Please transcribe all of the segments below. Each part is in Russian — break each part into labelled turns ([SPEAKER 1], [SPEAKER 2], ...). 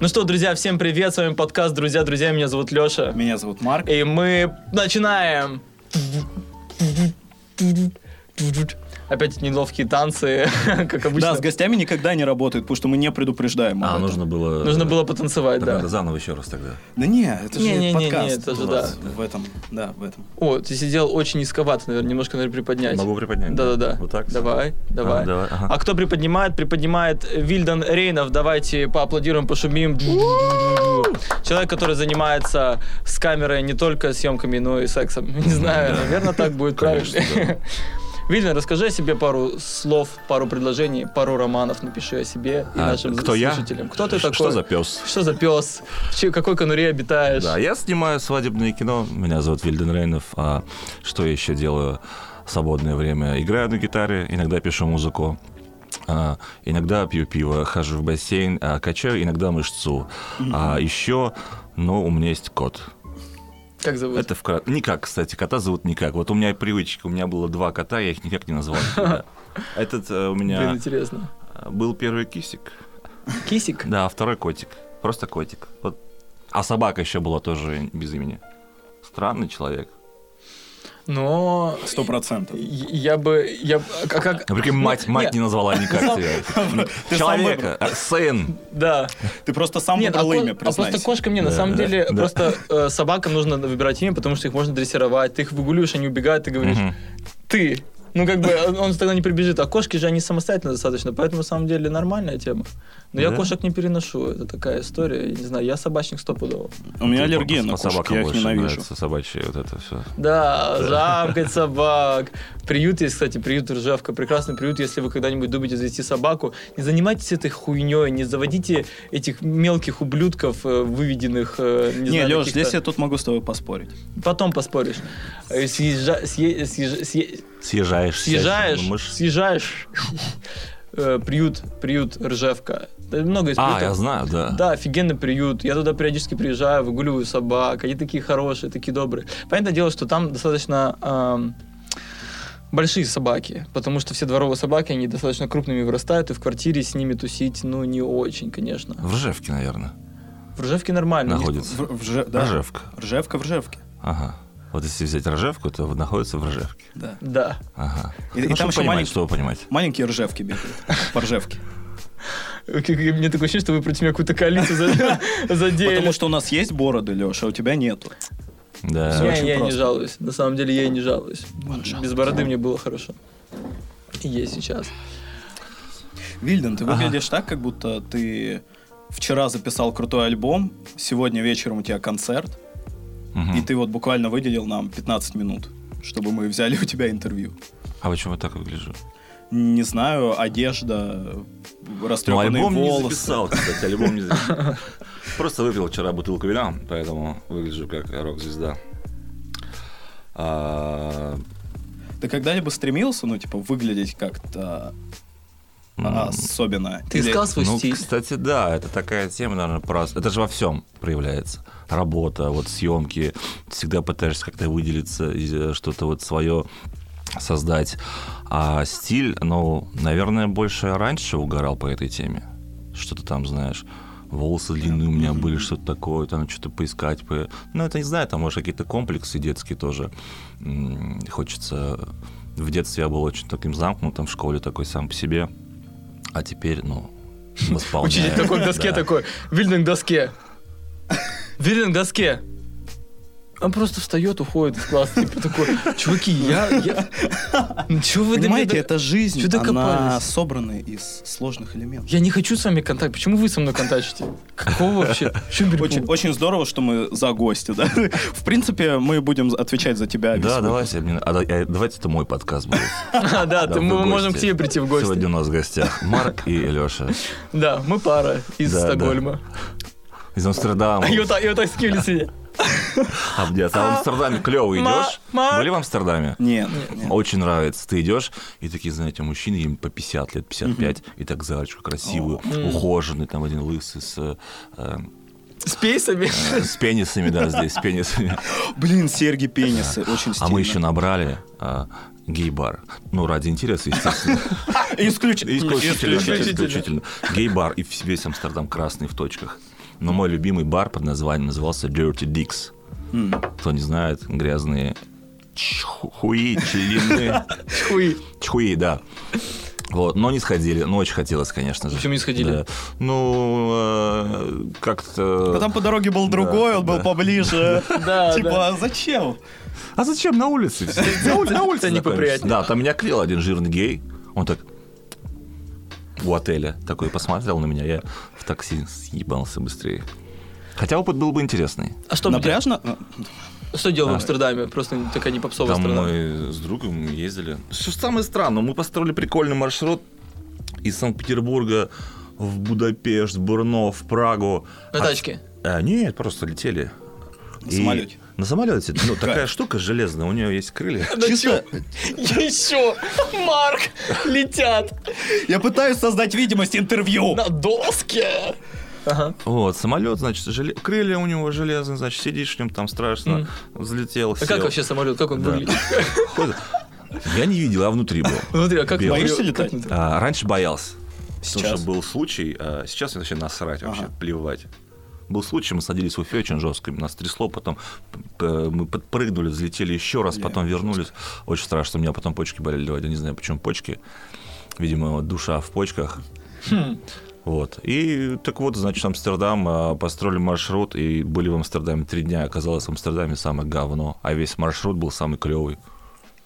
[SPEAKER 1] Ну что, друзья, всем привет, с вами подкаст «Друзья, друзья», меня зовут Леша.
[SPEAKER 2] Меня зовут Марк.
[SPEAKER 1] И мы начинаем. Опять неловкие танцы, как обычно.
[SPEAKER 2] Да, с гостями никогда не работает, потому что мы не предупреждаем. об
[SPEAKER 3] А,
[SPEAKER 2] этом.
[SPEAKER 3] нужно было...
[SPEAKER 1] Нужно было потанцевать,
[SPEAKER 3] Тогда
[SPEAKER 1] да.
[SPEAKER 3] заново еще раз тогда.
[SPEAKER 2] Да не, это же
[SPEAKER 1] Не-не-не-не,
[SPEAKER 2] подкаст.
[SPEAKER 1] это же
[SPEAKER 2] Вот
[SPEAKER 1] да.
[SPEAKER 2] В этом, да, в этом.
[SPEAKER 1] О, ты сидел очень низковато, наверное, немножко надо приподнять.
[SPEAKER 3] Могу приподнять?
[SPEAKER 1] Да-да-да.
[SPEAKER 3] Вот так?
[SPEAKER 1] Давай, давай.
[SPEAKER 3] А, давай, ага.
[SPEAKER 1] А кто приподнимает? Приподнимает Вильдан Рейнов. Давайте поаплодируем, пошумим. Человек, который занимается с камерой не только съемками, но и сексом. Не знаю,
[SPEAKER 3] Да.
[SPEAKER 1] наверное, так будет
[SPEAKER 3] Конечно,
[SPEAKER 1] правильно. Вильдан, расскажи о себе пару слов, пару предложений, пару романов напиши о себе и
[SPEAKER 3] А,
[SPEAKER 1] нашим
[SPEAKER 3] кто я?
[SPEAKER 1] слушателям. Кто ты
[SPEAKER 3] Ш-
[SPEAKER 1] такой?
[SPEAKER 3] Что за пес?
[SPEAKER 1] Что за пес? В чьей- какой конуре обитаешь?
[SPEAKER 3] Да, я снимаю свадебное кино. Меня зовут Вильден Рейнов. А что я еще делаю в свободное время? Играю на гитаре, иногда пишу музыку. а, иногда пью пиво, хожу в бассейн, а, качаю иногда мышцу. А еще, ну, у меня есть кот.
[SPEAKER 1] Как зовут?
[SPEAKER 3] Это вкратце. Никак, кстати, кота зовут никак. Вот у меня привычка, у меня было два кота, я их никак не назвал. никогда. Этот э, у
[SPEAKER 1] Блин,
[SPEAKER 3] меня
[SPEAKER 1] интересно.
[SPEAKER 3] э, был первый кисик.
[SPEAKER 1] Кисик?
[SPEAKER 3] Да, а второй котик. Просто котик. Вот. А собака еще была тоже без имени. Странный человек.
[SPEAKER 1] Но
[SPEAKER 2] Сто процентов.
[SPEAKER 1] Я я бы... Я, б- а как,
[SPEAKER 3] Ну, прикинь, мать, мать не назвала никак тебя.
[SPEAKER 2] Ты сам
[SPEAKER 3] Человека, э, сын.
[SPEAKER 1] да.
[SPEAKER 2] Ты просто сам
[SPEAKER 1] Нет, а,
[SPEAKER 2] выбрал
[SPEAKER 1] ко-
[SPEAKER 2] имя,
[SPEAKER 1] а просто
[SPEAKER 2] признайся.
[SPEAKER 1] кошка мне, на
[SPEAKER 3] Да,
[SPEAKER 1] самом
[SPEAKER 3] да,
[SPEAKER 1] деле,
[SPEAKER 3] да.
[SPEAKER 1] просто э, собакам нужно выбирать имя, потому что их можно дрессировать. Ты их выгуливаешь, они убегают, ты говоришь,
[SPEAKER 3] Мгм.
[SPEAKER 1] ты. Ну, как бы он он тогда не прибежит. А кошки же, они самостоятельно достаточно, поэтому, на самом деле, нормальная тема. Но я
[SPEAKER 3] Да?
[SPEAKER 1] кошек не переношу, это такая история, я не знаю, я собачник стопудово.
[SPEAKER 2] У меня
[SPEAKER 3] Ты
[SPEAKER 2] аллергия
[SPEAKER 3] по-
[SPEAKER 2] на
[SPEAKER 3] по
[SPEAKER 2] кошек,
[SPEAKER 3] собакам
[SPEAKER 2] я их
[SPEAKER 3] больше
[SPEAKER 2] ненавижу.
[SPEAKER 3] нравится, Собачьи вот это все.
[SPEAKER 1] Да, жамкать собак. Приют есть, кстати, приют Ржавка. Прекрасный приют, если вы когда-нибудь думаете завести собаку. Не занимайтесь этой хуйней, не заводите этих мелких ублюдков, э, выведенных... э, Не,
[SPEAKER 2] Не,
[SPEAKER 1] знаю,
[SPEAKER 2] Леш,
[SPEAKER 1] каких-то-
[SPEAKER 2] здесь я тут могу с тобой поспорить.
[SPEAKER 1] Потом поспоришь. Э, съезжа- съе- съезж- съе-
[SPEAKER 3] Съезжаешь. ну,
[SPEAKER 1] Съезжаешь,
[SPEAKER 3] сядешь, мышь.
[SPEAKER 1] съезжаешь. Э, Приют, приют Ржевка. Да Много из
[SPEAKER 3] А,
[SPEAKER 1] приютов.
[SPEAKER 3] я знаю, да.
[SPEAKER 1] Да, офигенный приют. Я туда периодически приезжаю, выгуливаю собак. Они такие хорошие, такие добрые. Понятное дело, что там достаточно эм, большие собаки, потому что все дворовые собаки, они достаточно крупными вырастают, и в квартире с ними тусить, ну, не очень, конечно.
[SPEAKER 3] В Ржевке, наверное,
[SPEAKER 1] В Ржевке нормально.
[SPEAKER 3] находится.
[SPEAKER 2] В- в Рже- да.
[SPEAKER 3] Ржевка.
[SPEAKER 2] Ржевка в Ржевке.
[SPEAKER 3] Ага. Вот если взять Ржевку, то находится в Ржевке.
[SPEAKER 2] Да.
[SPEAKER 1] Да.
[SPEAKER 3] Ага.
[SPEAKER 2] И- и
[SPEAKER 3] Ну,
[SPEAKER 2] там
[SPEAKER 3] чтобы
[SPEAKER 2] еще
[SPEAKER 3] понимать,
[SPEAKER 2] маленький-
[SPEAKER 3] чтобы понимать.
[SPEAKER 2] Маленькие ржевки бегают. По ржевке.
[SPEAKER 1] Мне такое ощущение, что вы против меня какую-то коалицию за- задели.
[SPEAKER 2] Потому что у нас есть бороды, Леша, а у тебя нету.
[SPEAKER 3] Да.
[SPEAKER 1] Я,
[SPEAKER 2] очень
[SPEAKER 1] я не
[SPEAKER 2] просто.
[SPEAKER 1] жалуюсь. На самом деле я и не жалуюсь.
[SPEAKER 2] жалуйся.
[SPEAKER 1] Без бороды мне было хорошо. И есть сейчас.
[SPEAKER 2] Вильден, ты выглядишь так, как будто ты вчера записал крутой альбом, сегодня вечером у тебя концерт,
[SPEAKER 3] Мгм.
[SPEAKER 2] и ты вот буквально выделил нам 15 минут, чтобы мы взяли у тебя интервью.
[SPEAKER 3] А почему я так выгляжу?
[SPEAKER 2] Не знаю, одежда,
[SPEAKER 3] Ну,
[SPEAKER 2] растрепанные
[SPEAKER 3] альбом не
[SPEAKER 2] волосы.
[SPEAKER 3] записал, кстати, альбом не записал. Просто выпил вчера бутылку вина, поэтому выгляжу как рок-звезда. А,
[SPEAKER 2] ты когда-либо стремился, ну, типа, выглядеть как-то А
[SPEAKER 3] м,
[SPEAKER 2] особенно?
[SPEAKER 1] Ты
[SPEAKER 2] Или-
[SPEAKER 1] искал свой
[SPEAKER 3] ну,
[SPEAKER 1] стиль?
[SPEAKER 3] кстати, да, это такая тема, наверное, про... Это же во всем проявляется. Работа, вот съемки. Ты всегда пытаешься как-то выделиться, и, э, что-то вот свое создать. А стиль, ну, наверное, больше раньше угорал по этой теме. Что ты там знаешь? Волосы длинные у меня были, что-то такое, там что-то поискать. по- Ну, это не знаю, там, может, какие-то комплексы детские тоже. М, Хочется... В детстве я был очень таким замкнутым, в школе такой сам по себе. А теперь, ну, восполняю.
[SPEAKER 1] Учитель такой к доске
[SPEAKER 3] Да.
[SPEAKER 1] такой. Вильдинг к доске. Вильдинг к доске. Он просто встает, уходит из класса. Типа такой, чуваки, я... я... Ну, чё вы до меня
[SPEAKER 2] Понимаете,
[SPEAKER 1] до-
[SPEAKER 2] это жизнь,
[SPEAKER 1] Чё
[SPEAKER 2] она
[SPEAKER 1] докопались?
[SPEAKER 2] собрана из сложных элементов.
[SPEAKER 1] Я не хочу с вами контакт. Почему вы со мной контактите? Какого вообще? Чё перепутал?
[SPEAKER 2] Очень, очень здорово, что мы за гости, да? В принципе, мы будем отвечать за тебя. весь
[SPEAKER 3] Да,
[SPEAKER 2] выпуск.
[SPEAKER 3] давайте, блин, а да- э, давайте это мой подкаст будет.
[SPEAKER 1] А, да,
[SPEAKER 3] Да,
[SPEAKER 1] ты-
[SPEAKER 3] вы
[SPEAKER 1] мы
[SPEAKER 3] гости.
[SPEAKER 1] можем к тебе прийти в гости.
[SPEAKER 3] Сегодня у нас в гостях Марк и Леша
[SPEAKER 1] Да, мы пара из
[SPEAKER 3] Да, да.
[SPEAKER 1] Стокгольма.
[SPEAKER 3] из Амстердама.
[SPEAKER 1] И вот так- и вот так скинулись сидят.
[SPEAKER 3] Обдец. А в Амстердаме клево
[SPEAKER 1] Ма-
[SPEAKER 3] идешь.
[SPEAKER 1] Марк.
[SPEAKER 3] Были в Амстердаме?
[SPEAKER 2] Нет, нет.
[SPEAKER 3] Очень нравится. Ты идешь, и такие, знаете, мужчины, им по 50 лет, 55, и так за ручку красивую, ухоженный, там один лысый с э, э,
[SPEAKER 1] С пейсами?
[SPEAKER 3] Э, С пенисами, да, здесь, с пенисами.
[SPEAKER 2] Блин, серьги пенисы, очень стильно.
[SPEAKER 3] А мы еще набрали э, гей-бар. Ну, ради интереса, естественно.
[SPEAKER 2] Исключ-
[SPEAKER 3] Исключительно, да,
[SPEAKER 1] Исключительно.
[SPEAKER 3] исключительно. Гей-бар и в- весь Амстердам красный в точках. Но мой любимый бар под названием назывался Dirty Dicks.
[SPEAKER 2] М.
[SPEAKER 3] Кто не знает, грязные чху- хуи, члены.
[SPEAKER 1] Хуй.
[SPEAKER 3] Чхуи, да. Вот, но не сходили. Ну, очень хотелось, конечно же.
[SPEAKER 1] Почему не сходили?
[SPEAKER 3] Да. Ну, э, как-то...
[SPEAKER 2] Да Там по дороге был другой, он был
[SPEAKER 3] да.
[SPEAKER 2] поближе.
[SPEAKER 1] Да,
[SPEAKER 2] Типа,
[SPEAKER 1] да.
[SPEAKER 2] а зачем?
[SPEAKER 3] А зачем на улице? На ули- на улице
[SPEAKER 1] Это не
[SPEAKER 3] знакомишься.
[SPEAKER 1] поприятнее.
[SPEAKER 3] Да, там меня клеил один жирный гей. Он так у отеля такой посмотрел на меня. Я в такси съебался быстрее. Хотя опыт был бы интересный.
[SPEAKER 1] А что, где-
[SPEAKER 2] Напряжно?
[SPEAKER 1] что делал в
[SPEAKER 3] А.
[SPEAKER 1] Амстердаме? Просто такая не попсовая
[SPEAKER 3] Там
[SPEAKER 1] страна.
[SPEAKER 3] мы с другом ездили. Что самое странное, мы построили прикольный маршрут из Санкт-Петербурга в Будапешт, Бурно, в Прагу.
[SPEAKER 1] На
[SPEAKER 3] А-
[SPEAKER 1] тачке.
[SPEAKER 3] А, нет, просто летели.
[SPEAKER 2] На
[SPEAKER 3] И-
[SPEAKER 2] самолете.
[SPEAKER 3] На самолете. Ну, такая штука железная, у нее есть крылья.
[SPEAKER 2] Чисто-
[SPEAKER 1] Еще! Марк! Летят!
[SPEAKER 2] Я пытаюсь создать видимость интервью.
[SPEAKER 1] На доске! Ага.
[SPEAKER 3] Вот, самолет, значит, желе- крылья у него железные, значит, сидишь в нем, там страшно, взлетел,
[SPEAKER 1] А
[SPEAKER 3] сел.
[SPEAKER 1] как вообще самолет? Как он
[SPEAKER 3] Да.
[SPEAKER 1] выглядит?
[SPEAKER 3] Ходит. Я не видел, а внутри был.
[SPEAKER 1] Смотри, а как
[SPEAKER 3] Белый.
[SPEAKER 1] самолет-
[SPEAKER 2] Боишься летать?
[SPEAKER 1] как внутри?
[SPEAKER 3] А, раньше боялся. Потому
[SPEAKER 2] Сейчас?
[SPEAKER 3] что был случай, а, сейчас мне вообще насрать, вообще
[SPEAKER 2] Ага.
[SPEAKER 3] плевать. Был случай, мы садились в Уфе очень жестко, нас трясло, потом э, мы подпрыгнули, взлетели еще раз,
[SPEAKER 2] Бля,
[SPEAKER 3] потом вернулись. Очень страшно, у меня потом почки болели, я не знаю, почему почки. Видимо, вот душа в почках.
[SPEAKER 1] Хм.
[SPEAKER 3] Вот. И так вот, значит, Амстердам, а, построили маршрут и были в Амстердаме три дня. Оказалось, в Амстердаме самое говно, а весь маршрут был самый клевый.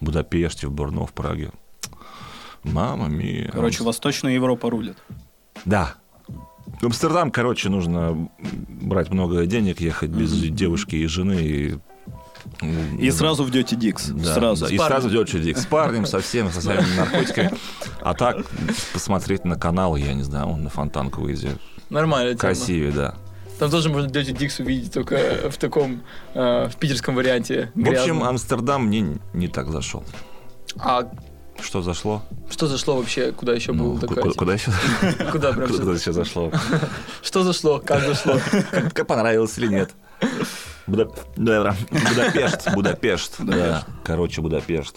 [SPEAKER 3] В Будапеште, в Бурно, в Праге. Мама мия.
[SPEAKER 2] Короче, Восточная Европа рулит.
[SPEAKER 3] Да. В Амстердам, короче, нужно брать много денег, ехать без девушки и жены. И, м,
[SPEAKER 2] И сразу в Дети Дикс.
[SPEAKER 3] да,
[SPEAKER 2] Сразу.
[SPEAKER 3] да, и сразу идет чудик. С парнем, со всем, со своими наркотиками. А так, посмотреть на канал, я не знаю, он на фонтанку выйдет.
[SPEAKER 1] Нормально.
[SPEAKER 3] Красивее, да.
[SPEAKER 1] Там тоже можно Dirty Dicks увидеть, только в таком, э, в питерском варианте.
[SPEAKER 3] В общем, а-
[SPEAKER 1] грязном.
[SPEAKER 3] Амстердам мне не- не так зашел.
[SPEAKER 1] а
[SPEAKER 3] Что зашло?
[SPEAKER 1] что зашло вообще? Куда еще
[SPEAKER 3] Ну,
[SPEAKER 1] было
[SPEAKER 3] ку-
[SPEAKER 1] такое?
[SPEAKER 3] ку- куда еще?
[SPEAKER 1] Куда прям
[SPEAKER 3] Куда
[SPEAKER 1] сейчас?
[SPEAKER 3] еще зашло?
[SPEAKER 1] Что зашло? Как зашло?
[SPEAKER 3] Как понравилось или нет? Буда- да, да. Будапешт, Будапешт, да. Короче, Будапешт.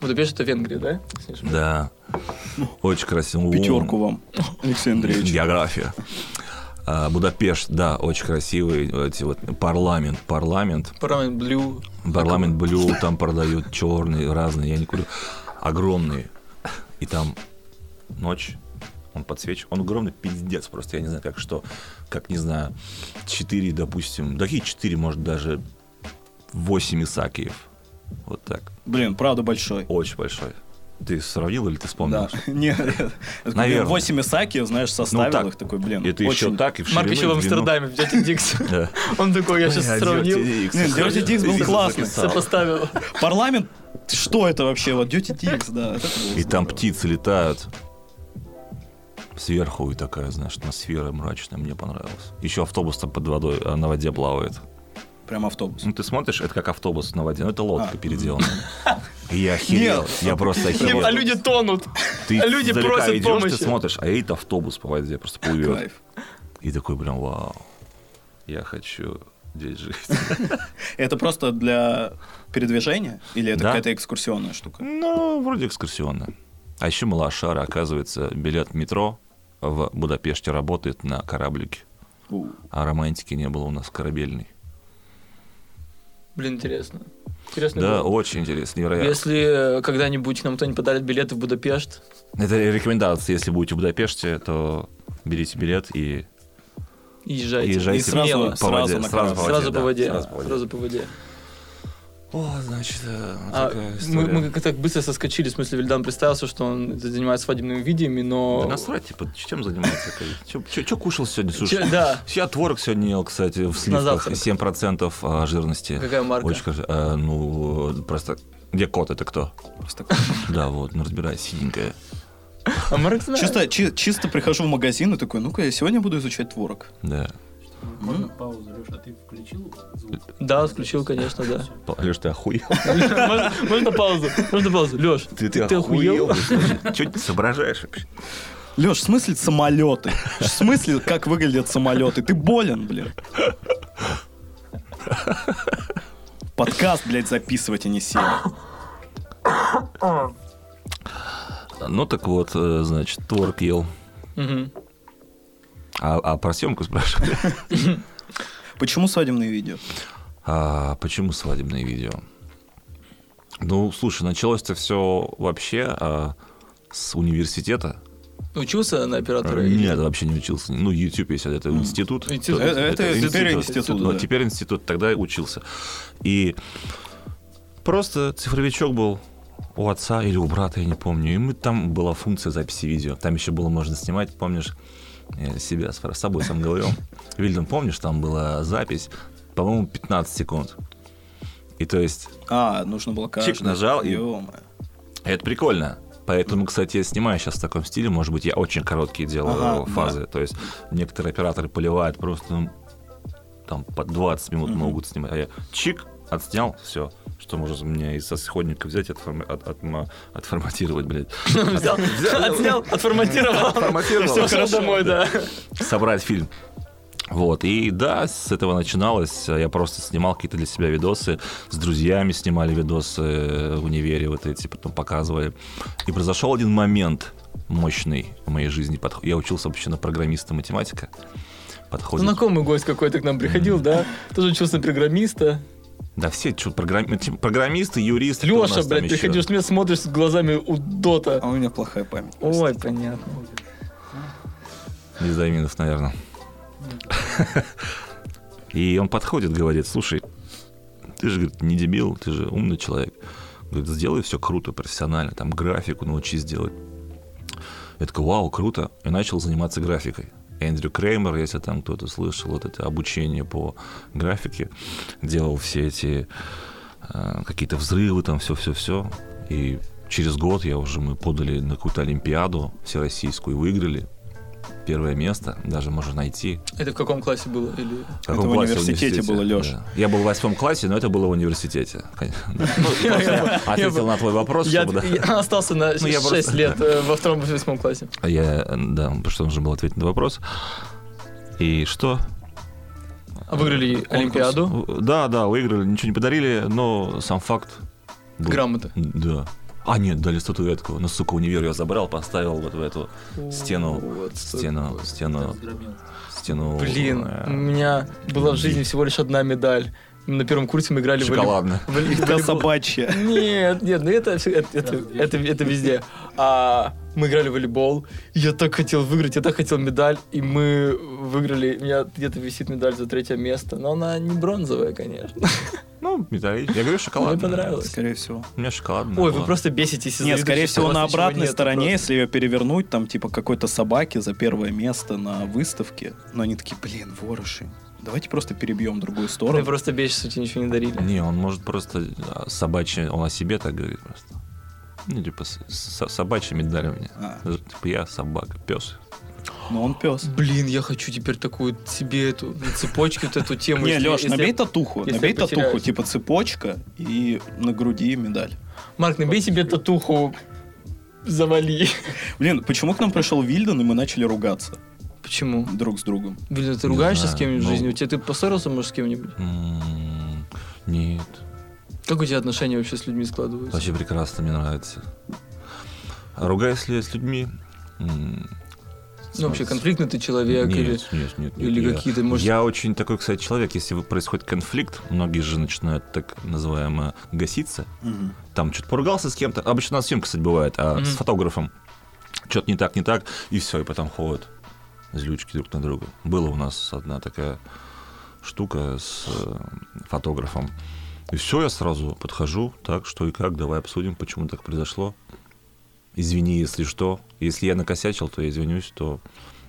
[SPEAKER 1] Будапешт это Венгрия, да? если не ошибаюсь?
[SPEAKER 3] Да. Очень красиво.
[SPEAKER 2] Пятерку вам, Алексей Андреевич.
[SPEAKER 3] География. А, Будапешт, да, очень красивый. Эти вот парламент, парламент.
[SPEAKER 1] Парламент Блю.
[SPEAKER 3] Парламент блю, там продают черные, разные, я не курю. Огромные. И там ночь, он подсвечен. Он огромный пиздец просто, я не знаю, как что. Как, не знаю, 4, допустим. Такие 4, может, даже 8 Исакиев. Вот так.
[SPEAKER 2] Блин, правда большой.
[SPEAKER 3] Очень большой. Ты сравнил или ты вспомнил?
[SPEAKER 2] Да. Нет, это как
[SPEAKER 3] Наверное.
[SPEAKER 2] 8 Исаки, знаешь, составил
[SPEAKER 3] Ну, так.
[SPEAKER 2] их такой, блин.
[SPEAKER 3] И ты еще
[SPEAKER 2] очень-
[SPEAKER 3] так и в
[SPEAKER 1] Марк
[SPEAKER 3] ширину,
[SPEAKER 1] еще в
[SPEAKER 3] и в длину. а
[SPEAKER 1] Амстердаме, в Dirty Dicks.
[SPEAKER 3] Да.
[SPEAKER 1] Он такой, я сейчас
[SPEAKER 3] Бля,
[SPEAKER 1] сравнил,
[SPEAKER 3] Dirty Dicks.
[SPEAKER 2] Нет, Dirty Dicks был
[SPEAKER 3] Записал.
[SPEAKER 2] классный.
[SPEAKER 1] сопоставил.
[SPEAKER 2] Парламент, что это вообще? Вот Duty Dicks, да. это было
[SPEAKER 3] И там
[SPEAKER 2] здорово.
[SPEAKER 3] птицы летают. Сверху и такая, знаешь, атмосфера мрачная, мне понравилось. Еще автобус там под водой, а на воде плавает.
[SPEAKER 2] Прям автобус.
[SPEAKER 3] Ну, ты смотришь, это как автобус на воде, но это лодка
[SPEAKER 2] А.
[SPEAKER 3] переделанная. И я охерел,
[SPEAKER 2] Нет.
[SPEAKER 3] я просто охерел.
[SPEAKER 1] А люди тонут.
[SPEAKER 3] Ты
[SPEAKER 1] а люди
[SPEAKER 3] издалека
[SPEAKER 1] просят
[SPEAKER 3] идешь,
[SPEAKER 1] помощи.
[SPEAKER 3] ты смотришь, а это автобус по воде просто плывет.
[SPEAKER 2] Кайф.
[SPEAKER 3] И такой прям, вау, я хочу здесь жить.
[SPEAKER 2] Это просто для передвижения? Или это
[SPEAKER 3] Да.
[SPEAKER 2] какая-то экскурсионная штука?
[SPEAKER 3] Ну, вроде экскурсионно. А еще малошара, оказывается, билет в метро в Будапеште работает на кораблике.
[SPEAKER 2] У.
[SPEAKER 3] А романтики не было у нас корабельной.
[SPEAKER 1] Блин, интересно. Интересно.
[SPEAKER 3] Да, а-
[SPEAKER 1] было.
[SPEAKER 3] очень интересно, невероятно.
[SPEAKER 1] Если э, когда-нибудь нам кто-нибудь подарит билеты в Будапешт,
[SPEAKER 3] Это рекомендация, если будете в Будапеште, то берите билет и
[SPEAKER 1] и езжайте.
[SPEAKER 3] езжайте
[SPEAKER 2] И сразу-
[SPEAKER 3] смело по
[SPEAKER 2] сразу
[SPEAKER 3] воде.
[SPEAKER 2] на
[SPEAKER 3] Сразу по
[SPEAKER 2] корабль.
[SPEAKER 3] воде,
[SPEAKER 1] Сразу
[SPEAKER 3] да,
[SPEAKER 1] по воде.
[SPEAKER 3] сразу по воде.
[SPEAKER 1] Сразу по воде.
[SPEAKER 3] О, значит, э, вот
[SPEAKER 1] А,
[SPEAKER 3] такая история.
[SPEAKER 1] мы, мы как-то так быстро соскочили, в смысле, Вильдан представился, что он занимается свадебными видеями, но...
[SPEAKER 3] Да насрать, типа, чем заниматься? Че кушал сегодня?
[SPEAKER 1] Че-
[SPEAKER 3] Слушай,
[SPEAKER 1] да.
[SPEAKER 3] я творог сегодня ел, кстати, в сливках.
[SPEAKER 1] завтрак.
[SPEAKER 3] 7% жирности.
[SPEAKER 1] Какая марка?
[SPEAKER 3] Очень хорошо. Э, ну, э, просто... Где кот, это кто?
[SPEAKER 2] Просто такой.
[SPEAKER 3] Да, вот, ну разбирай, синенькая.
[SPEAKER 1] А Марк знает.
[SPEAKER 2] Чисто, чи- чисто прихожу в магазин и такой, ну-ка, я сегодня буду изучать творог.
[SPEAKER 3] Да.
[SPEAKER 4] Можно паузу, Леш, а ты включил звук?
[SPEAKER 1] Да, включил, конечно, да.
[SPEAKER 3] Леш, ты охуел?
[SPEAKER 1] Можно можно паузу? Можно паузу? Леш,
[SPEAKER 3] Ты,
[SPEAKER 1] ты охуел?
[SPEAKER 3] Че ты соображаешь вообще?
[SPEAKER 2] Леш, в смысле самолеты? В смысле, как выглядят самолеты? Ты болен, блин. Подкаст, блядь, записывать, а не сели.
[SPEAKER 3] Ну так вот, э, значит, творог ел.
[SPEAKER 1] Мгм.
[SPEAKER 3] А, а про съемку спрашивали.
[SPEAKER 2] Почему свадебные видео?
[SPEAKER 3] А, почему свадебные видео? Ну, слушай, началось-то все вообще а, с университета.
[SPEAKER 1] Учился на оператора? или-
[SPEAKER 3] А, Нет, вообще не учился. Ну, YouTube есть, это институт.
[SPEAKER 1] Институт.
[SPEAKER 3] То-
[SPEAKER 2] Это- это теперь институт,
[SPEAKER 3] Ну,
[SPEAKER 2] да.
[SPEAKER 3] Теперь институт, тогда учился. И просто цифровичок был у отца или у брата, я не помню. И мы там была функция записи видео. Там еще было можно снимать, помнишь, я себя с с собой сам говорил. Вильдон, помнишь, там была запись, по-моему, 15 секунд. И то есть
[SPEAKER 2] А, нужно было каждый.
[SPEAKER 3] Чик нажал и-
[SPEAKER 2] Ё-моё.
[SPEAKER 3] это прикольно. Поэтому, кстати, я снимаю сейчас в таком стиле. Может быть, я очень короткие делаю
[SPEAKER 2] Ага,
[SPEAKER 3] фазы. То есть некоторые операторы поливают просто ну, там по 20 минут
[SPEAKER 2] Мгм.
[SPEAKER 3] могут снимать. А я чик, отснял, все. Что можно мне из исходника взять, отформи- от- отма- отформатировать, блядь.
[SPEAKER 1] Взял, Отснял, отформатировал.
[SPEAKER 3] Отформатировал.
[SPEAKER 1] Все, хорошо, домой, да.
[SPEAKER 3] собрать фильм. Вот, и да, с этого начиналось. Я просто снимал какие-то для себя видосы. С друзьями снимали видосы в универе вот эти, потом показывали. И произошел один момент мощный в моей жизни. Подх- Я учился вообще на программиста математика. Подходит.
[SPEAKER 1] Знакомый гость какой-то к нам приходил, да? Тоже учился на программиста.
[SPEAKER 3] Да все, что, программисты, юристы. кто у нас
[SPEAKER 1] Леша,
[SPEAKER 3] там
[SPEAKER 1] блядь,
[SPEAKER 3] еще?
[SPEAKER 1] приходишь на меня, смотришь с глазами у Дота.
[SPEAKER 2] А у меня плохая память.
[SPEAKER 1] Ой, понятно.
[SPEAKER 3] Визаминов, наверное. И он подходит, говорит, слушай, ты же, говорит, не дебил, ты же умный человек. Говорит, сделай все круто, профессионально, там графику научись делать. Я такой, вау, круто. И начал заниматься графикой. Эндрю Креймер, если там кто-то слышал, вот это обучение по графике, делал все эти э, какие-то взрывы, там все-все-все. И через год я уже, мы подали на какую-то олимпиаду всероссийскую и выиграли первое место, даже можно найти.
[SPEAKER 1] Это в каком классе было? Или...
[SPEAKER 3] В каком
[SPEAKER 2] в
[SPEAKER 3] классе
[SPEAKER 2] университете было, Лёш.
[SPEAKER 3] Да. Я был в восьмом классе, но это было в университете. конечно. Ну, просто Ответил на твой вопрос,
[SPEAKER 1] Я,
[SPEAKER 3] чтобы, да.
[SPEAKER 1] я остался на
[SPEAKER 3] Ну, я
[SPEAKER 1] 6
[SPEAKER 3] просто-
[SPEAKER 1] лет э, во втором и восьмом классе.
[SPEAKER 3] А Я, э, да, потому что нужно было ответить на вопрос. И что?
[SPEAKER 1] А Выиграли Олимпиаду.
[SPEAKER 3] Конкурс. Да, да, выиграли, ничего не подарили, но сам факт. был.
[SPEAKER 1] Грамоты.
[SPEAKER 3] Да. А, нет, дали статуэтку. Ну, сука, универ я забрал, поставил вот в эту стену,
[SPEAKER 1] Вот,
[SPEAKER 3] стену, стену, стену.
[SPEAKER 1] Блин, у
[SPEAKER 3] э,
[SPEAKER 1] меня была в жизни всего лишь одна медаль. На первом курсе мы играли в волейбол.
[SPEAKER 3] Шоколадно.
[SPEAKER 1] в волей- в
[SPEAKER 2] Да
[SPEAKER 1] волейбол.
[SPEAKER 2] собачья.
[SPEAKER 1] Нет, нет, ну это, всё- это, это, это, это везде. А мы играли в волейбол, и я так хотел выиграть, я так хотел медаль, и мы выиграли. У меня где-то висит медаль за третье место, но она не бронзовая, конечно.
[SPEAKER 3] Ну, металлический. Я говорю, шоколадно.
[SPEAKER 1] Мне понравилось.
[SPEAKER 2] Скорее всего.
[SPEAKER 3] У меня шоколадно.
[SPEAKER 1] Ой, вы просто беситесь из-за
[SPEAKER 2] Нет,
[SPEAKER 1] еды,
[SPEAKER 2] скорее
[SPEAKER 1] что
[SPEAKER 2] всего,
[SPEAKER 1] у вас
[SPEAKER 2] на
[SPEAKER 1] ничего
[SPEAKER 2] обратной
[SPEAKER 1] нет,
[SPEAKER 2] стороне,
[SPEAKER 1] просто.
[SPEAKER 2] если ее перевернуть, там, типа, какой-то собаке за первое место на выставке. Но они такие, блин, ворыши. Давайте просто перебьем другую
[SPEAKER 1] Ты
[SPEAKER 2] сторону.
[SPEAKER 1] просто бесишься, тебе ничего не дарили.
[SPEAKER 3] Не, он может просто а, собачье, он о себе так говорит просто. Ну, типа, с- с- собачье медаливание.
[SPEAKER 2] А,
[SPEAKER 3] Типа, я собака, пес.
[SPEAKER 2] но он пес.
[SPEAKER 1] Блин, я хочу теперь такую себе эту на цепочке вот эту тему.
[SPEAKER 2] Не,
[SPEAKER 1] если-
[SPEAKER 2] Леш,
[SPEAKER 1] если-
[SPEAKER 2] набей татуху.
[SPEAKER 1] если я
[SPEAKER 2] Набей татуху,
[SPEAKER 1] потеряюсь.
[SPEAKER 2] типа цепочка и на груди медаль.
[SPEAKER 1] Марк, набей себе татуху. Завали.
[SPEAKER 2] Блин, почему к нам пришел Вильден, и мы начали ругаться
[SPEAKER 1] Почему?
[SPEAKER 2] друг с другом?
[SPEAKER 1] Блин, ты
[SPEAKER 3] Не
[SPEAKER 1] ругаешься
[SPEAKER 3] знаю,
[SPEAKER 1] с кем-нибудь в
[SPEAKER 3] ну-
[SPEAKER 1] жизни? У тебя ты поссорился, может, с кем-нибудь? М-м-м.
[SPEAKER 3] М, Нет.
[SPEAKER 1] Как у тебя отношения вообще с людьми складываются?
[SPEAKER 3] Вообще прекрасно, мне нравится. А Ругаюсь ли я с людьми? М,
[SPEAKER 1] Ну, вообще,
[SPEAKER 3] с-
[SPEAKER 1] конфликтный ты человек
[SPEAKER 3] нет,
[SPEAKER 1] или...
[SPEAKER 3] нет, нет, нет,
[SPEAKER 1] или
[SPEAKER 3] я-
[SPEAKER 1] какие-то, может-
[SPEAKER 3] Я очень такой, кстати, человек. Если вы- происходит конфликт, многие же начинают так называемо гаситься.
[SPEAKER 2] Мгм.
[SPEAKER 3] там что-то поругался с кем-то. Обычно на съемке, кстати, бывает, а
[SPEAKER 1] Мгм.
[SPEAKER 3] с фотографом. Что-то не так, не так, и все, и потом ходят злючки друг на друга. Была у нас одна такая штука с э, фотографом. И все, я сразу подхожу, так, что и как, давай обсудим, почему так произошло. Извини, если что. Если я накосячил, то я извинюсь, то...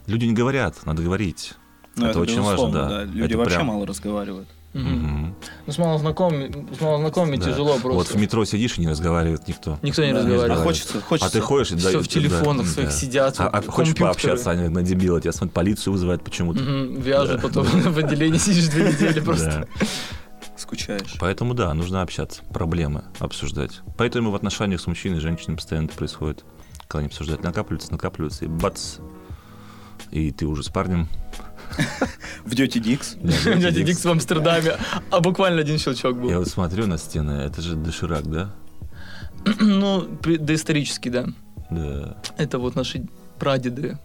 [SPEAKER 3] Люди не говорят, надо говорить.
[SPEAKER 2] Ну,
[SPEAKER 3] Это очень важно,
[SPEAKER 2] безусловно,
[SPEAKER 3] да.
[SPEAKER 2] Люди
[SPEAKER 3] Это
[SPEAKER 2] вообще
[SPEAKER 3] прям-
[SPEAKER 2] мало разговаривают.
[SPEAKER 1] Мгм.
[SPEAKER 3] Мгм.
[SPEAKER 1] Ну, с малознакомыми, с малознакомыми
[SPEAKER 3] Да.
[SPEAKER 1] тяжело
[SPEAKER 3] Вот
[SPEAKER 1] просто.
[SPEAKER 3] в метро сидишь и не разговаривает никто.
[SPEAKER 1] Никто не
[SPEAKER 2] Да,
[SPEAKER 1] разговаривает.
[SPEAKER 2] А хочется, хочется.
[SPEAKER 3] А ты ходишь и
[SPEAKER 1] Все
[SPEAKER 3] да,
[SPEAKER 1] в
[SPEAKER 3] да,
[SPEAKER 1] телефонах
[SPEAKER 3] да.
[SPEAKER 1] своих сидят,
[SPEAKER 3] А,
[SPEAKER 1] вот
[SPEAKER 3] а хочешь
[SPEAKER 1] компьютеры.
[SPEAKER 3] пообщаться, а не на дебила тебя смотрят, полицию вызывают почему-то.
[SPEAKER 1] Мгм, Вяжут, потом в отделении сидишь две недели просто.
[SPEAKER 3] Да.
[SPEAKER 2] Скучаешь.
[SPEAKER 3] Поэтому да, нужно общаться, проблемы обсуждать. Поэтому в отношениях с мужчиной и женщиной постоянно это происходит. когда они обсуждают, накапливаются, накапливаются, и бац, и ты уже с парнем.
[SPEAKER 2] В Dirty Dicks.
[SPEAKER 3] Да, знаете,
[SPEAKER 1] Дядя
[SPEAKER 3] Дикс.
[SPEAKER 1] Дикс в Амстердаме, а буквально один щелчок
[SPEAKER 3] ну, Я
[SPEAKER 1] был.
[SPEAKER 3] вот смотрю на стены, это же доширак, да?
[SPEAKER 1] Ну, при- доисторический, да.
[SPEAKER 3] Да.
[SPEAKER 1] Это вот наши прадеды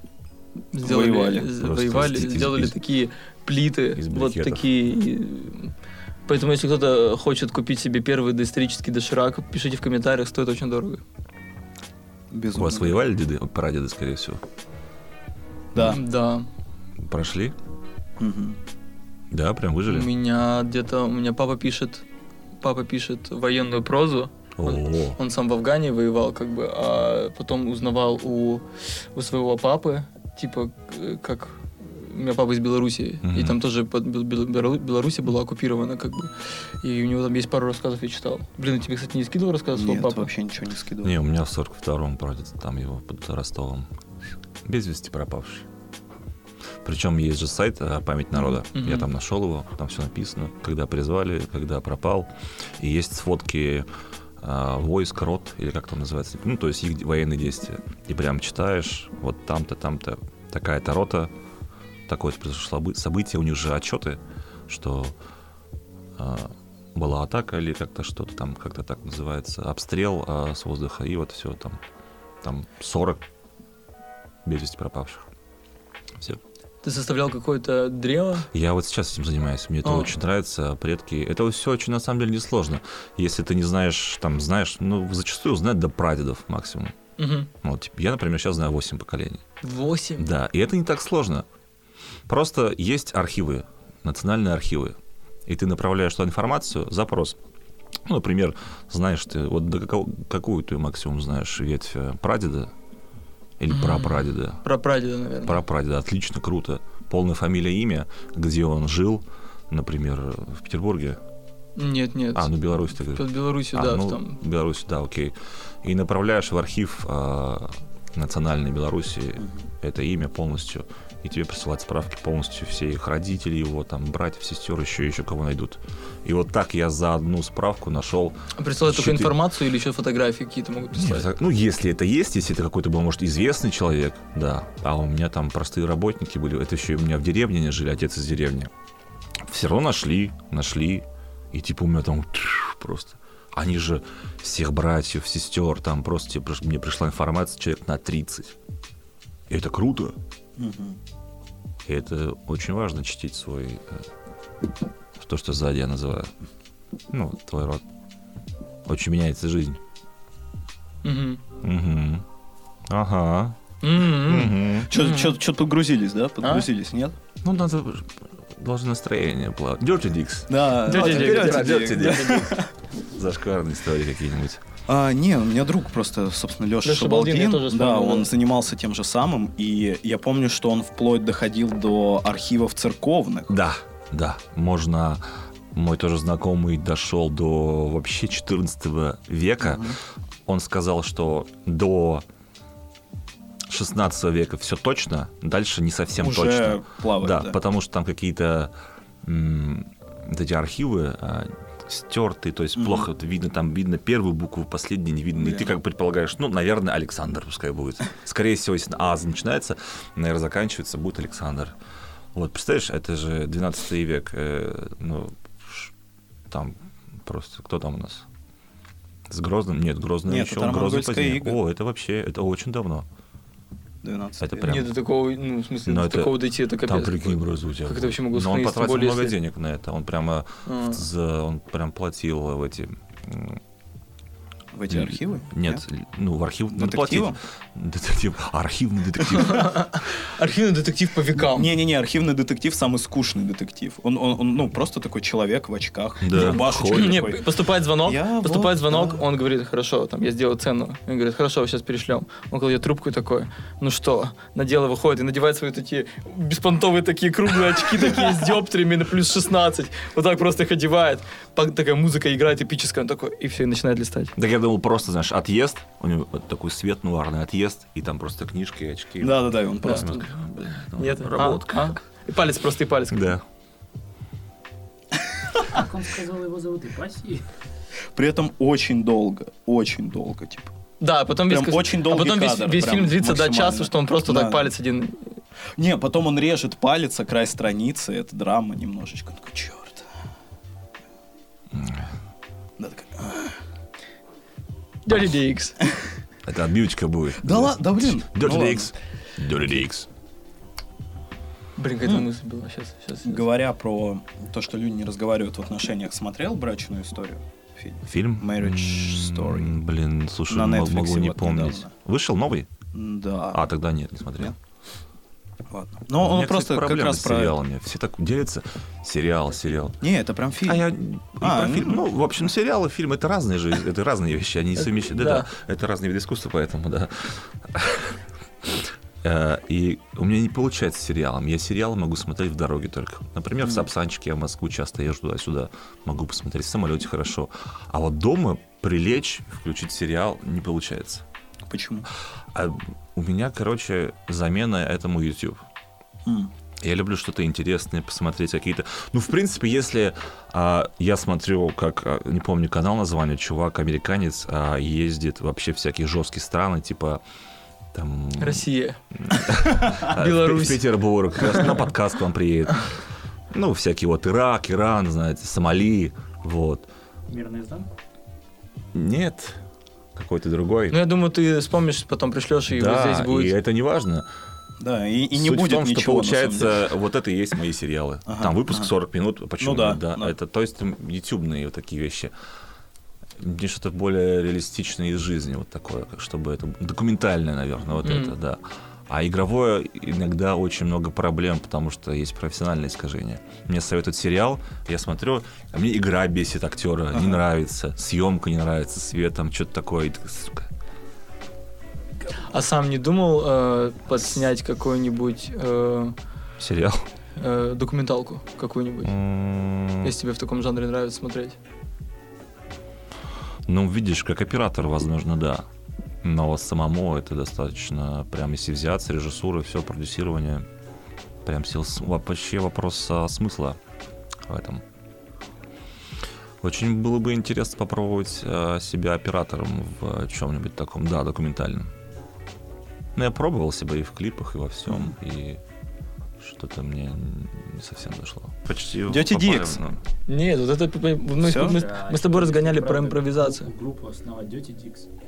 [SPEAKER 1] сделали,
[SPEAKER 2] Воевали.
[SPEAKER 1] з-
[SPEAKER 3] Просто
[SPEAKER 1] воевали,
[SPEAKER 3] из- из-
[SPEAKER 1] сделали
[SPEAKER 3] из-
[SPEAKER 1] такие плиты,
[SPEAKER 3] из
[SPEAKER 1] вот
[SPEAKER 3] брикетов.
[SPEAKER 1] такие. и- Поэтому, если кто-то хочет купить себе первый доисторический доширак, пишите в комментариях, стоит очень дорого.
[SPEAKER 3] У вас
[SPEAKER 2] Безумно.
[SPEAKER 3] воевали деды? Прадеды, скорее всего.
[SPEAKER 2] Да.
[SPEAKER 1] Да.
[SPEAKER 3] Прошли?
[SPEAKER 2] Мгм.
[SPEAKER 3] Да, прям
[SPEAKER 1] У
[SPEAKER 3] выжили?
[SPEAKER 1] меня где-то, у меня папа пишет, папа пишет военную прозу.
[SPEAKER 3] О,
[SPEAKER 1] Он сам в Афгане воевал, как бы, а потом узнавал у, у своего папы, типа, к- как у меня папа из Белоруссии, и
[SPEAKER 3] Мгм.
[SPEAKER 1] там тоже под- Бел- Бел- Белору- Белоруссия была оккупирована, как бы, и у него там есть пару рассказов, я читал. Блин, я тебе, кстати, не скидывал рассказы своего
[SPEAKER 2] Нет,
[SPEAKER 1] папы?
[SPEAKER 2] вообще ничего не скидывал.
[SPEAKER 3] не, у меня в 42-м прадед, там его под Ростовом. Без вести пропавший. Причем есть же сайт э, «Память народа».
[SPEAKER 1] Мгм.
[SPEAKER 3] Я там нашел его, там все написано, когда призвали, когда пропал. И есть сфотки э, войск, рот, или как там называется, ну, то есть их де- военные действия. И прям читаешь, вот там-то, там-то, такая-то рота, такое-то произошло бы- событие, у них же отчеты, что э, была атака или как-то что-то там, как-то так называется, обстрел а, с воздуха, и вот все там, там 40 без вести пропавших. Все.
[SPEAKER 1] Ты составлял какое-то древо?
[SPEAKER 3] Я вот сейчас этим занимаюсь, мне это
[SPEAKER 1] А.
[SPEAKER 3] очень нравится, предки. Это все очень, на самом деле, несложно. Если ты не знаешь, там, знаешь, ну, зачастую знать до прадедов максимум.
[SPEAKER 1] Мгм.
[SPEAKER 3] Вот, типа, я, например, сейчас знаю 8 поколений.
[SPEAKER 1] Восемь?
[SPEAKER 3] Да, и это не так сложно. Просто есть архивы, национальные архивы, и ты направляешь туда информацию, запрос. Ну, например, знаешь ты, вот до какого- какую ты максимум знаешь ветвь э, прадеда или
[SPEAKER 1] Мгм.
[SPEAKER 3] прапрадеда?
[SPEAKER 1] Про прадеда, наверное.
[SPEAKER 3] Прапрадеда, отлично, круто. Полная фамилия, имя, где он жил, например, э, в Петербурге.
[SPEAKER 1] Нет, нет.
[SPEAKER 3] А, ну, Беларусь, ты
[SPEAKER 1] В
[SPEAKER 3] говоришь.
[SPEAKER 1] Белоруссию,
[SPEAKER 3] А,
[SPEAKER 1] да,
[SPEAKER 3] ну,
[SPEAKER 1] там.
[SPEAKER 3] Беларусь, да, окей. И направляешь в архив а, национальной Белоруссии это имя полностью, и тебе присылают справки полностью все их родители, его там братьев, сестер, еще еще кого найдут. И вот так я за одну справку нашел.
[SPEAKER 1] А Присылают только
[SPEAKER 3] четыре.
[SPEAKER 1] информацию или еще фотографии какие-то могут прислать?
[SPEAKER 3] Ну, если это есть, если это какой-то был, может, известный человек, да. А у меня там простые работники были. Это еще и у меня в деревне они жили, отец из деревни. Все равно нашли, нашли. И типа у меня там тш, просто. Они же всех братьев, сестер, там просто типа, приш- мне пришла информация человек на 30. И это круто.
[SPEAKER 2] Мгм.
[SPEAKER 3] И это очень важно чтить свой э, то, что сзади я называю. Ну, твой род. Очень меняется жизнь.
[SPEAKER 1] Мгм.
[SPEAKER 3] Мгм. Ага.
[SPEAKER 1] М-м.
[SPEAKER 3] Мгм.
[SPEAKER 1] Мгм. А?
[SPEAKER 2] Что-то подгрузились, да? Подгрузились, нет?
[SPEAKER 3] Ну, надо ж- должно настроение плавать. Dirty Dicks.
[SPEAKER 2] Да.
[SPEAKER 1] Dirty
[SPEAKER 2] а,
[SPEAKER 1] Dick,
[SPEAKER 2] теперь
[SPEAKER 1] Dirty
[SPEAKER 2] Dirty Dick,
[SPEAKER 3] Dirty
[SPEAKER 2] да.
[SPEAKER 3] Dick. Зашкварные истории какие-нибудь.
[SPEAKER 2] А, не, у меня друг просто, собственно, Леша
[SPEAKER 1] Леша Шабалдин, я
[SPEAKER 2] Шабалдин.
[SPEAKER 1] тоже
[SPEAKER 2] да,
[SPEAKER 1] вспомнил, да.
[SPEAKER 2] он занимался тем же самым, и я помню, что он вплоть доходил до архивов церковных.
[SPEAKER 3] Да, да, можно. Мой тоже знакомый дошел до вообще 14 века.
[SPEAKER 2] Мгм.
[SPEAKER 3] Он сказал, что до 16 века все точно, дальше не совсем
[SPEAKER 2] Уже
[SPEAKER 3] точно.
[SPEAKER 2] плавает,
[SPEAKER 3] да,
[SPEAKER 2] да.
[SPEAKER 3] потому что там какие-то м, вот эти архивы а, стертые, то есть
[SPEAKER 2] Мгм.
[SPEAKER 3] плохо это видно, там видно первую букву, последнюю не видно. И
[SPEAKER 2] Да.
[SPEAKER 3] ты как предполагаешь, ну, наверное, Александр пускай будет. Скорее всего, если на А начинается, наверное, заканчивается, будет Александр. Вот, представляешь, это же 12 век, э, ну, ш- там просто, кто там у нас? С Грозным? Нет, Грозным
[SPEAKER 2] Нет,
[SPEAKER 3] еще,
[SPEAKER 2] это
[SPEAKER 3] он Грозный
[SPEAKER 2] монгольская
[SPEAKER 3] позднее.
[SPEAKER 2] ига.
[SPEAKER 3] О, это вообще, это очень давно.
[SPEAKER 2] 12
[SPEAKER 3] Это
[SPEAKER 2] лет.
[SPEAKER 3] прям-
[SPEAKER 1] Нет, до такого, ну, в смысле,
[SPEAKER 3] Но
[SPEAKER 1] до
[SPEAKER 3] это-
[SPEAKER 1] такого дойти, это капец.
[SPEAKER 3] Там прикинь,
[SPEAKER 1] какой.
[SPEAKER 3] Грозный у тебя
[SPEAKER 1] Как это
[SPEAKER 3] был.
[SPEAKER 1] вообще
[SPEAKER 3] Но
[SPEAKER 1] могу
[SPEAKER 3] он
[SPEAKER 1] сохранить, тем
[SPEAKER 3] потратил
[SPEAKER 1] более,
[SPEAKER 3] много
[SPEAKER 1] если-
[SPEAKER 3] денег на это, он прямо
[SPEAKER 1] А.
[SPEAKER 3] за- он прям платил в эти... м,
[SPEAKER 2] В эти архивы?
[SPEAKER 3] Нет, л- ну, в архив... надо платить.
[SPEAKER 2] Детективом?
[SPEAKER 3] Детектив. Архивный детектив.
[SPEAKER 1] Архивный детектив по векам.
[SPEAKER 2] А, Не-не-не, архивный детектив самый скучный детектив. Он, он, он, ну, просто такой человек в очках,
[SPEAKER 3] Да.
[SPEAKER 2] в рубашечке
[SPEAKER 3] Ходит.
[SPEAKER 1] Не,
[SPEAKER 2] такой.
[SPEAKER 1] поступает звонок,
[SPEAKER 2] Я
[SPEAKER 1] поступает
[SPEAKER 2] вот,
[SPEAKER 1] звонок,
[SPEAKER 2] да.
[SPEAKER 1] он говорит, хорошо, там, я сделал цену. Он говорит, хорошо, сейчас перешлем. Он кладет трубку и такой, ну что, на дело выходит и надевает свои такие беспонтовые такие круглые очки, такие с диоптриями на плюс 16. Вот так просто их одевает. Пак- Такая музыка играет эпическая, он такой, и все, и начинает листать.
[SPEAKER 3] Так я думал, просто, знаешь, отъезд, у него вот такой свет нуарный отъезд, и там просто книжки и очки.
[SPEAKER 2] Да-да-да, и он
[SPEAKER 1] Да.
[SPEAKER 2] просто...
[SPEAKER 1] Нет, а,
[SPEAKER 3] ну, работка.
[SPEAKER 1] а. И палец просто, и палец.
[SPEAKER 3] Да.
[SPEAKER 4] Как он сказал, его зовут Ипаси.
[SPEAKER 2] При этом очень долго, очень долго, типа.
[SPEAKER 1] Да, потом весь,
[SPEAKER 2] Прям
[SPEAKER 1] кос-
[SPEAKER 2] очень долгий
[SPEAKER 1] а потом весь,
[SPEAKER 2] кадр,
[SPEAKER 1] весь
[SPEAKER 2] прям
[SPEAKER 1] фильм длится до
[SPEAKER 2] максимально.
[SPEAKER 1] часа, что он просто
[SPEAKER 2] Да.
[SPEAKER 1] так палец один.
[SPEAKER 2] Не, потом он режет палец о край страницы, это драма немножечко. Он такой, черт. Да, такая, «А».
[SPEAKER 1] Dirty DX.
[SPEAKER 3] Это отбивочка будет.
[SPEAKER 2] Да ла- да блин, ну
[SPEAKER 3] Dirty
[SPEAKER 2] ладно.
[SPEAKER 3] Dicks. Dirty Dicks.
[SPEAKER 1] Блин, какая-то мысль была. Сейчас, сейчас.
[SPEAKER 2] Говоря про то, что люди не разговаривают в отношениях, смотрел брачную историю? Фильм?
[SPEAKER 3] Фильм?
[SPEAKER 2] Marriage
[SPEAKER 3] М,
[SPEAKER 2] Story.
[SPEAKER 3] Блин, слушай,
[SPEAKER 2] На
[SPEAKER 3] м-
[SPEAKER 2] Netflixе
[SPEAKER 3] могу не
[SPEAKER 2] вот
[SPEAKER 3] помнить.
[SPEAKER 2] недавно.
[SPEAKER 3] Вышел новый?
[SPEAKER 2] Да.
[SPEAKER 3] А, тогда нет, не смотрел.
[SPEAKER 2] Нет. Ладно. Ну, он просто как раз
[SPEAKER 3] с
[SPEAKER 2] про...
[SPEAKER 3] сериалами. Все так делятся. Сериал, сериал.
[SPEAKER 2] Не, это прям фильм.
[SPEAKER 3] А я
[SPEAKER 2] А,
[SPEAKER 3] про
[SPEAKER 2] ну.
[SPEAKER 3] фильм. Ну, в общем, сериалы, фильмы это разные же, это разные вещи, они не совмещены. Да,
[SPEAKER 1] да.
[SPEAKER 3] да, это разные виды искусства, поэтому, да. Э, И у меня не получается с сериалом. Я сериалы могу смотреть в дороге только. Например, в Сапсанчике я в Москву часто езжу туда-сюда. Могу посмотреть в самолете хорошо. А вот дома прилечь, включить сериал не получается.
[SPEAKER 2] Почему?
[SPEAKER 3] А у меня, короче, замена этому YouTube.
[SPEAKER 2] М.
[SPEAKER 3] Я люблю что-то интересное, посмотреть какие-то... Ну, в принципе, если а, я смотрю, как, а, не помню канал название, чувак-американец а, ездит вообще в всякие жесткие страны, типа там...
[SPEAKER 1] Россия.
[SPEAKER 3] а, в Пе-
[SPEAKER 1] Беларусь.
[SPEAKER 3] В Петербург. На подкаст к вам приедет. Ну, всякие вот Ирак, Иран, знаете, Сомали, вот.
[SPEAKER 4] Мирный зам?
[SPEAKER 3] Нет, какой-то другой.
[SPEAKER 1] Ну, я думаю, ты вспомнишь, потом пришлешь, и вот
[SPEAKER 3] да,
[SPEAKER 1] здесь будет.
[SPEAKER 3] и это не важно.
[SPEAKER 2] Да, и, и не
[SPEAKER 3] Суть
[SPEAKER 2] будет
[SPEAKER 3] в том,
[SPEAKER 2] ничего. на самом
[SPEAKER 3] что
[SPEAKER 2] деле.
[SPEAKER 3] получается, вот это и есть мои сериалы.
[SPEAKER 2] Ага,
[SPEAKER 3] там выпуск
[SPEAKER 2] ага.
[SPEAKER 3] 40 минут, почему?
[SPEAKER 2] Ну да,
[SPEAKER 3] нет,
[SPEAKER 2] да.
[SPEAKER 3] Это, то есть там ютубные вот такие вещи. Мне что-то более реалистичное из жизни, вот такое, как чтобы это документальное, наверное, вот
[SPEAKER 1] Мгм.
[SPEAKER 3] это, да. А игровое иногда очень много проблем, потому что есть профессиональное искажение. Мне советуют сериал, я смотрю, а мне игра бесит актера, не
[SPEAKER 2] Ага.
[SPEAKER 3] нравится, съемка не нравится, свет там что-то такое. и ты, сука.
[SPEAKER 1] А сам не думал э, подснять какую-нибудь э,
[SPEAKER 3] Сериал.
[SPEAKER 1] э, документалку какую-нибудь?
[SPEAKER 3] М.
[SPEAKER 1] Если тебе в таком жанре нравится смотреть.
[SPEAKER 3] Ну, видишь, как оператор, возможно, да. Но самому это достаточно, прям если взяться, режиссура, все, продюсирование, прям сил, с- во- вообще вопрос а, смысла в этом. Очень было бы интересно попробовать а, себя оператором в чем-нибудь таком, да, документальном. Но я пробовал себя и в клипах, и во всем, и что-то мне не совсем зашло. Почти
[SPEAKER 2] Dirty
[SPEAKER 3] попали,
[SPEAKER 2] Dicks.
[SPEAKER 3] но-
[SPEAKER 1] Нет, вот это мы, мы-
[SPEAKER 2] Всё?
[SPEAKER 1] мы-
[SPEAKER 4] Да,
[SPEAKER 1] мы с тобой
[SPEAKER 4] это,
[SPEAKER 1] разгоняли
[SPEAKER 4] правда,
[SPEAKER 1] про импровизацию.
[SPEAKER 4] Группу, группу основать Dirty Dicks.
[SPEAKER 3] ну.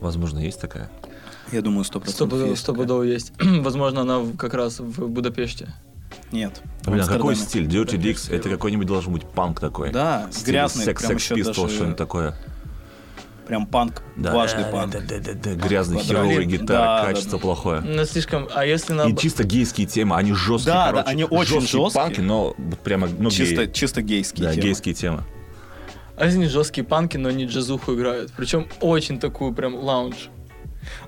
[SPEAKER 3] Возможно, есть такая.
[SPEAKER 2] Я думаю, сто процентов
[SPEAKER 1] Стопудово
[SPEAKER 2] есть такая.
[SPEAKER 1] стопудово есть. Возможно, она в- как раз в Будапеште.
[SPEAKER 2] Нет. в
[SPEAKER 3] Блин, а какой
[SPEAKER 2] Амстердаме.
[SPEAKER 3] стиль? Dirty
[SPEAKER 4] Конечно,
[SPEAKER 3] Dicks, это
[SPEAKER 4] его.
[SPEAKER 3] какой-нибудь должен быть панк такой.
[SPEAKER 2] Да,
[SPEAKER 3] Стиль
[SPEAKER 2] грязный,
[SPEAKER 3] секс,
[SPEAKER 2] прям
[SPEAKER 3] секс,
[SPEAKER 2] еще
[SPEAKER 3] пистол, что-нибудь
[SPEAKER 2] даже
[SPEAKER 3] такое.
[SPEAKER 2] прям панк,
[SPEAKER 3] Да.
[SPEAKER 2] дважды панк.
[SPEAKER 3] Грязный
[SPEAKER 2] Квадрат.
[SPEAKER 3] херовый
[SPEAKER 2] Блин,
[SPEAKER 3] гитара,
[SPEAKER 2] да,
[SPEAKER 3] качество
[SPEAKER 2] да, да.
[SPEAKER 3] плохое.
[SPEAKER 1] Ну, слишком... А если на...
[SPEAKER 3] И чисто гейские темы, они жесткие,
[SPEAKER 2] Да, да,
[SPEAKER 3] короче.
[SPEAKER 2] они очень жесткие.
[SPEAKER 3] панки, но вот прямо, ну, геи.
[SPEAKER 2] Чисто, чисто гейские
[SPEAKER 3] Да,
[SPEAKER 2] темы.
[SPEAKER 3] гейские темы.
[SPEAKER 1] А если они жесткие панки, но они джазуху играют. Причем очень такую прям лаунж.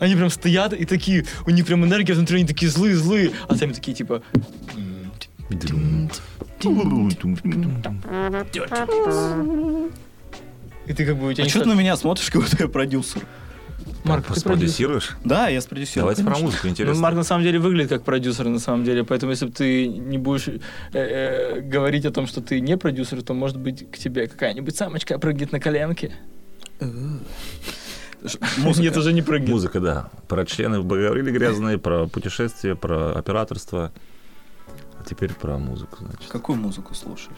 [SPEAKER 1] Они прям стоят и такие, у них прям энергия внутри, они такие злые-злые, а сами такие типа...
[SPEAKER 2] А
[SPEAKER 1] И ты как бы у тебя
[SPEAKER 2] А
[SPEAKER 1] не
[SPEAKER 2] что ты
[SPEAKER 1] ста-
[SPEAKER 2] на меня смотришь, как будто я продюсер?
[SPEAKER 1] Марк, ты продюсер.
[SPEAKER 3] Спродюсируешь?
[SPEAKER 2] Да, я спродюсер.
[SPEAKER 3] Давайте про
[SPEAKER 2] конечно.
[SPEAKER 3] музыку,
[SPEAKER 1] Ну, Марк
[SPEAKER 3] интересно.
[SPEAKER 1] на самом деле выглядит как продюсер, на самом деле. Поэтому если бы ты не будешь э, э, говорить о том, что ты не продюсер, то, может быть, к тебе какая-нибудь самочка прыгнет на коленке.
[SPEAKER 2] Ш- Музыка.
[SPEAKER 1] Нет, уже не прыгнет.
[SPEAKER 3] Музыка, да. Про члены поговорили грязные, про путешествия, про операторство. А теперь про музыку, значит.
[SPEAKER 2] Какую музыку слушаешь?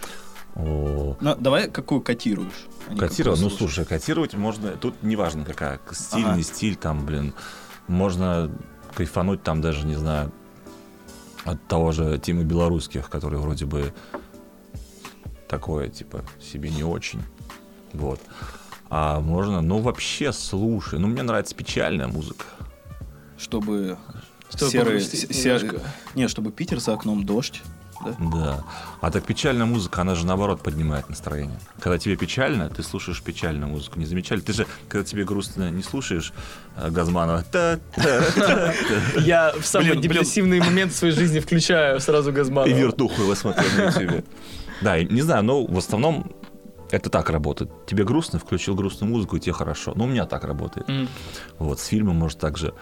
[SPEAKER 3] О,
[SPEAKER 2] Ну, давай какую котируешь? а не
[SPEAKER 3] Котировать, ну
[SPEAKER 2] какую
[SPEAKER 3] слушай, котировать можно, тут неважно какая, к- стиль,
[SPEAKER 2] Ага.
[SPEAKER 3] не стиль, там, блин, можно кайфануть там даже, не знаю, от того же Тима Белорусских, который вроде бы такое, типа, себе не очень, вот. А можно, ну вообще, слушай, ну мне нравится печальная музыка.
[SPEAKER 2] Чтобы
[SPEAKER 1] Чтобы
[SPEAKER 2] серые...
[SPEAKER 1] погрустить
[SPEAKER 2] се-
[SPEAKER 1] немножко.
[SPEAKER 2] Не, чтобы Питер за окном дождь.
[SPEAKER 3] Да. А так печальная музыка, она же наоборот поднимает настроение. Когда тебе печально, ты слушаешь печальную музыку. Не замечали? Ты же, когда тебе грустно, не слушаешь э, Газманова. Та
[SPEAKER 1] Я в самые
[SPEAKER 2] Блин, блин.
[SPEAKER 1] депрессивные моменты своей жизни включаю сразу Газманова.
[SPEAKER 3] И вертуху его смотрел на ютюбе. Да, и не знаю, но в основном это так работает. Тебе грустно, включил грустную музыку, и тебе хорошо. Ну, у меня так работает.
[SPEAKER 1] М.
[SPEAKER 3] Вот, с фильмом, может, так же.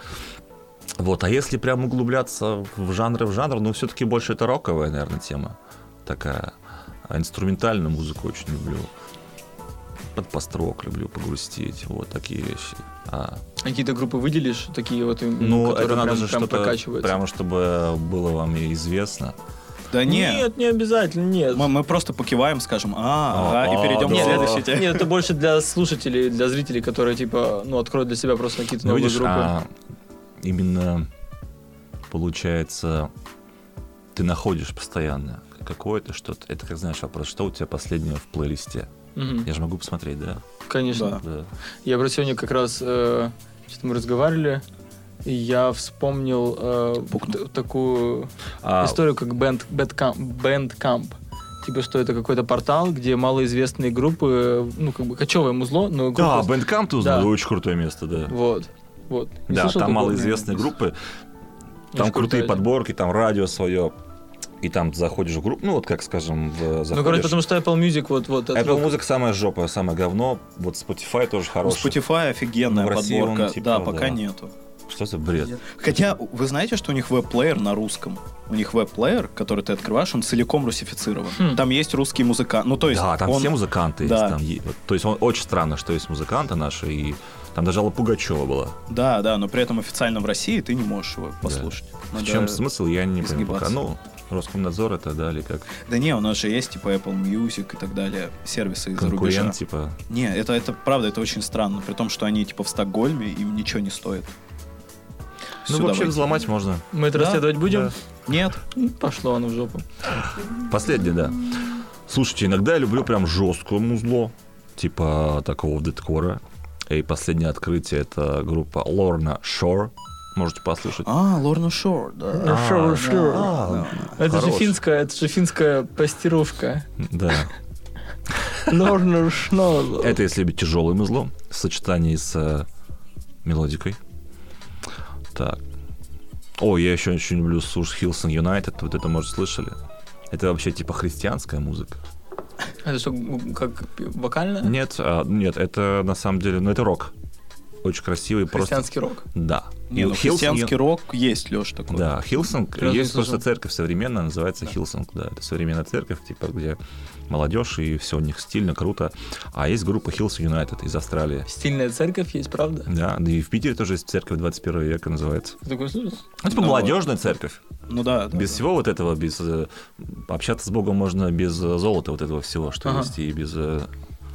[SPEAKER 3] Вот, а если прям углубляться в жанры, в жанр, ну, все-таки больше это роковая, наверное, тема такая. А инструментальную музыку очень люблю. под построк люблю погрустить, вот такие вещи. А,
[SPEAKER 1] Какие-то группы выделишь, такие вот, м,
[SPEAKER 3] ну,
[SPEAKER 1] которые
[SPEAKER 3] это надо
[SPEAKER 1] прям,
[SPEAKER 3] же
[SPEAKER 1] прям
[SPEAKER 3] что-то,
[SPEAKER 1] прокачиваются.
[SPEAKER 3] прямо чтобы было вам и известно.
[SPEAKER 2] Да не,
[SPEAKER 1] Нет, не обязательно, нет.
[SPEAKER 2] мы, мы просто покиваем, скажем, а, ага,
[SPEAKER 3] А,
[SPEAKER 2] и перейдем
[SPEAKER 3] да.
[SPEAKER 2] к
[SPEAKER 1] Нет,
[SPEAKER 2] следующей
[SPEAKER 1] это,
[SPEAKER 2] теме.
[SPEAKER 1] нет, это больше для слушателей, для зрителей, которые, типа, ну, откроют для себя просто какие-то
[SPEAKER 3] Ну,
[SPEAKER 1] новые
[SPEAKER 3] видишь,
[SPEAKER 1] группы.
[SPEAKER 3] а, именно получается, ты находишь постоянно какое-то что-то. Это как знаешь вопрос, что у тебя последнее в плейлисте?
[SPEAKER 1] Мгм,
[SPEAKER 3] Я же могу посмотреть, да?
[SPEAKER 1] Конечно.
[SPEAKER 2] Да.
[SPEAKER 3] Да.
[SPEAKER 1] Я про сегодня как раз э, что-то мы разговаривали, и я вспомнил э,
[SPEAKER 2] Пукнул.
[SPEAKER 1] т- такую
[SPEAKER 3] А,
[SPEAKER 1] историю, как бенд, бэдкам- бэндкамп. Типа, что это какой-то портал, где малоизвестные группы, э, ну, как бы кочевое музло, но
[SPEAKER 3] да,
[SPEAKER 1] группы-
[SPEAKER 3] Bandcamp ты узнал,
[SPEAKER 1] Да. Ну,
[SPEAKER 3] очень крутое место, да.
[SPEAKER 1] Вот. Вот. Не
[SPEAKER 3] да,
[SPEAKER 1] слышал
[SPEAKER 3] там
[SPEAKER 1] такого?
[SPEAKER 3] малоизвестные группы,
[SPEAKER 1] Очень
[SPEAKER 3] там
[SPEAKER 1] крутая.
[SPEAKER 3] крутые подборки, там радио свое. И там заходишь в группу, ну вот как, скажем, в, заходишь.
[SPEAKER 1] Ну, короче, потому что Apple Music вот вот это
[SPEAKER 3] Apple Music самая жопа, самое говно. Вот Spotify тоже
[SPEAKER 2] У
[SPEAKER 3] хороший.
[SPEAKER 2] Spotify офигенная
[SPEAKER 3] Ну, в России он,
[SPEAKER 2] подборка.
[SPEAKER 3] типа,
[SPEAKER 2] Да,
[SPEAKER 3] да.
[SPEAKER 2] пока нету.
[SPEAKER 3] Что за бред?
[SPEAKER 2] Хотя, вы знаете, что у них веб-плеер на русском? У них веб-плеер, который ты открываешь, он целиком русифицирован.
[SPEAKER 1] Хм.
[SPEAKER 2] Там есть русские музыканты. Ну, то есть
[SPEAKER 3] да, там
[SPEAKER 2] он...
[SPEAKER 3] все музыканты
[SPEAKER 2] Да.
[SPEAKER 3] есть. Там, е- вот, то есть он, очень странно, что есть музыканты наши, и там даже Алла Пугачева была.
[SPEAKER 2] Да, да, но при этом официально в России ты не можешь его послушать.
[SPEAKER 3] В
[SPEAKER 2] Надо-
[SPEAKER 3] чем смысл, я не понимаю пока.
[SPEAKER 2] Ну изгибаться.
[SPEAKER 3] Ну, Роскомнадзор это, да, или как
[SPEAKER 2] Да не, у нас же есть типа Apple Music и так далее, сервисы из-за рубежа.
[SPEAKER 3] конкурент, типа.
[SPEAKER 2] Не, это, это правда, это очень странно, при том, что они типа в Стокгольме, им ничего не стоит.
[SPEAKER 3] Ну,
[SPEAKER 2] Сюда
[SPEAKER 3] вообще
[SPEAKER 2] войти.
[SPEAKER 3] взломать можно.
[SPEAKER 1] Мы это
[SPEAKER 2] Да,
[SPEAKER 1] расследовать будем?
[SPEAKER 2] Нет,
[SPEAKER 1] Ну, Пошло оно в жопу.
[SPEAKER 3] Последний, да. Слушайте, иногда я люблю прям жесткое музло, типа такого дедкора. И последнее открытие это группа Лорна Шор. Можете послушать.
[SPEAKER 2] А, Лорна Шор, да.
[SPEAKER 3] А,
[SPEAKER 1] Шор, Шор.
[SPEAKER 3] да.
[SPEAKER 1] Это же
[SPEAKER 3] Хорош.
[SPEAKER 1] финская, это же финская постировка.
[SPEAKER 3] Да.
[SPEAKER 1] Норнер Шнозл.
[SPEAKER 3] Это если любить тяжелое музло в сочетании с э, мелодикой. Так. О, я еще очень люблю Суш Хилсон Юнайтед. Вот это, может, слышали. Это вообще типа христианская музыка.
[SPEAKER 1] Это что, м, как пи- вокально?
[SPEAKER 2] Э?
[SPEAKER 3] Нет, а, нет, это на самом деле, ну это рок. Очень красивый, просто.
[SPEAKER 1] Христианский рок.
[SPEAKER 3] Да.
[SPEAKER 2] Не,
[SPEAKER 3] И
[SPEAKER 2] ну,
[SPEAKER 3] Хилсон-
[SPEAKER 2] христианский рок есть, Леш, такой.
[SPEAKER 3] Да, Хилсонг.
[SPEAKER 1] Разум
[SPEAKER 3] Есть
[SPEAKER 1] слышал.
[SPEAKER 3] просто церковь современная, называется Хилсонг. Да, это современная церковь, типа, где молодежь, и все у них стильно, круто. А есть группа Хилс Юнайтед из Австралии.
[SPEAKER 1] Стильная церковь есть, правда?
[SPEAKER 3] Да, да и в Питере тоже есть церковь 21 века называется.
[SPEAKER 1] Ты такой слышал?
[SPEAKER 3] Ну, типа
[SPEAKER 2] Ну,
[SPEAKER 3] молодежная церковь.
[SPEAKER 2] Ну да, да,
[SPEAKER 3] без
[SPEAKER 2] да.
[SPEAKER 3] всего вот этого, без э, общаться с Богом можно без э, золота вот этого всего, что
[SPEAKER 1] Ага.
[SPEAKER 3] есть, и без... э,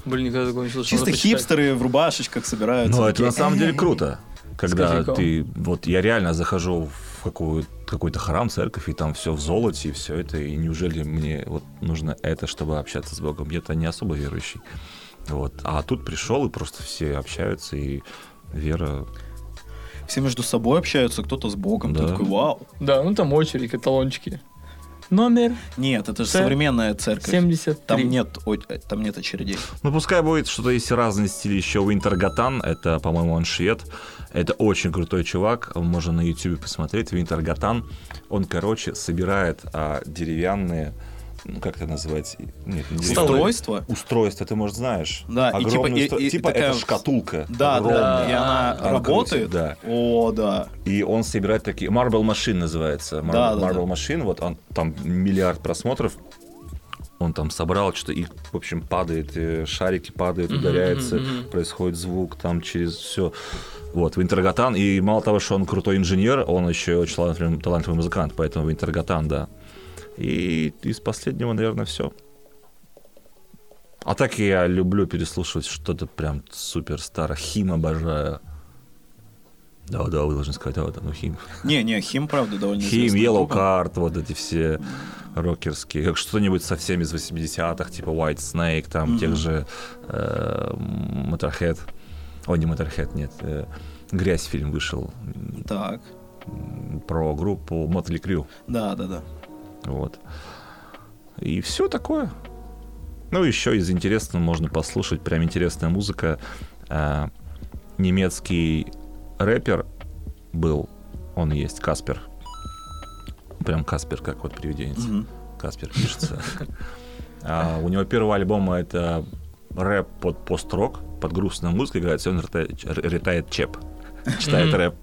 [SPEAKER 1] Блин, никогда такого не слышал.
[SPEAKER 2] Чисто
[SPEAKER 1] надо почитать.
[SPEAKER 2] хипстеры в рубашечках собираются.
[SPEAKER 3] Но ну, это
[SPEAKER 2] такие,
[SPEAKER 3] на самом деле круто. Когда
[SPEAKER 1] Скажи-ка.
[SPEAKER 3] ты, вот я реально захожу в какую, какой-то храм, церковь, и там все в золоте, и все это, и неужели мне вот нужно это, чтобы общаться с Богом? Я-то не особо верующий. Вот. А тут пришел, и просто все общаются, и вера...
[SPEAKER 2] «Э, Все между собой общаются, кто-то с Богом. Ты
[SPEAKER 3] Да.
[SPEAKER 2] такой, вау.
[SPEAKER 1] Да, ну там очередь, каталончики. Номер
[SPEAKER 2] Нет, это же
[SPEAKER 1] Ц-
[SPEAKER 2] современная церковь.
[SPEAKER 1] 73.
[SPEAKER 2] Там нет, о- э, там нет очередей.
[SPEAKER 3] Ну, пускай будет что-то, есть разные стили. Еще Винтергатан, это, по-моему, он швед. Это очень крутой чувак, можно на ютубе посмотреть. Винтергатан, он, короче, собирает а, деревянные, ну, как это называть? Нет, не деревянные.
[SPEAKER 2] Устройство?
[SPEAKER 3] Устройство, ты, может, знаешь.
[SPEAKER 2] Да, и типа-
[SPEAKER 3] Огромное
[SPEAKER 2] и-
[SPEAKER 3] устро-
[SPEAKER 2] и- и
[SPEAKER 3] типа
[SPEAKER 2] такая
[SPEAKER 3] это
[SPEAKER 2] вот-
[SPEAKER 3] шкатулка.
[SPEAKER 2] Да, да,
[SPEAKER 3] огромная.
[SPEAKER 2] и она
[SPEAKER 3] Она
[SPEAKER 2] работает.
[SPEAKER 3] крутится, да.
[SPEAKER 2] О, да.
[SPEAKER 3] И он собирает такие... Marble Machine называется. Marble,
[SPEAKER 2] Да, да,
[SPEAKER 3] Marble
[SPEAKER 2] да.
[SPEAKER 3] Machine, вот он там миллиард просмотров. Он там собрал что-то, и, в общем, падает, э, шарики падают,
[SPEAKER 1] Мгм,
[SPEAKER 3] ударяется,
[SPEAKER 1] мгм, мгм.
[SPEAKER 3] происходит звук там через все. Вот, Винтергатан, и мало того, что он крутой инженер, он еще и очень талантливый, талантливый музыкант, поэтому Винтергатан, да. И из последнего, наверное, все. А так я люблю переслушивать что-то прям супер старое. Хим обожаю. Да, да, вы должны сказать, да, да, ну Хим.
[SPEAKER 2] Не, не, Хим, правда, довольно
[SPEAKER 3] Хим,
[SPEAKER 2] известная
[SPEAKER 3] Yellow
[SPEAKER 2] группа.
[SPEAKER 3] Card, вот эти все рокерские. Как что-нибудь совсем из 80-х, типа White Snake, там
[SPEAKER 2] Мгм.
[SPEAKER 3] тех же э, Motorhead. О, не Motorhead, нет. э, Грязь фильм вышел м,
[SPEAKER 2] Так,
[SPEAKER 3] м, про группу Motley Крю.
[SPEAKER 2] да, да, да.
[SPEAKER 3] Вот. И все такое. Ну, еще из интересного можно послушать. Прям интересная музыка. Э, Немецкий рэпер был, он и есть, Каспер. Прям Каспер, как вот привиденец.
[SPEAKER 2] Мгм.
[SPEAKER 3] Каспер пишется. А, У него первого альбома это рэп под пост-рок, под грустную музыку играет, все он ретает чеп, читает
[SPEAKER 1] Мгм.
[SPEAKER 3] рэп.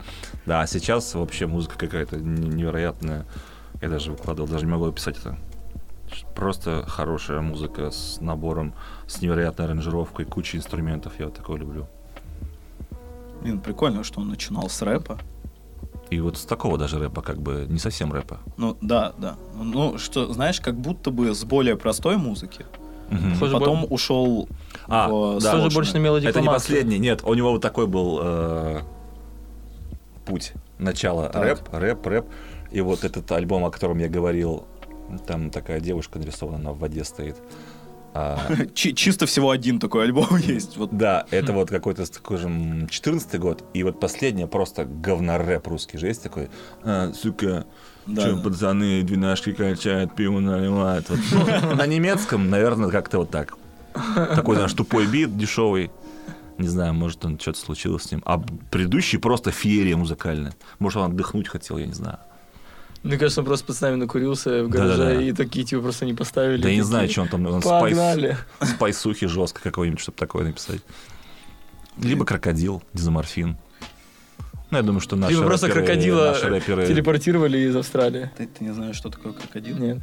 [SPEAKER 3] Да, а сейчас вообще музыка какая-то н- невероятная. Я даже выкладывал, даже не могу описать это. Просто хорошая музыка с набором, с невероятной аранжировкой, кучей инструментов. Я вот такое люблю.
[SPEAKER 2] Блин, прикольно, что он начинал с рэпа.
[SPEAKER 3] И вот с такого даже рэпа, как бы, не совсем рэпа.
[SPEAKER 2] Ну, да, да. Ну, что, знаешь, как будто бы с более простой музыки.
[SPEAKER 3] Мгм.
[SPEAKER 1] Похоже,
[SPEAKER 2] Потом ушел
[SPEAKER 3] А,
[SPEAKER 2] в э,
[SPEAKER 3] да,
[SPEAKER 1] Тоже
[SPEAKER 2] сложное.
[SPEAKER 1] больше на мелодии
[SPEAKER 3] Это не последний, нет, у него вот такой был э, путь. Начало
[SPEAKER 2] Так.
[SPEAKER 3] рэп, рэп, рэп. И вот этот альбом, о котором я говорил, там такая девушка нарисована, она в воде стоит. А,
[SPEAKER 2] Чи- чисто всего один такой альбом есть. Вот
[SPEAKER 3] да, это вот какой-то, скажем, 14-й год. И вот последняя просто говнорэп русский же есть такой. «А, сука,
[SPEAKER 2] Да,
[SPEAKER 3] чё,
[SPEAKER 2] да.
[SPEAKER 3] пацаны, двенашки качают, пиво наливают. Вот, ну, на немецком, наверное, как-то вот так. Такой, знаешь, тупой бит, дешевый. Не знаю, может, он что-то случилось с ним. А предыдущий просто феерия музыкальная. Может, он отдохнуть хотел, я не знаю.
[SPEAKER 1] Мне кажется, он просто с нами накурился в гараже,
[SPEAKER 3] Да-да-да.
[SPEAKER 1] и такие типа просто не поставили.
[SPEAKER 3] Да я не
[SPEAKER 1] Такие,
[SPEAKER 3] знаю, что он там. Он спайс,
[SPEAKER 1] Погнали.
[SPEAKER 3] спайсухи жестко какой-нибудь, чтобы такое написать. Либо крокодил, дизоморфин. Ну, я думаю, что наши
[SPEAKER 1] Либо Типа просто
[SPEAKER 3] рэперы-
[SPEAKER 1] крокодила
[SPEAKER 3] наши рэперы-
[SPEAKER 1] телепортировали из Австралии.
[SPEAKER 2] Ты, ты не знаешь, что такое крокодил?
[SPEAKER 1] Нет.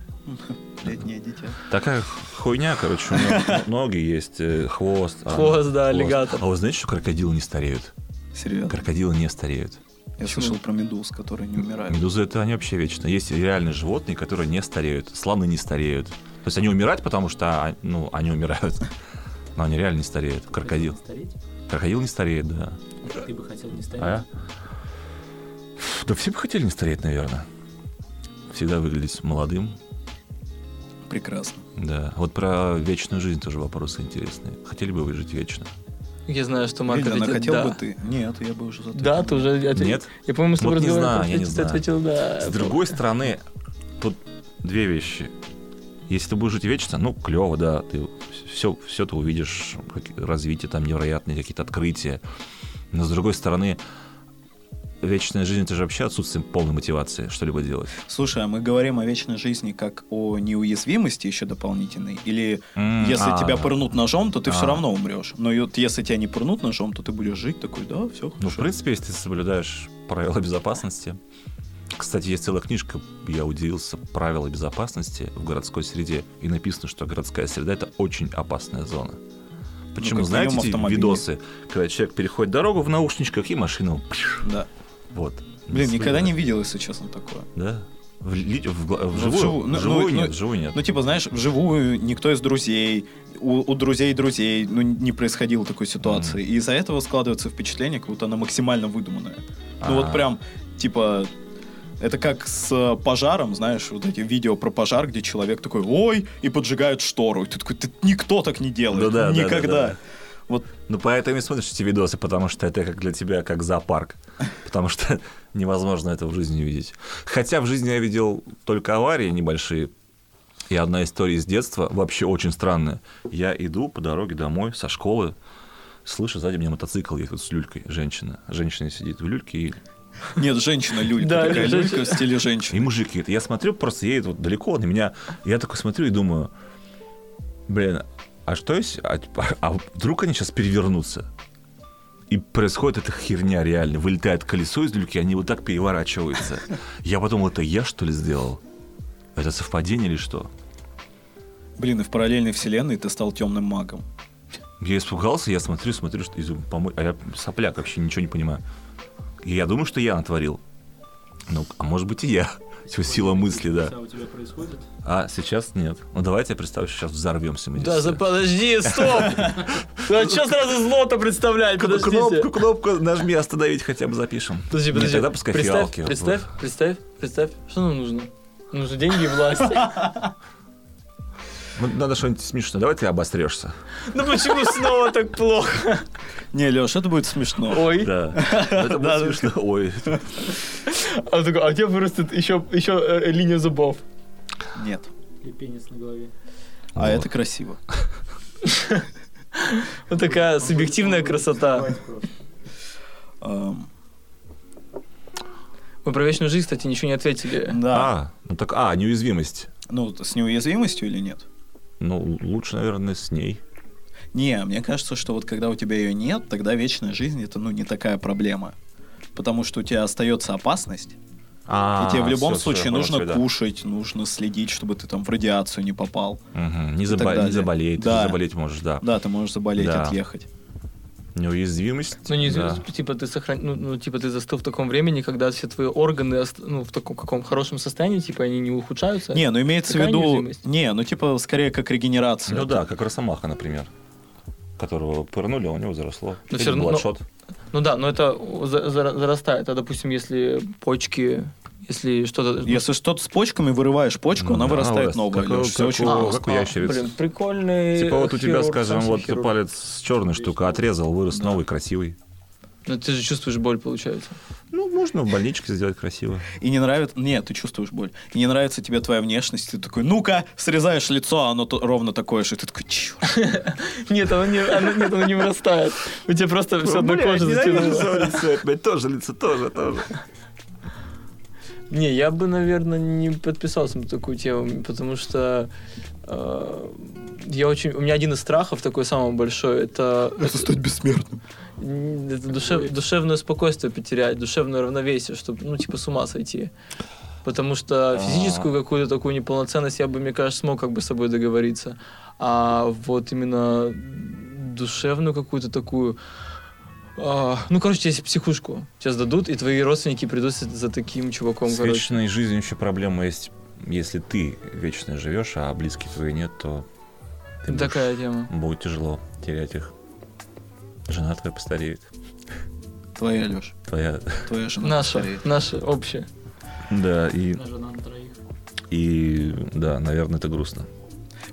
[SPEAKER 2] Летнее дитя.
[SPEAKER 3] Такая хуйня, короче, у него ноги есть, э, хвост. а-
[SPEAKER 1] Хвост, да, аллигатор.
[SPEAKER 3] А вы знаете, что крокодилы не стареют?
[SPEAKER 2] Серьезно.
[SPEAKER 3] Крокодилы не стареют.
[SPEAKER 2] Я слышал про медуз, которые не умирают.
[SPEAKER 3] Медузы это они вообще вечно. Есть реальные животные, которые не стареют. Слоны не стареют. То есть они умирают, потому что а, ну, они умирают. Но они реально не стареют. Крокодил.
[SPEAKER 4] Стареть?
[SPEAKER 3] Крокодил не стареет, да.
[SPEAKER 4] Ты бы хотел не стареть?
[SPEAKER 3] А? Ф, Да все бы хотели не стареть, наверное. Всегда выглядеть молодым.
[SPEAKER 2] Прекрасно.
[SPEAKER 3] Да. Вот про вечную жизнь тоже вопросы интересные. Хотели бы вы жить вечно?
[SPEAKER 1] Я знаю, что Марк
[SPEAKER 2] Лидия, она
[SPEAKER 1] ответил
[SPEAKER 2] хотел
[SPEAKER 1] да.
[SPEAKER 2] бы ты? Нет, я бы уже за
[SPEAKER 1] Да, ты уже ответил.
[SPEAKER 3] Нет?
[SPEAKER 1] Я помню, мы с тобой
[SPEAKER 3] Вот не
[SPEAKER 1] разговаривали,
[SPEAKER 3] знаю, я не
[SPEAKER 1] ты
[SPEAKER 3] знаю.
[SPEAKER 1] ответил
[SPEAKER 2] Э,
[SPEAKER 1] да.
[SPEAKER 3] С другой стороны, тут две вещи. Если ты будешь жить вечно, ну, клево, да, ты все, все ты увидишь, как- развитие там невероятные какие-то открытия. Но с другой стороны, вечная жизнь это же вообще отсутствие полной мотивации что-либо делать.
[SPEAKER 2] Слушай, а мы говорим о вечной жизни как о неуязвимости еще дополнительной? Или
[SPEAKER 3] М,
[SPEAKER 2] если
[SPEAKER 3] а,
[SPEAKER 2] тебя пырнут ножом, то ты все
[SPEAKER 3] А.
[SPEAKER 2] равно умрешь. Но и вот если тебя не пырнут ножом, то ты будешь жить такой, да, все
[SPEAKER 3] Ну, в
[SPEAKER 2] хорошо.
[SPEAKER 3] принципе, если ты соблюдаешь правила безопасности. Кстати, есть целая книжка, я удивился, правила безопасности в городской среде. И написано, что городская среда это очень опасная зона.
[SPEAKER 2] Ну,
[SPEAKER 3] Почему,
[SPEAKER 2] как
[SPEAKER 3] знаете,
[SPEAKER 2] прием
[SPEAKER 3] эти
[SPEAKER 2] автомобилей.
[SPEAKER 3] видосы, когда человек переходит дорогу в наушничках и машина, пш,
[SPEAKER 2] да.
[SPEAKER 3] вот.
[SPEAKER 2] Блин,
[SPEAKER 3] Не
[SPEAKER 2] никогда не
[SPEAKER 3] соблюдает.
[SPEAKER 2] видел, если честно, такое.
[SPEAKER 3] Да. В, ли- в гла- вживую?
[SPEAKER 2] вживую, ну,
[SPEAKER 3] Вживую
[SPEAKER 2] ну,
[SPEAKER 3] нет,
[SPEAKER 2] ну,
[SPEAKER 3] вживую нет.
[SPEAKER 2] Ну, типа, знаешь, вживую никто из друзей, у, у друзей друзей, ну, не происходило такой ситуации. И из-за этого складывается впечатление, как будто она максимально выдуманная. Ну, вот
[SPEAKER 3] А.
[SPEAKER 2] прям, типа, это как с э, пожаром, знаешь, вот эти видео про пожар, где человек такой, ой, и поджигает штору. И ты такой, «Да никто так не делает.
[SPEAKER 3] Да-да, да-да-да.
[SPEAKER 2] никогда. Вот.
[SPEAKER 3] Ну, поэтому и смотришь эти видосы, потому что это как для тебя как зоопарк. Потому что невозможно это в жизни увидеть. Хотя в жизни я видел только аварии небольшие. И одна история из детства вообще очень странная. Я иду по дороге домой со школы, слышу сзади меня мотоцикл едет с люлькой, женщина. Женщина сидит в люльке и
[SPEAKER 2] Нет, женщина-люлька.
[SPEAKER 1] Да,
[SPEAKER 2] такая
[SPEAKER 1] женщина.
[SPEAKER 2] люлька в стиле
[SPEAKER 3] И
[SPEAKER 2] женщины.
[SPEAKER 3] мужик едет. Я смотрю, просто едет вот далеко на меня. Я такой смотрю и думаю, блин, а что если... А, а вдруг они сейчас перевернутся? И происходит эта херня реально. Вылетает колесо из люльки, они вот так переворачиваются. Я подумал, это я что ли сделал? Это совпадение или что?
[SPEAKER 2] Блин, и в параллельной вселенной ты стал темным магом. я
[SPEAKER 3] Я испугался, я смотрю, смотрю, что из- помо- а я сопляк, вообще ничего не понимаю. И я думаю, что я натворил. Ну, а может быть и я. Всё, Сила мысли, да.
[SPEAKER 4] Чудеса у тебя происходят?
[SPEAKER 3] А сейчас нет. Ну давайте я представлю, что сейчас взорвемся мы здесь.
[SPEAKER 1] Да,
[SPEAKER 3] все.
[SPEAKER 1] за- подожди, стоп! Ну, а что сразу зло-то представлять?
[SPEAKER 3] Кно-
[SPEAKER 1] Подождите.
[SPEAKER 3] Кнопку, кнопку нажми остановить, хотя бы запишем.
[SPEAKER 1] Подожди,
[SPEAKER 3] Не,
[SPEAKER 1] подожди.
[SPEAKER 3] Тогда пускай
[SPEAKER 1] представь,
[SPEAKER 3] фиалки.
[SPEAKER 1] представь, представь, представь, что нам нужно? Нам нужны деньги и власть.
[SPEAKER 3] Ну, надо что-нибудь смешное. Давай ты обострешься.
[SPEAKER 1] Ну почему снова так плохо?
[SPEAKER 2] Не, Леш, это будет смешно.
[SPEAKER 1] Ой.
[SPEAKER 3] Да. Это будет смешно. Ой.
[SPEAKER 1] А он такой, а у тебя вырастет еще, еще э, линия зубов.
[SPEAKER 2] Нет.
[SPEAKER 4] Или пенис на голове?
[SPEAKER 2] А
[SPEAKER 3] Вот.
[SPEAKER 2] это красиво.
[SPEAKER 1] Вот такая
[SPEAKER 4] Он
[SPEAKER 1] Э, субъективная
[SPEAKER 4] будет- он будет
[SPEAKER 1] красота.
[SPEAKER 4] скрывать просто.
[SPEAKER 2] Эм,
[SPEAKER 1] Мы про вечную жизнь, кстати, ничего не ответили.
[SPEAKER 2] да.
[SPEAKER 3] А, ну так, а, неуязвимость.
[SPEAKER 2] Ну, т- с неуязвимостью или нет?
[SPEAKER 3] Ну, лучше, наверное, с ней.
[SPEAKER 2] Не, мне кажется, что вот когда у тебя ее нет, тогда вечная жизнь это ну не такая проблема. Потому что у тебя остается опасность,
[SPEAKER 3] А,
[SPEAKER 2] И тебе в любом
[SPEAKER 3] всё, всё,
[SPEAKER 2] случае
[SPEAKER 3] я понял
[SPEAKER 2] нужно
[SPEAKER 3] тебя, да.
[SPEAKER 2] кушать, нужно следить, чтобы ты там в радиацию не попал.
[SPEAKER 3] Мгм. Не,
[SPEAKER 2] и так
[SPEAKER 3] заба- не
[SPEAKER 2] далее.
[SPEAKER 3] заболеть, ты
[SPEAKER 2] Да.
[SPEAKER 3] же заболеть можешь, да.
[SPEAKER 2] Да, ты можешь заболеть,
[SPEAKER 3] Да.
[SPEAKER 2] отъехать.
[SPEAKER 3] Неуязвимость.
[SPEAKER 1] Ну, не,
[SPEAKER 3] да.
[SPEAKER 1] типа, ты сохран... ну, ну, типа, ты застыл в таком времени, когда все твои органы ост- ну, в таком каком хорошем состоянии, типа, они не ухудшаются.
[SPEAKER 2] Не, ну имеется в
[SPEAKER 1] Какая
[SPEAKER 2] виду...
[SPEAKER 1] неуязвимость?
[SPEAKER 2] Не, ну типа скорее как регенерация.
[SPEAKER 3] Ну да, как Росомаха, например, которого пырнули, а у него заросло.
[SPEAKER 1] Но
[SPEAKER 3] Или
[SPEAKER 1] всё равно-
[SPEAKER 3] Бладшот.
[SPEAKER 1] Ну да, но это за- за- зарастает. А, допустим, если почки, если что-то... ну,
[SPEAKER 2] Если что-то с почками вырываешь почку,
[SPEAKER 3] Ну
[SPEAKER 2] она
[SPEAKER 3] да,
[SPEAKER 2] вырастает
[SPEAKER 3] вырастет.
[SPEAKER 2] новая.
[SPEAKER 3] Как-
[SPEAKER 2] Лёш,
[SPEAKER 3] как-
[SPEAKER 2] всё очень
[SPEAKER 3] как-
[SPEAKER 2] просто. э,
[SPEAKER 3] О, как у ящериц.
[SPEAKER 1] А, Блин, прикольный
[SPEAKER 3] Типа вот у тебя,
[SPEAKER 1] хирург,
[SPEAKER 3] скажем,
[SPEAKER 1] сам
[SPEAKER 3] вот
[SPEAKER 1] себе хирург.
[SPEAKER 3] палец с черной штука отрезал, вырос новый, красивый.
[SPEAKER 1] Ну ты же чувствуешь боль, получается.
[SPEAKER 3] Ну, можно в больничке сделать красиво.
[SPEAKER 2] И не нравится... Нет, ты чувствуешь боль. И не нравится тебе твоя внешность. Ты такой, ну-ка, срезаешь лицо, а оно то- ровно такое же. И ты такой, черт.
[SPEAKER 1] Нет, оно не, оно, нет, оно не вырастает. У тебя просто все одно кожа затянула.
[SPEAKER 3] тоже лицо, тоже, тоже.
[SPEAKER 1] Не, я бы, наверное, не подписался на такую тему, потому что э, я очень, у меня один из страхов такой самый большой, это,
[SPEAKER 2] Это стать бессмертным.
[SPEAKER 1] м, это душев- душевное спокойствие потерять, душевное равновесие, чтобы, ну, типа, с ума сойти. Потому
[SPEAKER 3] А.
[SPEAKER 1] что физическую какую-то такую неполноценность я бы, мне кажется, смог как бы с собой договориться. А вот именно душевную какую-то такую... а, ну, короче, тебе психушку сейчас дадут, и твои родственники придут с- за таким чуваком,
[SPEAKER 3] С
[SPEAKER 1] короче.
[SPEAKER 3] вечной жизнью еще проблема есть. Если ты вечно живешь, а близких твоих нет, то ты будешь-
[SPEAKER 1] Такая тема.
[SPEAKER 3] будет тяжело терять их. Жена твоя постареет.
[SPEAKER 2] Твоя, Леш.
[SPEAKER 3] Твоя...
[SPEAKER 2] Твоя жена.
[SPEAKER 1] Наша,
[SPEAKER 2] стареет.
[SPEAKER 1] наша, общая.
[SPEAKER 3] Да, и,
[SPEAKER 4] Одна жена на троих.
[SPEAKER 3] и да, наверное, это грустно.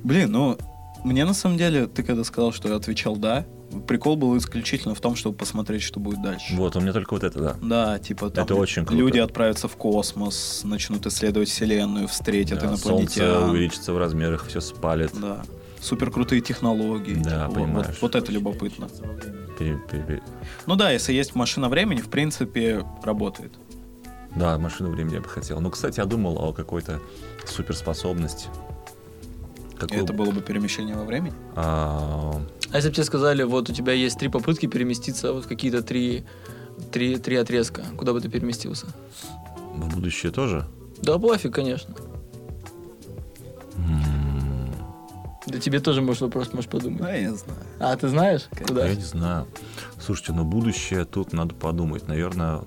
[SPEAKER 2] Блин, ну, мне на самом деле, ты когда сказал, что я отвечал «да», прикол был исключительно в том, чтобы посмотреть, что будет дальше.
[SPEAKER 3] Вот, у меня только вот это, да.
[SPEAKER 2] Да, типа там
[SPEAKER 3] Это очень круто.
[SPEAKER 2] люди отправятся в космос, начнут исследовать Вселенную, встретят
[SPEAKER 3] Да, солнце
[SPEAKER 2] инопланетян.
[SPEAKER 3] увеличится в размерах, все спалит.
[SPEAKER 2] а? Да. Супер крутые технологии. типа,
[SPEAKER 3] Да,
[SPEAKER 2] Вот-
[SPEAKER 3] понимаешь.
[SPEAKER 2] Вот, вот это любопытно.
[SPEAKER 3] Пере- пере-
[SPEAKER 2] Ну да, если есть машина времени, в принципе, работает.
[SPEAKER 3] Да, машину времени я бы хотел. Ну, кстати, я думал о какой-то суперспособности.
[SPEAKER 2] И
[SPEAKER 3] Какую-
[SPEAKER 2] это было бы перемещение во времени.
[SPEAKER 3] А,
[SPEAKER 1] А если бы тебе сказали, вот у тебя есть три попытки переместиться вот в какие-то три, три, три отрезка, куда бы ты переместился?
[SPEAKER 3] в будущее тоже?
[SPEAKER 1] Да пофиг, конечно.
[SPEAKER 3] М,
[SPEAKER 1] Да тебе тоже, может, вопрос можешь подумать.
[SPEAKER 2] Да, я знаю.
[SPEAKER 1] А, ты знаешь? Куда?
[SPEAKER 3] Я не знаю. Слушайте, ну будущее тут надо подумать. Наверное,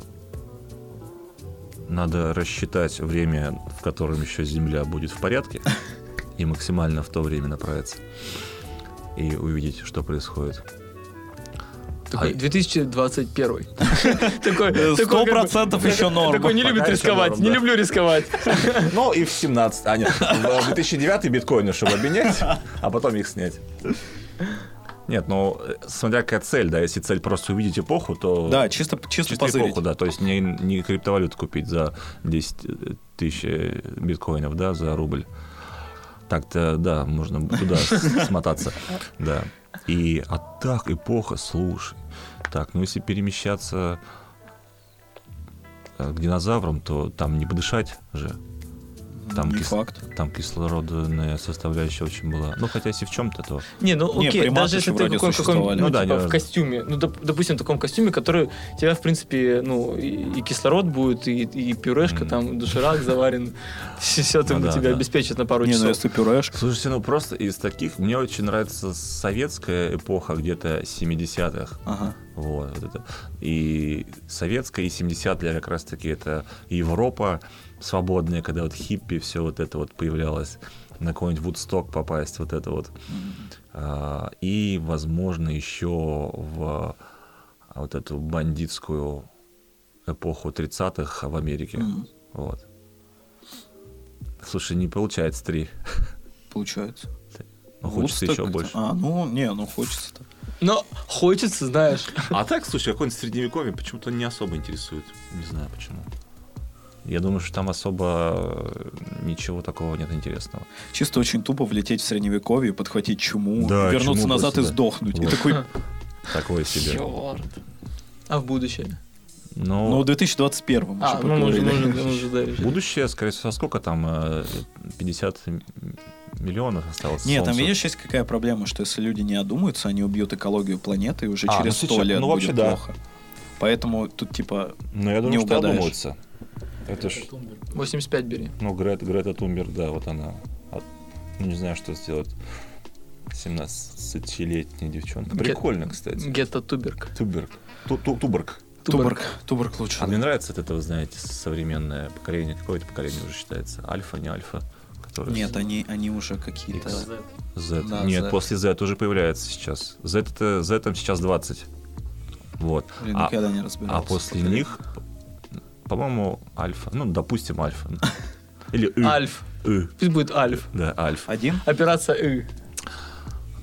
[SPEAKER 3] надо рассчитать время, в котором еще Земля будет в порядке, и максимально в то время направиться. И увидеть, что происходит.
[SPEAKER 1] Такой,
[SPEAKER 3] А-
[SPEAKER 1] 2021. Такой, такой,
[SPEAKER 2] Э,
[SPEAKER 1] как
[SPEAKER 2] Сто
[SPEAKER 1] бы,
[SPEAKER 2] процентов еще норм.
[SPEAKER 1] Такой не любит
[SPEAKER 3] Пока еще
[SPEAKER 1] рисковать,
[SPEAKER 3] норм,
[SPEAKER 1] не
[SPEAKER 3] да.
[SPEAKER 1] люблю рисковать.
[SPEAKER 3] Ну и в 17, а нет, в 2009 биткоины, чтобы обменять, а потом их снять. Нет, ну, э, смотря какая цель, да, если цель просто увидеть эпоху, то...
[SPEAKER 2] Да, чисто, чисто,
[SPEAKER 3] чисто
[SPEAKER 2] позырить.
[SPEAKER 3] эпоху, да, то есть не, не криптовалюту купить за 10 тысяч э, биткоинов, да, за рубль. Так-то, да, можно туда с- смотаться, да. И, а так, эпоха, слушай. Так, ну если перемещаться э, к динозаврам, то там не подышать же. Там
[SPEAKER 2] не
[SPEAKER 3] кис-
[SPEAKER 2] факт.
[SPEAKER 3] Там кислородная составляющая очень была. Ну, хотя если в чем-то, то...
[SPEAKER 1] Не, ну
[SPEAKER 2] Не,
[SPEAKER 1] окей,
[SPEAKER 2] приматы
[SPEAKER 1] даже если
[SPEAKER 2] же
[SPEAKER 1] ты
[SPEAKER 2] вроде
[SPEAKER 1] какой, какой
[SPEAKER 2] существовали.
[SPEAKER 1] ну,
[SPEAKER 3] Ну да,
[SPEAKER 1] типа, в
[SPEAKER 3] неважно.
[SPEAKER 1] костюме, ну, доп- допустим, в таком костюме, который тебя, в принципе, ну, и, и кислород будет, и, и пюрешка,
[SPEAKER 3] Мгм.
[SPEAKER 1] там, душирак заварен, все, там
[SPEAKER 3] Ну да,
[SPEAKER 1] тебя
[SPEAKER 3] да.
[SPEAKER 1] обеспечат на пару
[SPEAKER 2] Не, ну
[SPEAKER 1] часов.
[SPEAKER 2] если пюрешка.
[SPEAKER 3] Слушайте, ну просто из таких мне очень нравится советская эпоха где-то 70-х.
[SPEAKER 2] Ага.
[SPEAKER 3] Вот, вот это. И советская, и 70-е как раз-таки это Европа свободная, когда вот хиппи, все вот это вот появлялось. На какой-нибудь Вудсток попасть, вот это вот. А, И, возможно, еще в а, вот эту бандитскую эпоху 30-х в Америке.
[SPEAKER 2] М,
[SPEAKER 3] Вот. Слушай, не получается три.
[SPEAKER 2] Получается.
[SPEAKER 3] Но хочется
[SPEAKER 2] Вудсток
[SPEAKER 3] еще
[SPEAKER 2] как-то.
[SPEAKER 3] больше.
[SPEAKER 2] А, ну, не, ну хочется-то.
[SPEAKER 1] Но хочется, знаешь.
[SPEAKER 3] А так, слушай, какое-нибудь средневековье почему-то не особо интересует. Не знаю почему. Я думаю, что там особо э, ничего такого нет интересного.
[SPEAKER 2] Чисто очень тупо влететь в средневековье, подхватить чуму,
[SPEAKER 3] Да,
[SPEAKER 2] вернуться
[SPEAKER 3] чуму
[SPEAKER 2] назад и
[SPEAKER 3] просто, да.
[SPEAKER 2] сдохнуть. И
[SPEAKER 3] Вот.
[SPEAKER 2] такой,
[SPEAKER 3] Такое себе.
[SPEAKER 1] Чёрт. А в будущее?
[SPEAKER 2] ну,
[SPEAKER 3] Но
[SPEAKER 2] в 2021 мы
[SPEAKER 1] А,
[SPEAKER 2] уже
[SPEAKER 1] ну, мы уже, мы
[SPEAKER 2] поговорили.
[SPEAKER 1] уже, мы уже, да, решили.
[SPEAKER 3] будущее, скорее всего, сколько там? э, 50 м- миллионов осталось?
[SPEAKER 2] Нет, там
[SPEAKER 3] Солнцу.
[SPEAKER 2] видишь, есть какая проблема, что если люди не одумаются, они убьют экологию планеты, и уже
[SPEAKER 3] А, ну,
[SPEAKER 2] через 100
[SPEAKER 3] сейчас-
[SPEAKER 2] лет
[SPEAKER 3] ну, вообще
[SPEAKER 2] будет
[SPEAKER 3] да.
[SPEAKER 2] плохо. Поэтому тут типа...
[SPEAKER 3] Ну, я
[SPEAKER 2] не
[SPEAKER 3] думаю, что
[SPEAKER 2] угадаешь.
[SPEAKER 3] одумаются. Это ж,
[SPEAKER 1] 85 бери.
[SPEAKER 3] ну, Грет, Грета Тумберг, да, вот она. А, ну, не знаю, что сделать. 17-летняя девчонка.
[SPEAKER 1] Ге-
[SPEAKER 3] Прикольно, кстати.
[SPEAKER 1] Гетто Туберг.
[SPEAKER 3] Туберг. Ту- ту- Туберг.
[SPEAKER 1] Туберг.
[SPEAKER 2] Туборг. Туборг лучше.
[SPEAKER 3] А мне нравится от этого, знаете, современное поколение. Какое это поколение уже считается? Альфа, не альфа? Которое
[SPEAKER 2] Нет, они, они уже какие-то...
[SPEAKER 3] Икс.
[SPEAKER 4] Ну,
[SPEAKER 3] Z.
[SPEAKER 2] Да,
[SPEAKER 3] Нет,
[SPEAKER 2] Z.
[SPEAKER 3] после Z уже появляется сейчас. Z, это, Z там сейчас 20. Вот.
[SPEAKER 2] Блин, ну
[SPEAKER 3] а,
[SPEAKER 2] никогда не
[SPEAKER 3] а
[SPEAKER 2] разбирался.
[SPEAKER 3] после
[SPEAKER 2] Блин.
[SPEAKER 3] них, по-моему, альфа. Ну, допустим, альфа. Или «ы».
[SPEAKER 1] Альф.
[SPEAKER 3] «ы».
[SPEAKER 1] Пусть будет Альф.
[SPEAKER 3] Да, альфа.
[SPEAKER 2] Один?
[SPEAKER 1] Операция И.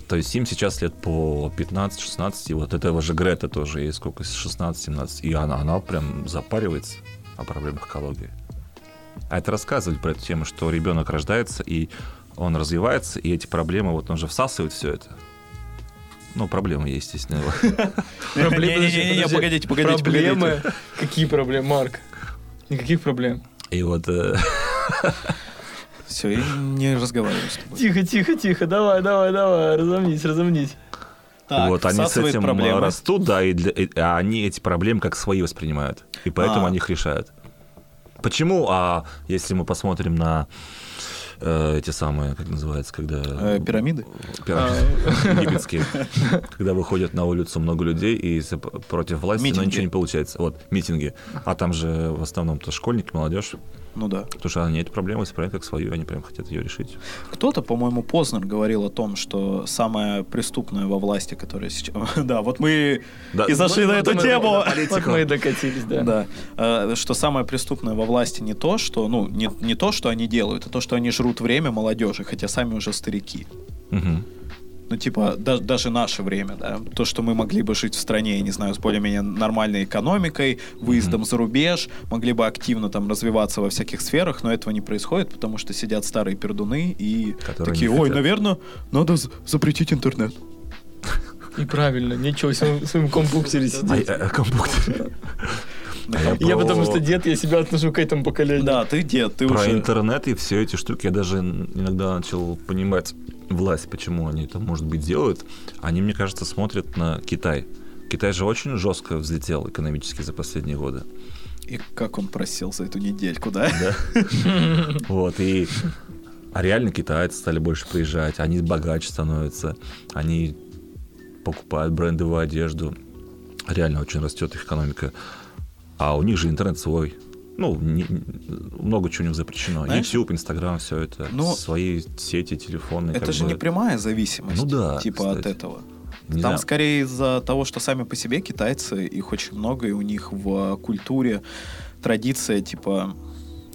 [SPEAKER 3] То есть им сейчас лет по 15-16, и вот этого же Грета тоже ей сколько, 16-17, и она, она прям запаривается о проблемах экологии. А это рассказывали про эту тему, что ребенок рождается, и он развивается, и эти проблемы, вот он же всасывает все это. Ну, проблемы есть, естественно. его.
[SPEAKER 1] Проблемы-
[SPEAKER 2] Не-не-не,
[SPEAKER 1] подожди,
[SPEAKER 2] погодите, погодите, погодите.
[SPEAKER 1] Проблемы. Какие проблемы, Марк? Никаких проблем.
[SPEAKER 3] И вот э,
[SPEAKER 2] Все, я не разговариваю с тобой.
[SPEAKER 1] Тихо, тихо, тихо. Давай, давай, давай. Разомнись, разомнись.
[SPEAKER 3] вот они с
[SPEAKER 2] всасывает
[SPEAKER 3] этим а, э,
[SPEAKER 2] проблемы.
[SPEAKER 3] растут, да, и, для- и- а они эти проблемы как свои воспринимают, и поэтому
[SPEAKER 2] А.
[SPEAKER 3] они их решают. Почему? А если мы посмотрим на э, эти самые, как называется, когда
[SPEAKER 2] Э, А. Пирамиды?
[SPEAKER 3] пирамиды египетские, когда выходят на улицу много людей и с- против власти, но
[SPEAKER 2] Митинги.
[SPEAKER 3] ничего не получается. Вот митинги, а там же в основном то школьники, молодежь,
[SPEAKER 2] Ну да.
[SPEAKER 3] потому что они эту проблему воспринимают как свою, они прям хотят ее решить.
[SPEAKER 2] Кто-то, по-моему, Познер говорил о том, что самое преступное во власти, которое сейчас... Да, вот мы...
[SPEAKER 3] Да,
[SPEAKER 2] И зашли
[SPEAKER 3] Э,
[SPEAKER 2] на
[SPEAKER 3] мы- мы-
[SPEAKER 2] эту
[SPEAKER 3] мы-
[SPEAKER 2] тему.
[SPEAKER 3] на политику.
[SPEAKER 1] Вот мы и докатились, да.
[SPEAKER 2] Да. Э, Что самое преступное во власти не то, что... Ну, не, не то, что они делают, а то, что они жрут время молодежи, хотя сами уже старики.
[SPEAKER 3] Мгм.
[SPEAKER 2] Ну, типа, да- даже наше время, да. То, что мы могли бы жить в стране, я не знаю, с более-менее нормальной экономикой, выездом за рубеж, могли бы активно там развиваться во всяких сферах, но этого не происходит, потому что сидят старые пердуны и
[SPEAKER 3] Которые
[SPEAKER 2] такие,
[SPEAKER 3] не
[SPEAKER 2] ой,
[SPEAKER 3] хотят».
[SPEAKER 2] наверное, надо з- запретить интернет.
[SPEAKER 1] И правильно. Нечего в своем- в своем компуктере
[SPEAKER 3] А,
[SPEAKER 1] сидеть.
[SPEAKER 3] э, компьютер.
[SPEAKER 2] На
[SPEAKER 3] А я
[SPEAKER 2] комп-
[SPEAKER 1] Я
[SPEAKER 3] про-
[SPEAKER 1] потому что дед, я себя отношу к этому поколению.
[SPEAKER 2] Да, ты дед, ты
[SPEAKER 3] Про
[SPEAKER 2] уже...
[SPEAKER 3] интернет и все эти штуки я даже иногда начал понимать власть, почему они это, может быть, делают. Они, мне кажется, смотрят на Китай. Китай же очень жестко взлетел экономически за последние годы.
[SPEAKER 2] И как он просел за эту недельку, да?
[SPEAKER 3] Вот, и а реально китайцы стали больше приезжать, они богаче становятся, они покупают брендовую одежду, реально очень растет их экономика. А у них же интернет свой. Ну, не- много чего у них запрещено.
[SPEAKER 2] Знаешь,
[SPEAKER 3] YouTube, Instagram, все это.
[SPEAKER 2] ну,
[SPEAKER 3] свои сети, телефоны.
[SPEAKER 2] Это
[SPEAKER 3] Ну, как
[SPEAKER 2] же
[SPEAKER 3] бы.
[SPEAKER 2] не прямая зависимость,
[SPEAKER 3] Ну да,
[SPEAKER 2] типа от
[SPEAKER 3] кстати.
[SPEAKER 2] этого.
[SPEAKER 3] Не
[SPEAKER 2] Там
[SPEAKER 3] знаю.
[SPEAKER 2] скорее из-за того, что сами по себе китайцы, их очень много, и у них в э, культуре традиция, типа,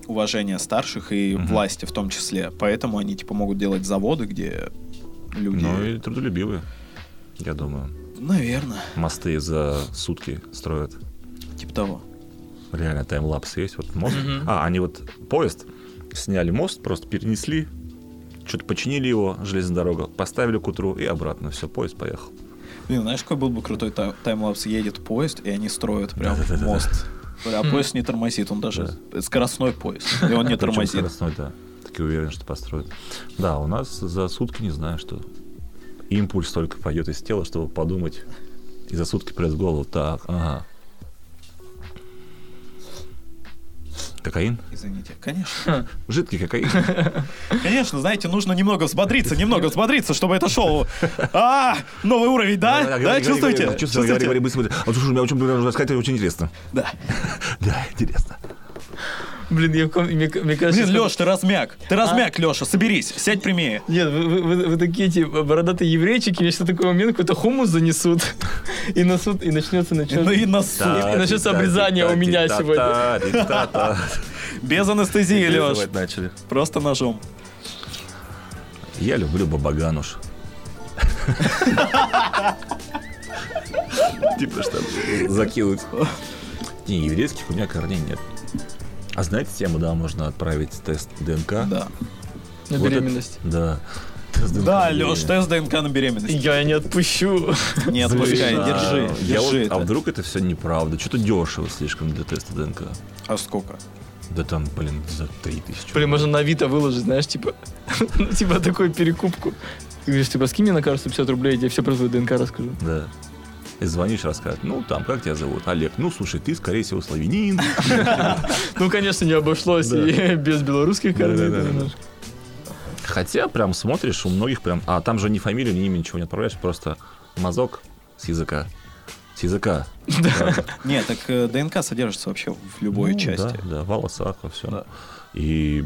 [SPEAKER 2] уважения старших и
[SPEAKER 3] Мгм.
[SPEAKER 2] власти в том числе. Поэтому они, типа, могут делать заводы, где люди...
[SPEAKER 3] Ну и трудолюбивые, я думаю.
[SPEAKER 2] Наверное,
[SPEAKER 3] Мосты за сутки строят.
[SPEAKER 2] типа того.
[SPEAKER 3] Реально таймлапс есть. Вот мост.
[SPEAKER 1] Мгм.
[SPEAKER 3] А, они вот поезд сняли мост, просто перенесли, что-то починили его, железная дорога, поставили к утру и обратно. Все, поезд поехал.
[SPEAKER 2] Блин, знаешь, какой был бы крутой тай- таймлапс? Едет поезд, и они строят прям
[SPEAKER 3] Да-да-да-да.
[SPEAKER 2] мост. А
[SPEAKER 3] Хм.
[SPEAKER 2] поезд не тормозит, он даже скоростной поезд, и он не
[SPEAKER 3] Причем
[SPEAKER 2] тормозит.
[SPEAKER 3] скоростной, да. Так и уверен, что построят. Да, у нас за сутки не знаю, что. Импульс только пойдет из тела, чтобы подумать. И за сутки придет в голову. Так, ага. Кокаин?
[SPEAKER 2] Извините, конечно.
[SPEAKER 3] Жидкий кокаин.
[SPEAKER 2] Конечно, знаете, нужно немного взбодриться, немного взбодриться, чтобы это шоу. А, новый уровень, да? Да, чувствуете?
[SPEAKER 3] Чувствуете? Говори, говори, быстро. быстро. А слушай, у меня очень нужно сказать, это очень интересно.
[SPEAKER 2] Да.
[SPEAKER 3] Да, интересно.
[SPEAKER 1] Блин, я в ком- мне, мне кажется...
[SPEAKER 2] Блин,
[SPEAKER 1] что-
[SPEAKER 2] Леш, ты размяк.
[SPEAKER 1] А?
[SPEAKER 2] Ты размяк, Леша, соберись, сядь прямее.
[SPEAKER 1] Нет, вы, вы- вы- вы такие эти бородатые еврейчики, мне сейчас такой момент, какой-то хумус занесут и насут, и начнется начнет.
[SPEAKER 2] Ну и нас
[SPEAKER 1] И начнется обрезание у меня сегодня.
[SPEAKER 2] Без анестезии, Леш.
[SPEAKER 3] начали.
[SPEAKER 2] Просто ножом.
[SPEAKER 3] Я люблю Бабагануш. Типа что закинуть. Не, еврейских у меня корней нет. А знаете тему, да, можно отправить тест ДНК?
[SPEAKER 2] Да.
[SPEAKER 1] на
[SPEAKER 3] Вот это-
[SPEAKER 1] беременность.
[SPEAKER 3] Да. Тест ДНК
[SPEAKER 2] Да,
[SPEAKER 3] на
[SPEAKER 2] Леш,
[SPEAKER 3] беременность.
[SPEAKER 2] тест ДНК на беременность.
[SPEAKER 1] Я не отпущу.
[SPEAKER 2] Не отпускай,
[SPEAKER 3] Блин,
[SPEAKER 2] держи,
[SPEAKER 3] а, я
[SPEAKER 2] держи
[SPEAKER 3] вот- А
[SPEAKER 2] это.
[SPEAKER 3] вдруг это все неправда? Что-то дешево слишком для теста ДНК.
[SPEAKER 2] А сколько?
[SPEAKER 3] Да там, блин, за 3000.
[SPEAKER 1] Блин, можно на Авито выложить, знаешь, типа, ну, типа такую перекупку. И говоришь, типа, скинь мне на карту 150 рублей, я тебе все про свою ДНК расскажу.
[SPEAKER 3] Да. И звонишь, расскажешь, ну, там, как тебя зовут? Олег. Ну, слушай, ты, скорее всего, славянин.
[SPEAKER 1] Ну, конечно, не обошлось
[SPEAKER 3] Да.
[SPEAKER 1] и без белорусских координат.
[SPEAKER 3] Да-да-да-да.
[SPEAKER 1] немножко.
[SPEAKER 3] Хотя прям смотришь, у многих прям... А там же ни фамилию, ни имя, ничего не отправляешь, просто мазок с языка. С языка.
[SPEAKER 2] Не, так э, ДНК содержится вообще в любой
[SPEAKER 3] Ну,
[SPEAKER 2] части.
[SPEAKER 3] Да, да, в волосах, во всем.
[SPEAKER 2] Да.
[SPEAKER 3] И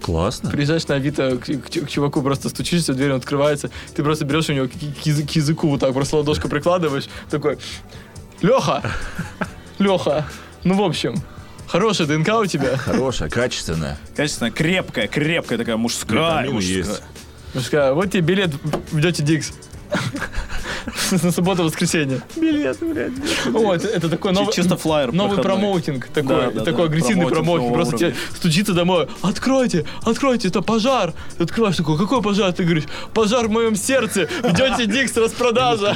[SPEAKER 3] классно.
[SPEAKER 1] Приезжаешь на Авито, к, к ч- к чуваку просто стучишься, дверь он открывается, ты просто берешь у него к, к язы- к языку вот так, просто ладошку прикладываешь, такой, Леха, Леха, ну, в общем, хорошая ДНК у тебя.
[SPEAKER 3] Хорошая, качественная.
[SPEAKER 2] Конечно, крепкая, крепкая такая мужская.
[SPEAKER 3] Витамины
[SPEAKER 2] мужская.
[SPEAKER 3] есть.
[SPEAKER 1] Мужская, вот тебе билет в Дети Дикс. На субботу-воскресенье.
[SPEAKER 3] Билет, блядь.
[SPEAKER 1] Вот, это такой новый...
[SPEAKER 2] Чи- Чисто флайер
[SPEAKER 1] Новый
[SPEAKER 2] проходной.
[SPEAKER 1] промоутинг такой,
[SPEAKER 2] Да, да,
[SPEAKER 1] такой
[SPEAKER 2] да,
[SPEAKER 1] агрессивный
[SPEAKER 2] промоутинг
[SPEAKER 1] промоутинг.
[SPEAKER 2] нового
[SPEAKER 1] Просто тебе
[SPEAKER 2] уровня.
[SPEAKER 1] стучится домой, откройте, откройте, это пожар. Ты открываешь такой, какой пожар? Ты говоришь, пожар в моем сердце, идете Дикс, распродажа.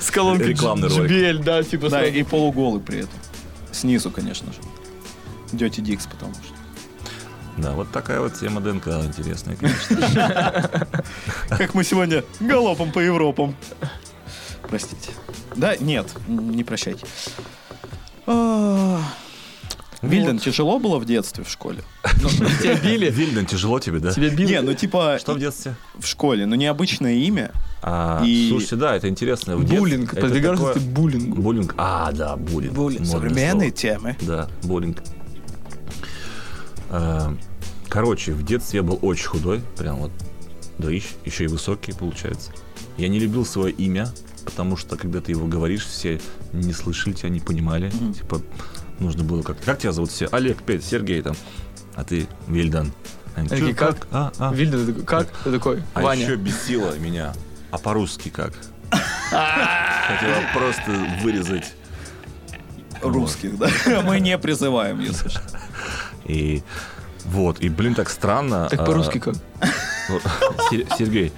[SPEAKER 1] С колонкой
[SPEAKER 3] Рекламный ролик.
[SPEAKER 1] JBL, да, типа
[SPEAKER 2] Да,
[SPEAKER 1] сразу.
[SPEAKER 2] и полуголый при этом. Снизу, конечно же. Дети Дикс, потому что.
[SPEAKER 3] Да, вот такая вот тема ДНК интересная, конечно.
[SPEAKER 2] Как мы сегодня галопом по Европам. Простите. Да, нет, н- не прощайте. А,
[SPEAKER 3] Ну
[SPEAKER 2] Вильден, тяжело было в детстве в школе?
[SPEAKER 1] тебя били,
[SPEAKER 3] Вильден, тяжело тебе, да?
[SPEAKER 1] тебя били.
[SPEAKER 2] Не, ну типа
[SPEAKER 3] Что в детстве?
[SPEAKER 2] в школе, ну необычное имя.
[SPEAKER 3] А,
[SPEAKER 2] И-
[SPEAKER 3] Слушайте, да, это интересно. В детстве
[SPEAKER 1] Буллинг,
[SPEAKER 3] это
[SPEAKER 1] подвигаешься
[SPEAKER 3] такое-
[SPEAKER 1] ты буллингу.
[SPEAKER 3] Буллинг. А, да, буллинг. Модное
[SPEAKER 2] Современные темы.
[SPEAKER 3] Да, буллинг. А, Короче, в детстве я был очень худой, прям вот дрищ, еще и высокий получается. Я не любил свое имя, потому что когда ты его говоришь, все не слышали тебя, не понимали.
[SPEAKER 2] Мгм.
[SPEAKER 3] Типа, нужно было как-то, как тебя зовут все? Олег, Петь, Сергей там, а ты Вильдан. Они,
[SPEAKER 1] Такие,
[SPEAKER 3] «Чё,
[SPEAKER 1] «Как?»
[SPEAKER 3] А, а».
[SPEAKER 1] Вильден такой, как? Ты такой,
[SPEAKER 3] А еще
[SPEAKER 1] Э, Ваня.
[SPEAKER 3] бесило меня. А по-русски как? Хотела просто вырезать.
[SPEAKER 2] Русских, да. Мы не призываем, если что.
[SPEAKER 3] И вот, и, блин, так странно.
[SPEAKER 1] Так
[SPEAKER 3] а,
[SPEAKER 1] по-русски как?
[SPEAKER 3] Вот, Сер- Сергей.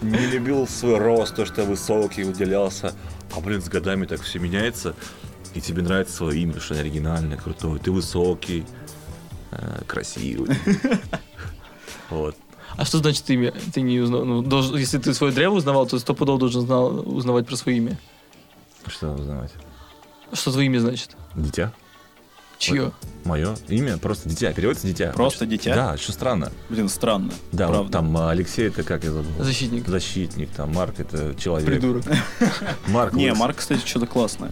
[SPEAKER 3] Не любил свой рост, то, что я высокий, уделялся. А, блин, с годами так все меняется. И тебе нравится свое имя, что оно оригинальное, крутое. Ты высокий, э, красивый. Вот.
[SPEAKER 1] А что значит имя? Ты не узнал. ну, должен- если ты свое древо узнавал, то стопудово должен знал, узнавать про свое имя.
[SPEAKER 3] Что надо узнавать?
[SPEAKER 1] Что твое имя значит?
[SPEAKER 3] Дитя?
[SPEAKER 1] Чье?
[SPEAKER 3] Мое имя? Просто дитя. Переводится дитя.
[SPEAKER 2] Просто дитя?
[SPEAKER 3] Да, что странно.
[SPEAKER 2] Блин, странно.
[SPEAKER 3] Да, вот
[SPEAKER 2] правда.
[SPEAKER 3] там а, Алексей, это как я забыл?
[SPEAKER 1] Защитник.
[SPEAKER 3] Защитник, там Марк, это человек.
[SPEAKER 1] Придурок.
[SPEAKER 3] Марк
[SPEAKER 2] Не,
[SPEAKER 3] Лысый.
[SPEAKER 2] Марк, кстати, что-то классное.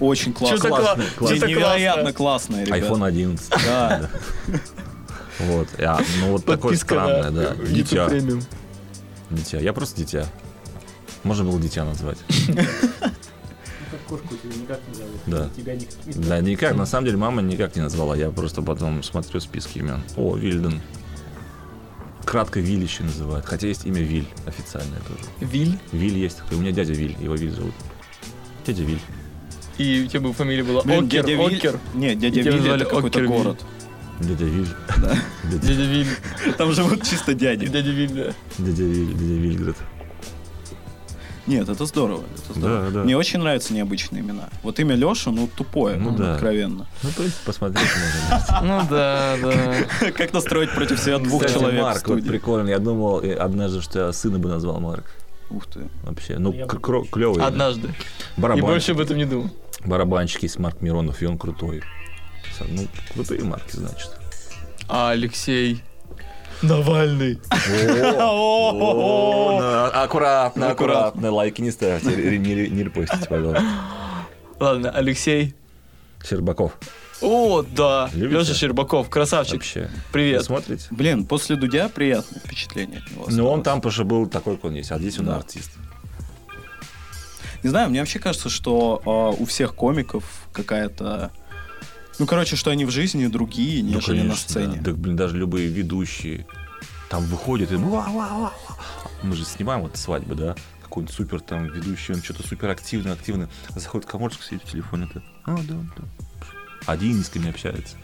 [SPEAKER 2] Очень классное.
[SPEAKER 1] Чё-то кла-
[SPEAKER 3] классно.
[SPEAKER 1] чё-то
[SPEAKER 2] Невероятно
[SPEAKER 1] классное.
[SPEAKER 2] классное, ребят.
[SPEAKER 3] iPhone 11.
[SPEAKER 2] Да.
[SPEAKER 3] Вот, а, ну вот такое
[SPEAKER 1] Подписка на
[SPEAKER 3] странное, да.
[SPEAKER 1] YouTube
[SPEAKER 3] Дитя,
[SPEAKER 1] премиум.
[SPEAKER 3] дитя. Я просто дитя. Можно было дитя назвать.
[SPEAKER 4] Как кошку тебя никак не зовут.
[SPEAKER 3] Да.
[SPEAKER 4] Тебя никак не зовут.
[SPEAKER 3] Да, никак, на самом деле мама никак не назвала. Я просто потом смотрю списки имен. О, Вильден. Кратко Виль еще называют. Хотя есть имя Виль официальное тоже.
[SPEAKER 1] Виль.
[SPEAKER 3] Виль есть такой. У меня дядя Виль, его Виль зовут. Дядя Виль.
[SPEAKER 1] И у тебя бы фамилия была
[SPEAKER 2] Блин,
[SPEAKER 1] Окер.
[SPEAKER 2] дядя Виль-
[SPEAKER 1] Окер.
[SPEAKER 2] Нет,
[SPEAKER 1] И
[SPEAKER 2] дядя
[SPEAKER 1] тебя
[SPEAKER 2] Виль
[SPEAKER 1] назвали
[SPEAKER 2] это какой-то
[SPEAKER 1] Окер Виль.
[SPEAKER 2] город.
[SPEAKER 3] Дядя Виль. Дядя,
[SPEAKER 1] Дядя Виль.
[SPEAKER 2] Там живут чисто дяди.
[SPEAKER 1] Дядя Виль, да.
[SPEAKER 3] дядя Виль, дядя Вильград.
[SPEAKER 2] Нет, это здорово. это здорово.
[SPEAKER 3] Да, да.
[SPEAKER 2] Мне очень нравятся необычные имена. Вот имя Леша, ну, тупое,
[SPEAKER 3] Ну
[SPEAKER 2] ну,
[SPEAKER 3] да.
[SPEAKER 2] откровенно.
[SPEAKER 3] Ну, то есть посмотреть можно.
[SPEAKER 1] Ну да, да.
[SPEAKER 2] Как настроить против себя двух
[SPEAKER 3] Кстати,
[SPEAKER 2] человек в
[SPEAKER 3] Марк, вот
[SPEAKER 2] студии?
[SPEAKER 3] прикольно. Я думал э, однажды, что я сына бы назвал Марк.
[SPEAKER 2] Ух ты.
[SPEAKER 3] Вообще, ну,
[SPEAKER 4] Я бы тоже.
[SPEAKER 3] клевый.
[SPEAKER 1] Однажды. И больше об этом не думал.
[SPEAKER 3] Барабанщик есть Марк Миронов, и он крутой. Со- Ну, крутые марки, значит.
[SPEAKER 1] А Алексей Навальный.
[SPEAKER 3] О, на- Аккуратно,
[SPEAKER 2] Аккуратно.
[SPEAKER 3] аккуратно. Лайки не ставьте, ре- не ре- не репостите, пожалуйста.
[SPEAKER 1] Ладно, Алексей.
[SPEAKER 3] Щербаков
[SPEAKER 1] О, да.
[SPEAKER 3] Любите?
[SPEAKER 1] Леша Щербаков, красавчик.
[SPEAKER 3] вообще. Вы
[SPEAKER 1] Привет.
[SPEAKER 3] Смотрите?
[SPEAKER 2] Блин, после Дудя приятное впечатление от него.
[SPEAKER 3] Ну, он
[SPEAKER 2] осталось.
[SPEAKER 3] там потому что был такой, как он есть, а здесь он
[SPEAKER 2] Да.
[SPEAKER 3] артист.
[SPEAKER 2] Не знаю, мне вообще кажется, что а, у всех комиков какая-то... Ну, короче, что они в жизни другие,
[SPEAKER 3] Ну,
[SPEAKER 2] нежели на
[SPEAKER 3] конечно,
[SPEAKER 2] сцене.
[SPEAKER 3] да. Так, блин, даже любые ведущие там выходят и «Ва-ва-ва-ва». мы же снимаем вот свадьбы, да? Какой-нибудь супер там ведущий, он что-то супер активный, активный. А заходит коморчик, сидит в телефоне, это «А, да, да». Один ни с кем не общается.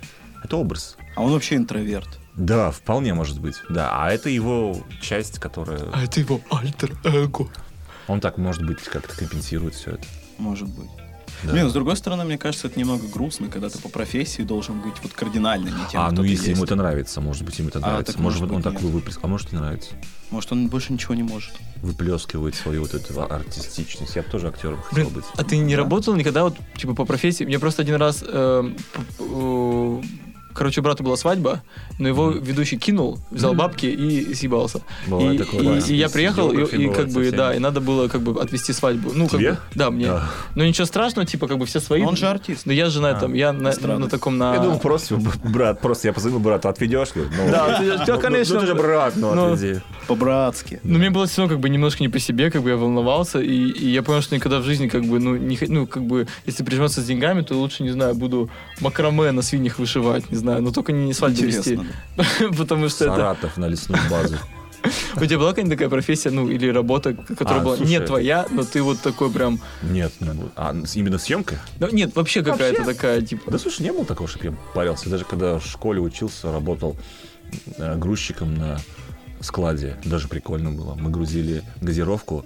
[SPEAKER 3] Это образ.
[SPEAKER 2] А он вообще интроверт.
[SPEAKER 3] Да, вполне может быть. Да, а это его часть, которая...
[SPEAKER 1] А это его альтер-эго.
[SPEAKER 3] Он так, может быть, как-то компенсирует все это.
[SPEAKER 2] Может быть.
[SPEAKER 3] Да.
[SPEAKER 2] Не, ну, с другой стороны, мне кажется, это немного грустно, когда ты по профессии должен быть вот кардинальными тем,
[SPEAKER 3] А,
[SPEAKER 2] кто
[SPEAKER 3] ну
[SPEAKER 2] ты
[SPEAKER 3] если
[SPEAKER 2] есть.
[SPEAKER 3] ему это нравится, может быть, ему это
[SPEAKER 2] А,
[SPEAKER 3] нравится.
[SPEAKER 2] так
[SPEAKER 3] может,
[SPEAKER 2] может
[SPEAKER 3] быть, он
[SPEAKER 2] быть,
[SPEAKER 3] такой
[SPEAKER 2] нет.
[SPEAKER 3] выплеск, а может, не нравится.
[SPEAKER 2] Может, он больше ничего не может.
[SPEAKER 3] Выплескивает свою вот эту артистичность. Я бы тоже актером хотел
[SPEAKER 1] Блин,
[SPEAKER 3] быть.
[SPEAKER 1] а ты не
[SPEAKER 2] Да.
[SPEAKER 1] работал никогда вот типа по профессии? Мне просто один раз, эм, п- у- короче, у брата была свадьба, но его
[SPEAKER 3] Мгм.
[SPEAKER 1] ведущий кинул, взял бабки и съебался.
[SPEAKER 3] Бывает
[SPEAKER 1] и,
[SPEAKER 3] такое,
[SPEAKER 1] и-
[SPEAKER 3] да.
[SPEAKER 1] и я
[SPEAKER 3] С
[SPEAKER 1] приехал, и,
[SPEAKER 3] видеографией
[SPEAKER 1] и
[SPEAKER 3] бывает
[SPEAKER 1] как бы,
[SPEAKER 3] совсем.
[SPEAKER 1] да, и надо было как бы отвести свадьбу. Ну, как
[SPEAKER 3] Тебе?
[SPEAKER 1] бы, да, мне.
[SPEAKER 3] Да.
[SPEAKER 1] Ну, ничего страшного, типа, как бы все свои.
[SPEAKER 2] Но он же артист.
[SPEAKER 1] Но я жена
[SPEAKER 3] А,
[SPEAKER 1] там, я на,
[SPEAKER 2] странно.
[SPEAKER 1] на таком на...
[SPEAKER 3] Я думал, просто, брат, просто я позвонил брату, отведешь? Говорю, Ну,
[SPEAKER 1] Да, ты- ты,
[SPEAKER 3] ну, ну,
[SPEAKER 1] конечно,
[SPEAKER 3] Ну, ты же брат,
[SPEAKER 1] ну.
[SPEAKER 3] ну, отведи.
[SPEAKER 2] По-братски.
[SPEAKER 1] Но Ну, мне было все равно как бы немножко не по себе, как бы я волновался, и, и я понял, что никогда в жизни как бы, ну, не, хо- ну, как бы, если прижиматься с деньгами, то лучше, не знаю, буду макраме на свиньях вышивать, не знаю, но только не, не свадьбу вести,
[SPEAKER 2] Интересно.
[SPEAKER 1] потому что это...
[SPEAKER 3] Саратов на лесную базу.
[SPEAKER 1] У тебя была какая-нибудь такая профессия, ну, или работа, которая
[SPEAKER 3] А,
[SPEAKER 1] была не
[SPEAKER 3] слушай.
[SPEAKER 1] твоя, но ты вот такой прям...
[SPEAKER 3] Нет, не буду. А, с- именно съемка?
[SPEAKER 1] Ну, нет, вообще какая-то такая, типа...
[SPEAKER 3] Да слушай, не было такого, чтобы я парился. Даже когда в школе учился, работал э, грузчиком на складе. Даже прикольно было. Мы грузили газировку,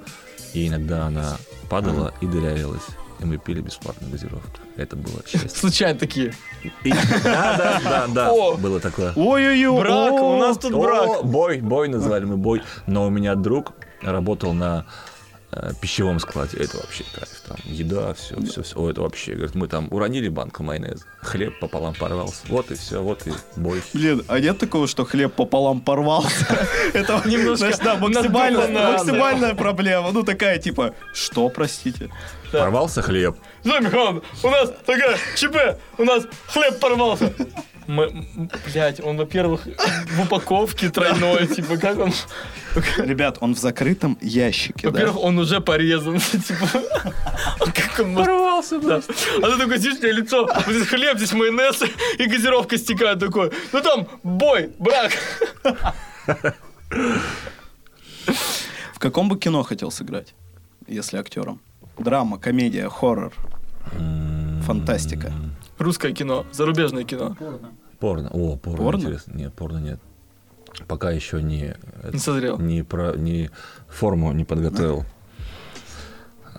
[SPEAKER 3] и иногда она падала и дырявилась. И мы пили бесплатно газировку. Это было счастье.
[SPEAKER 1] Случайно такие.
[SPEAKER 3] И- Да, А, да, да, да.
[SPEAKER 1] О!
[SPEAKER 3] Было такое.
[SPEAKER 2] Ой-ой-ой!
[SPEAKER 1] Брак, у нас тут
[SPEAKER 3] О,
[SPEAKER 1] брак.
[SPEAKER 3] Бой, бой называли мы бой. Но у меня друг работал на э, пищевом складе. Это вообще кайф. Там еда, все, все, все. О, это вообще. Говорит, мы там уронили банку майонеза. Хлеб пополам порвался. Вот и все, вот и бой.
[SPEAKER 2] Блин, а нет такого, что хлеб пополам порвался? Это
[SPEAKER 1] Немножко
[SPEAKER 2] знаешь, да, максимальная,
[SPEAKER 1] надуманно, да.
[SPEAKER 2] максимальная проблема. Ну, такая, типа, что, простите?
[SPEAKER 3] Порвался хлеб.
[SPEAKER 1] Зоя Михайловна, у нас такая ЧП, у нас хлеб порвался. блять, он, во-первых, в упаковке тройной, типа, как он...
[SPEAKER 2] Ребят, он в закрытом ящике, да?
[SPEAKER 1] Во-первых, он уже порезан, типа... А Как он Порвался, да. А ты такой сидишь, у тебя лицо, вот здесь хлеб, здесь майонез, и газировка стекает такой. Ну там бой, брак.
[SPEAKER 2] В каком бы кино хотел сыграть, если актером? Драма, комедия, хоррор,
[SPEAKER 3] М-м.
[SPEAKER 2] фантастика.
[SPEAKER 1] Русское кино, зарубежное кино.
[SPEAKER 4] Порно.
[SPEAKER 3] Порно. О, порно,
[SPEAKER 2] Порно?
[SPEAKER 3] интересно. Нет, порно нет. Пока еще не... это,
[SPEAKER 1] Не созрел.
[SPEAKER 3] Не, про, не форму не подготовил.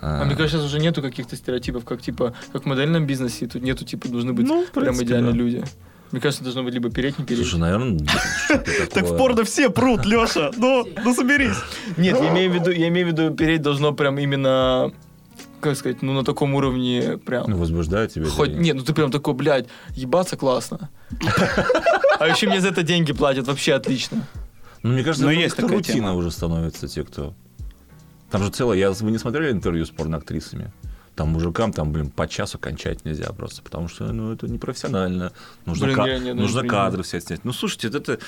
[SPEAKER 3] Э,
[SPEAKER 1] А мне кажется, сейчас уже нету каких-то стереотипов, как типа, как в модельном бизнесе, тут нету, типа, должны быть
[SPEAKER 3] Ну, в
[SPEAKER 1] прям
[SPEAKER 3] принципе,
[SPEAKER 1] идеальные
[SPEAKER 3] да.
[SPEAKER 1] люди. Мне кажется, должно быть либо переть, не переть.
[SPEAKER 3] Слушай, наверное...
[SPEAKER 2] Так в порно все прут, Леша. Ну, ну соберись.
[SPEAKER 1] Нет, я имею в виду, я имею в виду, переть должно прям именно, как сказать, ну на таком уровне
[SPEAKER 3] Ну,
[SPEAKER 1] прям.
[SPEAKER 3] возбуждает тебя.
[SPEAKER 1] Хоть,
[SPEAKER 3] или
[SPEAKER 1] нет, ну ты прям такой, блядь, ебаться классно. А еще мне за это деньги платят, вообще отлично.
[SPEAKER 3] Ну, мне кажется,
[SPEAKER 2] Но
[SPEAKER 3] это
[SPEAKER 2] есть
[SPEAKER 3] как-то
[SPEAKER 2] такая
[SPEAKER 3] рутина
[SPEAKER 2] тема.
[SPEAKER 3] уже становится те, кто... Там же целое... Я... Вы не смотрели интервью с порноактрисами? Там мужикам, там, блин, по часу кончать нельзя просто, потому что, ну, это непрофессионально. Нужно,
[SPEAKER 1] Блин,
[SPEAKER 3] ка-
[SPEAKER 1] я- я даже
[SPEAKER 3] нужно
[SPEAKER 1] не
[SPEAKER 3] кадры все снять. Ну, слушайте, вот это...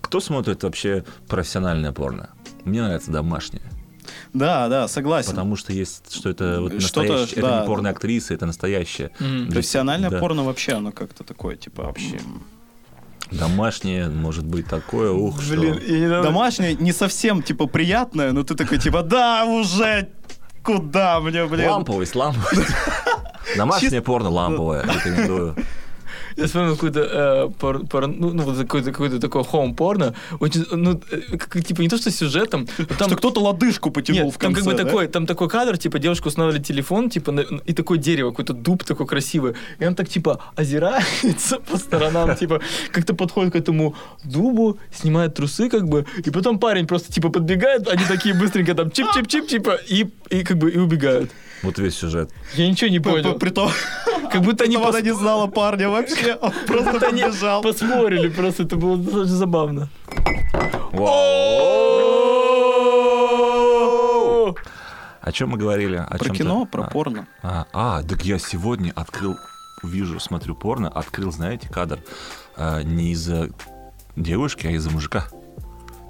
[SPEAKER 3] Кто смотрит вообще профессиональное порно? Мне нравится домашнее.
[SPEAKER 2] Да, да, согласен.
[SPEAKER 3] Потому что есть, что это вот
[SPEAKER 2] Что-то,
[SPEAKER 3] настоящее. Это
[SPEAKER 2] да.
[SPEAKER 3] не порноактриса, это настоящее.
[SPEAKER 1] Мгм.
[SPEAKER 2] Профессиональное
[SPEAKER 3] Да.
[SPEAKER 2] порно вообще, оно как-то такое, типа, вообще...
[SPEAKER 3] Домашнее может быть такое, ух,
[SPEAKER 1] Блин,
[SPEAKER 3] что...
[SPEAKER 1] я недавно-
[SPEAKER 2] Домашнее не совсем, типа, приятное, но ты такой, типа, да, уже... Куда мне, блин?
[SPEAKER 3] Ламповость, ламповость. Домашнее порно ламповое, рекомендую.
[SPEAKER 1] Я смотрел какой-то э, пор- пор- ну, ну, вот какое-то какое-то такое хоум-порно. Очень, ну, э, как- типа не то, что сюжетом, но там...
[SPEAKER 2] Что кто-то лодыжку
[SPEAKER 3] Типа,
[SPEAKER 2] потянул
[SPEAKER 1] Нет,
[SPEAKER 2] в
[SPEAKER 1] там
[SPEAKER 2] конце,
[SPEAKER 1] как бы
[SPEAKER 2] да?
[SPEAKER 1] такой, там такой кадр, типа девушка устанавливает телефон, типа на- и такое дерево, какой-то дуб такой красивый, и он так типа озирается по сторонам, типа как-то подходит к этому дубу, снимает трусы как бы, и потом парень просто типа подбегает, они такие быстренько там чип-чип-чип типа и и как бы и убегают.
[SPEAKER 3] Вот весь сюжет.
[SPEAKER 1] Я ничего не
[SPEAKER 2] П- п-
[SPEAKER 1] понял,
[SPEAKER 2] При том,
[SPEAKER 1] как будто они
[SPEAKER 2] что она
[SPEAKER 1] пос-
[SPEAKER 2] не знала парня вообще, он просто
[SPEAKER 1] будто они
[SPEAKER 2] побежал.
[SPEAKER 1] поспорили, просто это было достаточно забавно.
[SPEAKER 3] О чем мы говорили? О
[SPEAKER 2] Про
[SPEAKER 3] чём-то?
[SPEAKER 2] кино, про
[SPEAKER 3] А,
[SPEAKER 2] порно.
[SPEAKER 3] А, а, так я сегодня открыл, вижу, смотрю порно, открыл, знаете, кадр а, не из-за девушки, а из-за мужика.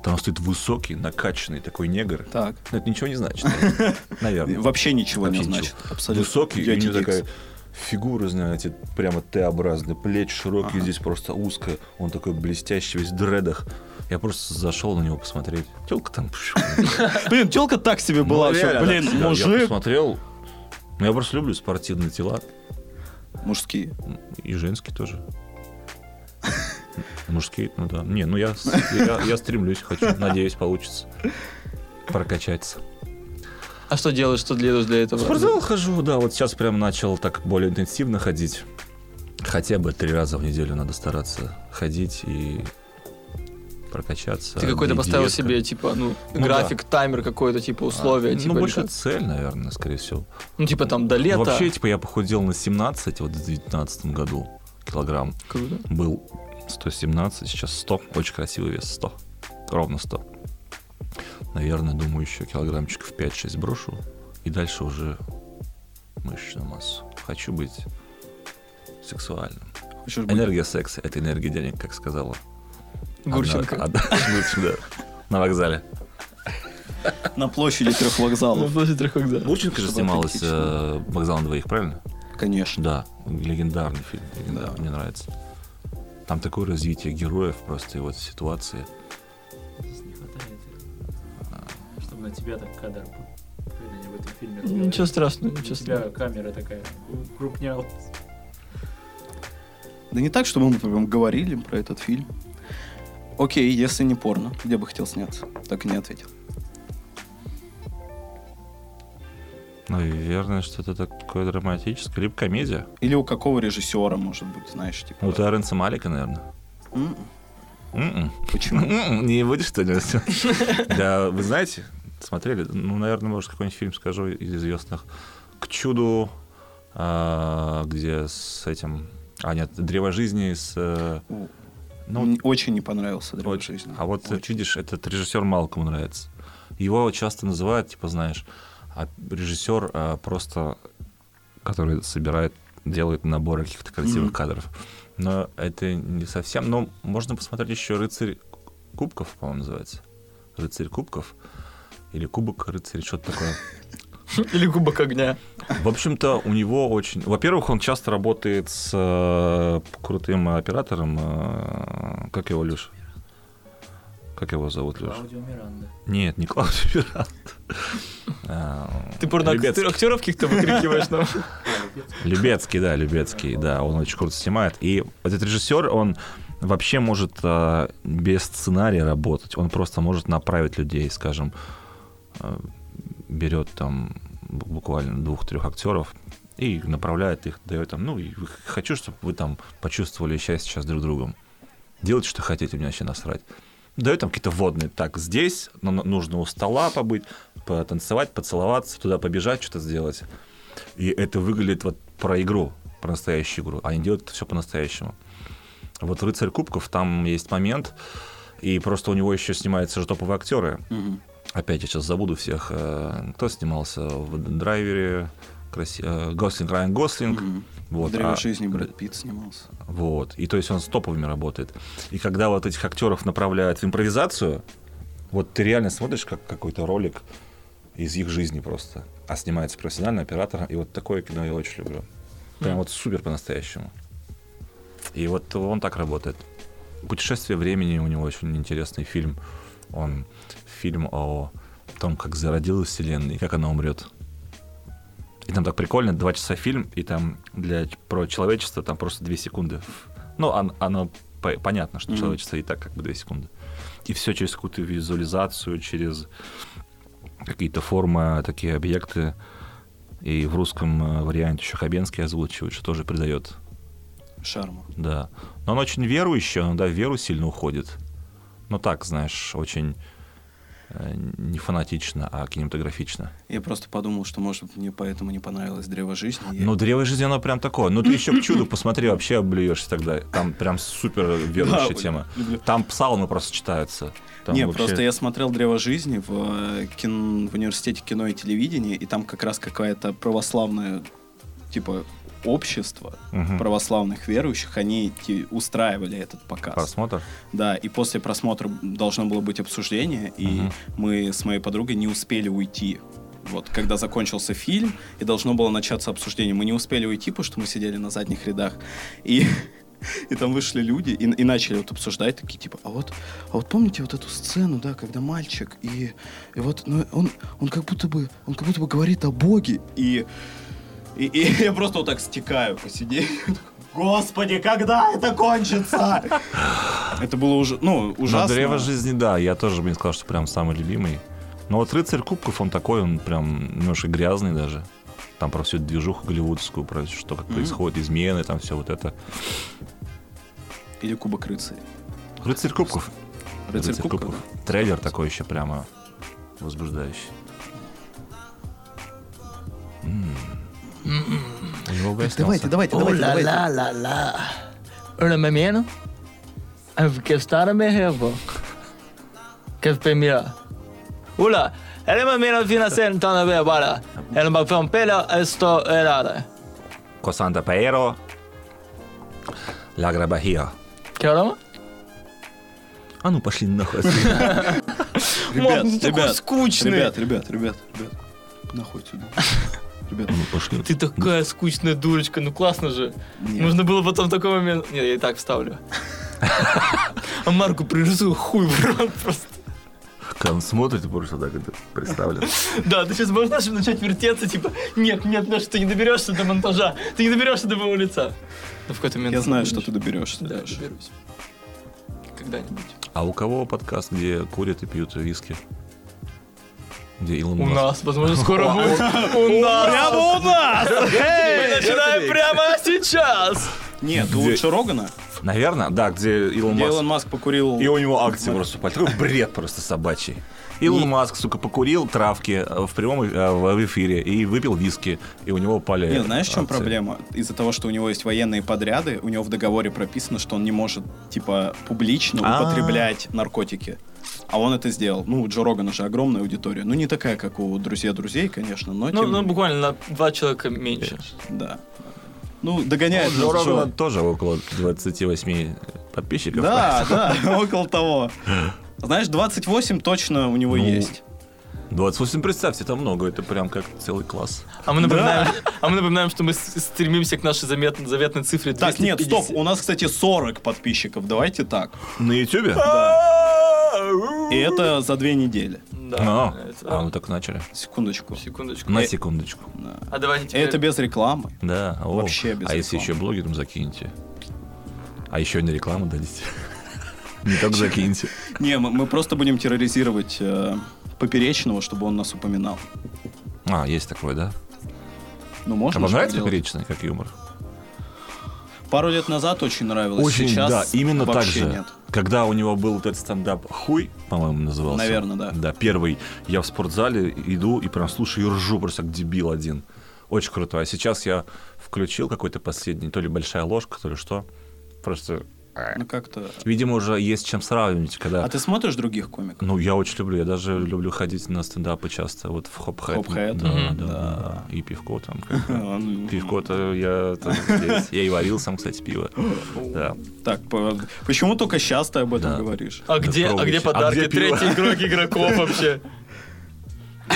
[SPEAKER 3] Там стоит высокий, накачанный такой негр.
[SPEAKER 2] Так.
[SPEAKER 3] Но это ничего не значит, наверное.
[SPEAKER 2] Вообще ничего не
[SPEAKER 3] Вообще
[SPEAKER 2] значит.
[SPEAKER 3] ничего.
[SPEAKER 2] Абсолютно.
[SPEAKER 3] Высокий, и у
[SPEAKER 2] Я
[SPEAKER 3] него
[SPEAKER 2] дикс.
[SPEAKER 3] такая фигура, знаете, прямо Т-образная, плечи широкие, здесь просто узко, он такой блестящий, весь в дредах. Я просто зашел на него посмотреть. Телка там. пш,
[SPEAKER 2] Блин, телка так себе была.
[SPEAKER 3] ну,
[SPEAKER 2] всё,
[SPEAKER 3] реально,
[SPEAKER 2] Блин,
[SPEAKER 3] так себя. Я
[SPEAKER 2] мужик.
[SPEAKER 3] посмотрел. Ну, я просто люблю спортивные тела.
[SPEAKER 2] Мужские.
[SPEAKER 3] И женские тоже. Мужские, ну да. Не, ну я, с- я, я стремлюсь, хочу. Надеюсь, получится прокачаться.
[SPEAKER 1] А что делаешь, что делаешь для
[SPEAKER 3] В
[SPEAKER 1] этого?
[SPEAKER 3] спортзал хожу, да, вот сейчас прям начал так более интенсивно ходить. Хотя бы три раза в неделю надо стараться ходить и прокачаться.
[SPEAKER 1] Ты какой-то
[SPEAKER 3] Ди-
[SPEAKER 1] поставил
[SPEAKER 3] диетка.
[SPEAKER 1] себе, типа, ну,
[SPEAKER 3] Ну
[SPEAKER 1] график, таймер какой-то, типа, условия,
[SPEAKER 3] А,
[SPEAKER 1] типа,
[SPEAKER 3] ну, больше
[SPEAKER 1] или как?
[SPEAKER 3] цель, наверное, скорее всего.
[SPEAKER 1] ну, типа, там, до лета.
[SPEAKER 3] Вообще, типа, я похудел на 17, вот в 2019 году килограмм.
[SPEAKER 1] Круто.
[SPEAKER 3] Был 117, сейчас 100. Очень красивый вес, 100. Ровно 100. Наверное, думаю, еще килограммчиков 5-6 брошу. И дальше уже мышечную массу. Хочу быть сексуальным.
[SPEAKER 2] Хочешь быть-
[SPEAKER 3] Энергия секса — это энергия денег, как сказала. одна-
[SPEAKER 1] Гурченко.
[SPEAKER 3] одна- Гурченко, да. На вокзале.
[SPEAKER 2] на площади трех
[SPEAKER 1] Ну,
[SPEAKER 2] вокзалов?
[SPEAKER 1] площадь трех вокзалов.
[SPEAKER 3] Гурченко же
[SPEAKER 2] Чтобы
[SPEAKER 3] снималась
[SPEAKER 2] атлетично.
[SPEAKER 3] э, «Вокзал на двоих», правильно?
[SPEAKER 2] Конечно.
[SPEAKER 3] Да, легендарный фильм. легендарный,
[SPEAKER 2] Да.
[SPEAKER 3] Мне нравится. Там такое развитие героев просто и вот ситуации.
[SPEAKER 4] Здесь не хватает, А, чтобы на тебя так кадр был. Когда они в этом фильме
[SPEAKER 1] Ничего
[SPEAKER 4] разговаривают.
[SPEAKER 1] страшного,
[SPEAKER 4] У
[SPEAKER 1] ничего
[SPEAKER 4] тебя
[SPEAKER 1] страшного.
[SPEAKER 4] камера такая укрупнялась.
[SPEAKER 2] Да не так, чтобы мы прям говорили про этот фильм. Окей, если не порно, где бы хотел сняться? Так и не ответил.
[SPEAKER 3] Ну Наверное, что-то такое драматическое. Либо комедия.
[SPEAKER 2] Или у какого режиссера, может быть, знаешь, типа...
[SPEAKER 3] У Терренса Малика, наверное.
[SPEAKER 2] М,
[SPEAKER 3] М-м.
[SPEAKER 2] Почему?
[SPEAKER 3] М-м. Не будешь что-нибудь? Да, вы знаете, смотрели? Ну, наверное, может, какой-нибудь фильм скажу из известных. «К чуду», а, где с этим... А, нет, «Древо жизни» с... э,
[SPEAKER 2] У-
[SPEAKER 3] Ну,
[SPEAKER 2] Мне очень не понравился «Древо
[SPEAKER 3] Очень.
[SPEAKER 2] жизни».
[SPEAKER 3] А вот э,
[SPEAKER 2] Очень.
[SPEAKER 3] видишь, этот режиссер мало кому нравится. Его часто называют, типа, знаешь, а режиссер а, просто, который собирает, делает наборы каких-то красивых
[SPEAKER 2] Мгм.
[SPEAKER 3] кадров. Но это не совсем. Но можно посмотреть еще «Рыцарь кубков», по-моему, называется. «Рыцарь кубков» или «Кубок рыцарь», что-то такое.
[SPEAKER 1] Или кубок огня.
[SPEAKER 3] В общем-то, у него очень... Во-первых, он часто работает с э, крутым оператором. э, Как его, Люш? Как его зовут, Люш?
[SPEAKER 4] Клаудио Миранда.
[SPEAKER 3] Нет, не Клаудио Пират.
[SPEAKER 1] Ты порно
[SPEAKER 3] Любецкий.
[SPEAKER 1] актеров каких-то выкрикиваешь ну. нам?
[SPEAKER 3] Любецкий, да, Любецкий, да, он очень круто снимает. И этот режиссер, он вообще может э, без сценария работать. Он просто может направить людей, скажем, э, берет там бу- буквально двух-трех актеров и направляет их, дает там, ну, и хочу, чтобы вы там почувствовали счастье сейчас друг с другом. Делайте, что хотите, мне вообще насрать. Дает там какие-то водные. Так, здесь ну, ну, нужно у стола побыть, потанцевать, поцеловаться, туда побежать, что-то сделать. И это выглядит вот про игру, про настоящую игру. а Они делают это все по-настоящему. Вот «Рыцарь кубков», там есть момент, и просто у него еще снимаются же топовые актеры.
[SPEAKER 2] Мгм.
[SPEAKER 3] Опять я сейчас забуду всех. э, Кто снимался в «Драйвере», Краси- э, Гослинг, Райан Гослинг.
[SPEAKER 2] Мгм.
[SPEAKER 3] Вот,
[SPEAKER 2] В «Древо
[SPEAKER 3] а-
[SPEAKER 2] жизни» Брэд Питт снимался.
[SPEAKER 3] вот. И то есть он с топовыми работает. И когда вот этих актеров направляют в импровизацию, вот ты реально смотришь как какой-то ролик из их жизни просто. А снимается профессиональный оператор. И вот такое кино я очень люблю. Прям вот супер по-настоящему. И вот он так работает. «Путешествие времени» у него очень интересный фильм. Он фильм о том, как зародилась Вселенная и как она умрет. И там так прикольно, два часа фильм, и там для ч- про человечество там просто две секунды. Ну, он- оно по- понятно, что
[SPEAKER 2] Мгм.
[SPEAKER 3] человечество и так как бы две секунды. И все через какую-то визуализацию, через какие-то формы, такие объекты. И в русском э, варианте еще Хабенский озвучивает, что тоже придает
[SPEAKER 2] Шарма.
[SPEAKER 3] да. Но он очень верующий, он, да, в веру сильно уходит. Но так, знаешь, очень э, не фанатично, а кинематографично.
[SPEAKER 2] Я просто подумал, что, может, мне поэтому не понравилось «Древо жизни». Я-
[SPEAKER 3] Ну, «Древо жизни» оно прям такое. Ну, ты еще к чуду посмотри, вообще облюешься тогда. Там прям супер верующая
[SPEAKER 2] Да,
[SPEAKER 3] тема.
[SPEAKER 2] люблю.
[SPEAKER 3] Там псалмы просто читаются. Там
[SPEAKER 2] не,
[SPEAKER 3] вообще-
[SPEAKER 2] просто я смотрел «Древо жизни» в, э, кин- в университете кино и телевидения, и там как раз какая-то православная, типа, общество
[SPEAKER 3] Мгм.
[SPEAKER 2] православных верующих, они ти- устраивали этот показ.
[SPEAKER 3] Просмотр?
[SPEAKER 2] Да, и после просмотра должно было быть обсуждение, и
[SPEAKER 3] Мгм.
[SPEAKER 2] мы с моей подругой не успели уйти. Вот, когда закончился фильм, и должно было начаться обсуждение. Мы не успели уйти, потому что мы сидели на задних рядах. И, и там вышли люди и, и начали вот обсуждать, такие типа, а вот, а вот помните вот эту сцену, да, когда мальчик, и, и вот ну, он, он как будто бы, он как будто бы говорит о Боге. И, и, и я просто вот так стекаю по сиденью. Господи, когда это кончится? Это было уже, ну,
[SPEAKER 3] Но
[SPEAKER 2] ужасно.
[SPEAKER 3] «Древо жизни», да, я тоже бы не сказал, что прям самый любимый. Но вот рыцарь кубков, он такой, он прям немножко грязный даже. Там про всю эту движуху голливудскую, про что как
[SPEAKER 2] Мгм.
[SPEAKER 3] происходит, измены, там все вот это.
[SPEAKER 2] Или Кубок рыцарей.
[SPEAKER 3] Рыцарь кубков.
[SPEAKER 2] Рыцарь, Кубков.
[SPEAKER 3] Трейлер такой еще прямо возбуждающий. М. У него
[SPEAKER 2] да.
[SPEAKER 3] бы
[SPEAKER 2] Так,
[SPEAKER 3] я
[SPEAKER 2] давайте,
[SPEAKER 3] снялся.
[SPEAKER 2] давайте, давайте, давайте.
[SPEAKER 1] А
[SPEAKER 3] Косанта Паэро. Ла Грабахио. А ну пошли нахуй. отсюда.
[SPEAKER 2] Ребят,
[SPEAKER 1] Мам, ты такой
[SPEAKER 2] ребят,
[SPEAKER 1] скучный.
[SPEAKER 2] Ребят, ребят, ребят, ребят. Нахуй сюда. Ребят,
[SPEAKER 3] А ну пошли.
[SPEAKER 1] Ты такая скучная дурочка, ну классно же.
[SPEAKER 2] нет.
[SPEAKER 1] Нужно было потом такой момент... Нет, я и так вставлю. А Марку пририсую хуй в рот просто.
[SPEAKER 3] Он смотрит и просто так это представлен.
[SPEAKER 1] Да, ты сейчас можешь нашим начать вертеться, типа, нет, нет, Леша, ты не доберешься до монтажа, ты не доберешься до моего лица. Но в какой-то момент...
[SPEAKER 2] Я знаю, что ты доберешься.
[SPEAKER 1] Да,
[SPEAKER 2] Леш.
[SPEAKER 1] доберусь. Когда-нибудь.
[SPEAKER 3] А у кого подкаст, где курят и пьют виски? Где Илон
[SPEAKER 1] У
[SPEAKER 3] Маск?
[SPEAKER 1] нас, возможно, скоро будет. У нас!
[SPEAKER 2] Прямо у нас!
[SPEAKER 1] Мы начинаем прямо сейчас!
[SPEAKER 2] Нет,
[SPEAKER 3] Где-
[SPEAKER 2] лучше Рогана.
[SPEAKER 3] Наверное, да, где Илон
[SPEAKER 2] где
[SPEAKER 3] Маск.
[SPEAKER 2] Илон Маск покурил...
[SPEAKER 3] И у него акции просто упали. Такой бред просто собачий. Илон Маск, сука, покурил травки э, в прямом э, в в эфире и выпил виски, и у него упали
[SPEAKER 2] Нет, знаешь, в чем
[SPEAKER 3] акции.
[SPEAKER 2] проблема? Из-за того, что у него есть военные подряды, у него в договоре прописано, что он не может, типа, публично
[SPEAKER 3] А.
[SPEAKER 2] употреблять наркотики. А он это сделал. Ну, у Джо Рогана же огромная аудитория. Ну, не такая, как у друзей друзей, конечно, но
[SPEAKER 1] Ну,
[SPEAKER 2] тем
[SPEAKER 1] ну,
[SPEAKER 2] не-
[SPEAKER 1] буквально на два человека меньше.
[SPEAKER 2] Да. Ну, догоняет
[SPEAKER 3] Джо
[SPEAKER 2] нас Джо.
[SPEAKER 3] Рогана тоже около 28 подписчиков.
[SPEAKER 2] Да, да, около того. Знаешь, 28 точно у него
[SPEAKER 3] Ну,
[SPEAKER 2] есть.
[SPEAKER 3] 28, представьте, это много, это прям как целый класс.
[SPEAKER 1] А мы напоминаем, а мы напоминаем, что мы с- стремимся к нашей заметной, заветной цифре
[SPEAKER 2] Так, нет, стоп,
[SPEAKER 1] 250.
[SPEAKER 2] у нас, кстати, 40 подписчиков, давайте так.
[SPEAKER 3] На Ютубе?
[SPEAKER 2] И это за две недели.
[SPEAKER 1] Да.
[SPEAKER 3] Но.
[SPEAKER 1] это-
[SPEAKER 3] А, мы только начали.
[SPEAKER 2] Секундочку.
[SPEAKER 1] Секундочку.
[SPEAKER 3] На
[SPEAKER 1] Э,
[SPEAKER 3] секундочку.
[SPEAKER 2] Да.
[SPEAKER 1] А давайте теперь...
[SPEAKER 2] Это без рекламы.
[SPEAKER 3] Да, о.
[SPEAKER 2] Вообще без
[SPEAKER 3] А если
[SPEAKER 2] рекламы.
[SPEAKER 3] еще блогером закинете? А еще не рекламу дадите? Не только закиньте.
[SPEAKER 2] Не, мы, мы просто будем терроризировать э, поперечного, чтобы он нас упоминал.
[SPEAKER 3] А, есть такое, да?
[SPEAKER 2] Ну,
[SPEAKER 3] А
[SPEAKER 2] можно.
[SPEAKER 3] вам
[SPEAKER 2] что
[SPEAKER 3] нравится
[SPEAKER 2] делать?
[SPEAKER 3] поперечный, как юмор?
[SPEAKER 2] Пару лет назад очень нравилось.
[SPEAKER 3] Очень,
[SPEAKER 2] Сейчас
[SPEAKER 3] да, именно так
[SPEAKER 2] вообще
[SPEAKER 3] же.
[SPEAKER 2] Нет.
[SPEAKER 3] Когда у него был вот этот стендап «Хуй», по-моему, назывался.
[SPEAKER 2] Наверное, да.
[SPEAKER 3] Да, первый. Я в спортзале иду и прям слушаю и ржу просто как дебил один. Очень круто. А сейчас я включил какой-то последний, то ли большая ложка, то ли что. Просто,
[SPEAKER 2] Ну как-то.
[SPEAKER 3] видимо, уже есть чем сравнивать, когда...
[SPEAKER 2] А ты смотришь других комиков?
[SPEAKER 3] Ну, я очень люблю. Я даже люблю ходить на стендапы часто. Вот в хоп-хэт.
[SPEAKER 2] Хоп-хэт.
[SPEAKER 3] Да,
[SPEAKER 1] Мгм.
[SPEAKER 3] да,
[SPEAKER 2] Да.
[SPEAKER 3] да. И пивко там. как бы.
[SPEAKER 2] Он-
[SPEAKER 3] Пивко-то я... там здесь. Я и варил сам, кстати, пиво. Да.
[SPEAKER 2] Так, по- почему только сейчас ты об этом
[SPEAKER 3] Да.
[SPEAKER 2] говоришь?
[SPEAKER 1] А где, а
[SPEAKER 3] пробуйте.
[SPEAKER 1] где
[SPEAKER 3] А
[SPEAKER 1] подарки?
[SPEAKER 3] где пиво?
[SPEAKER 1] Третий игрок игроков вообще.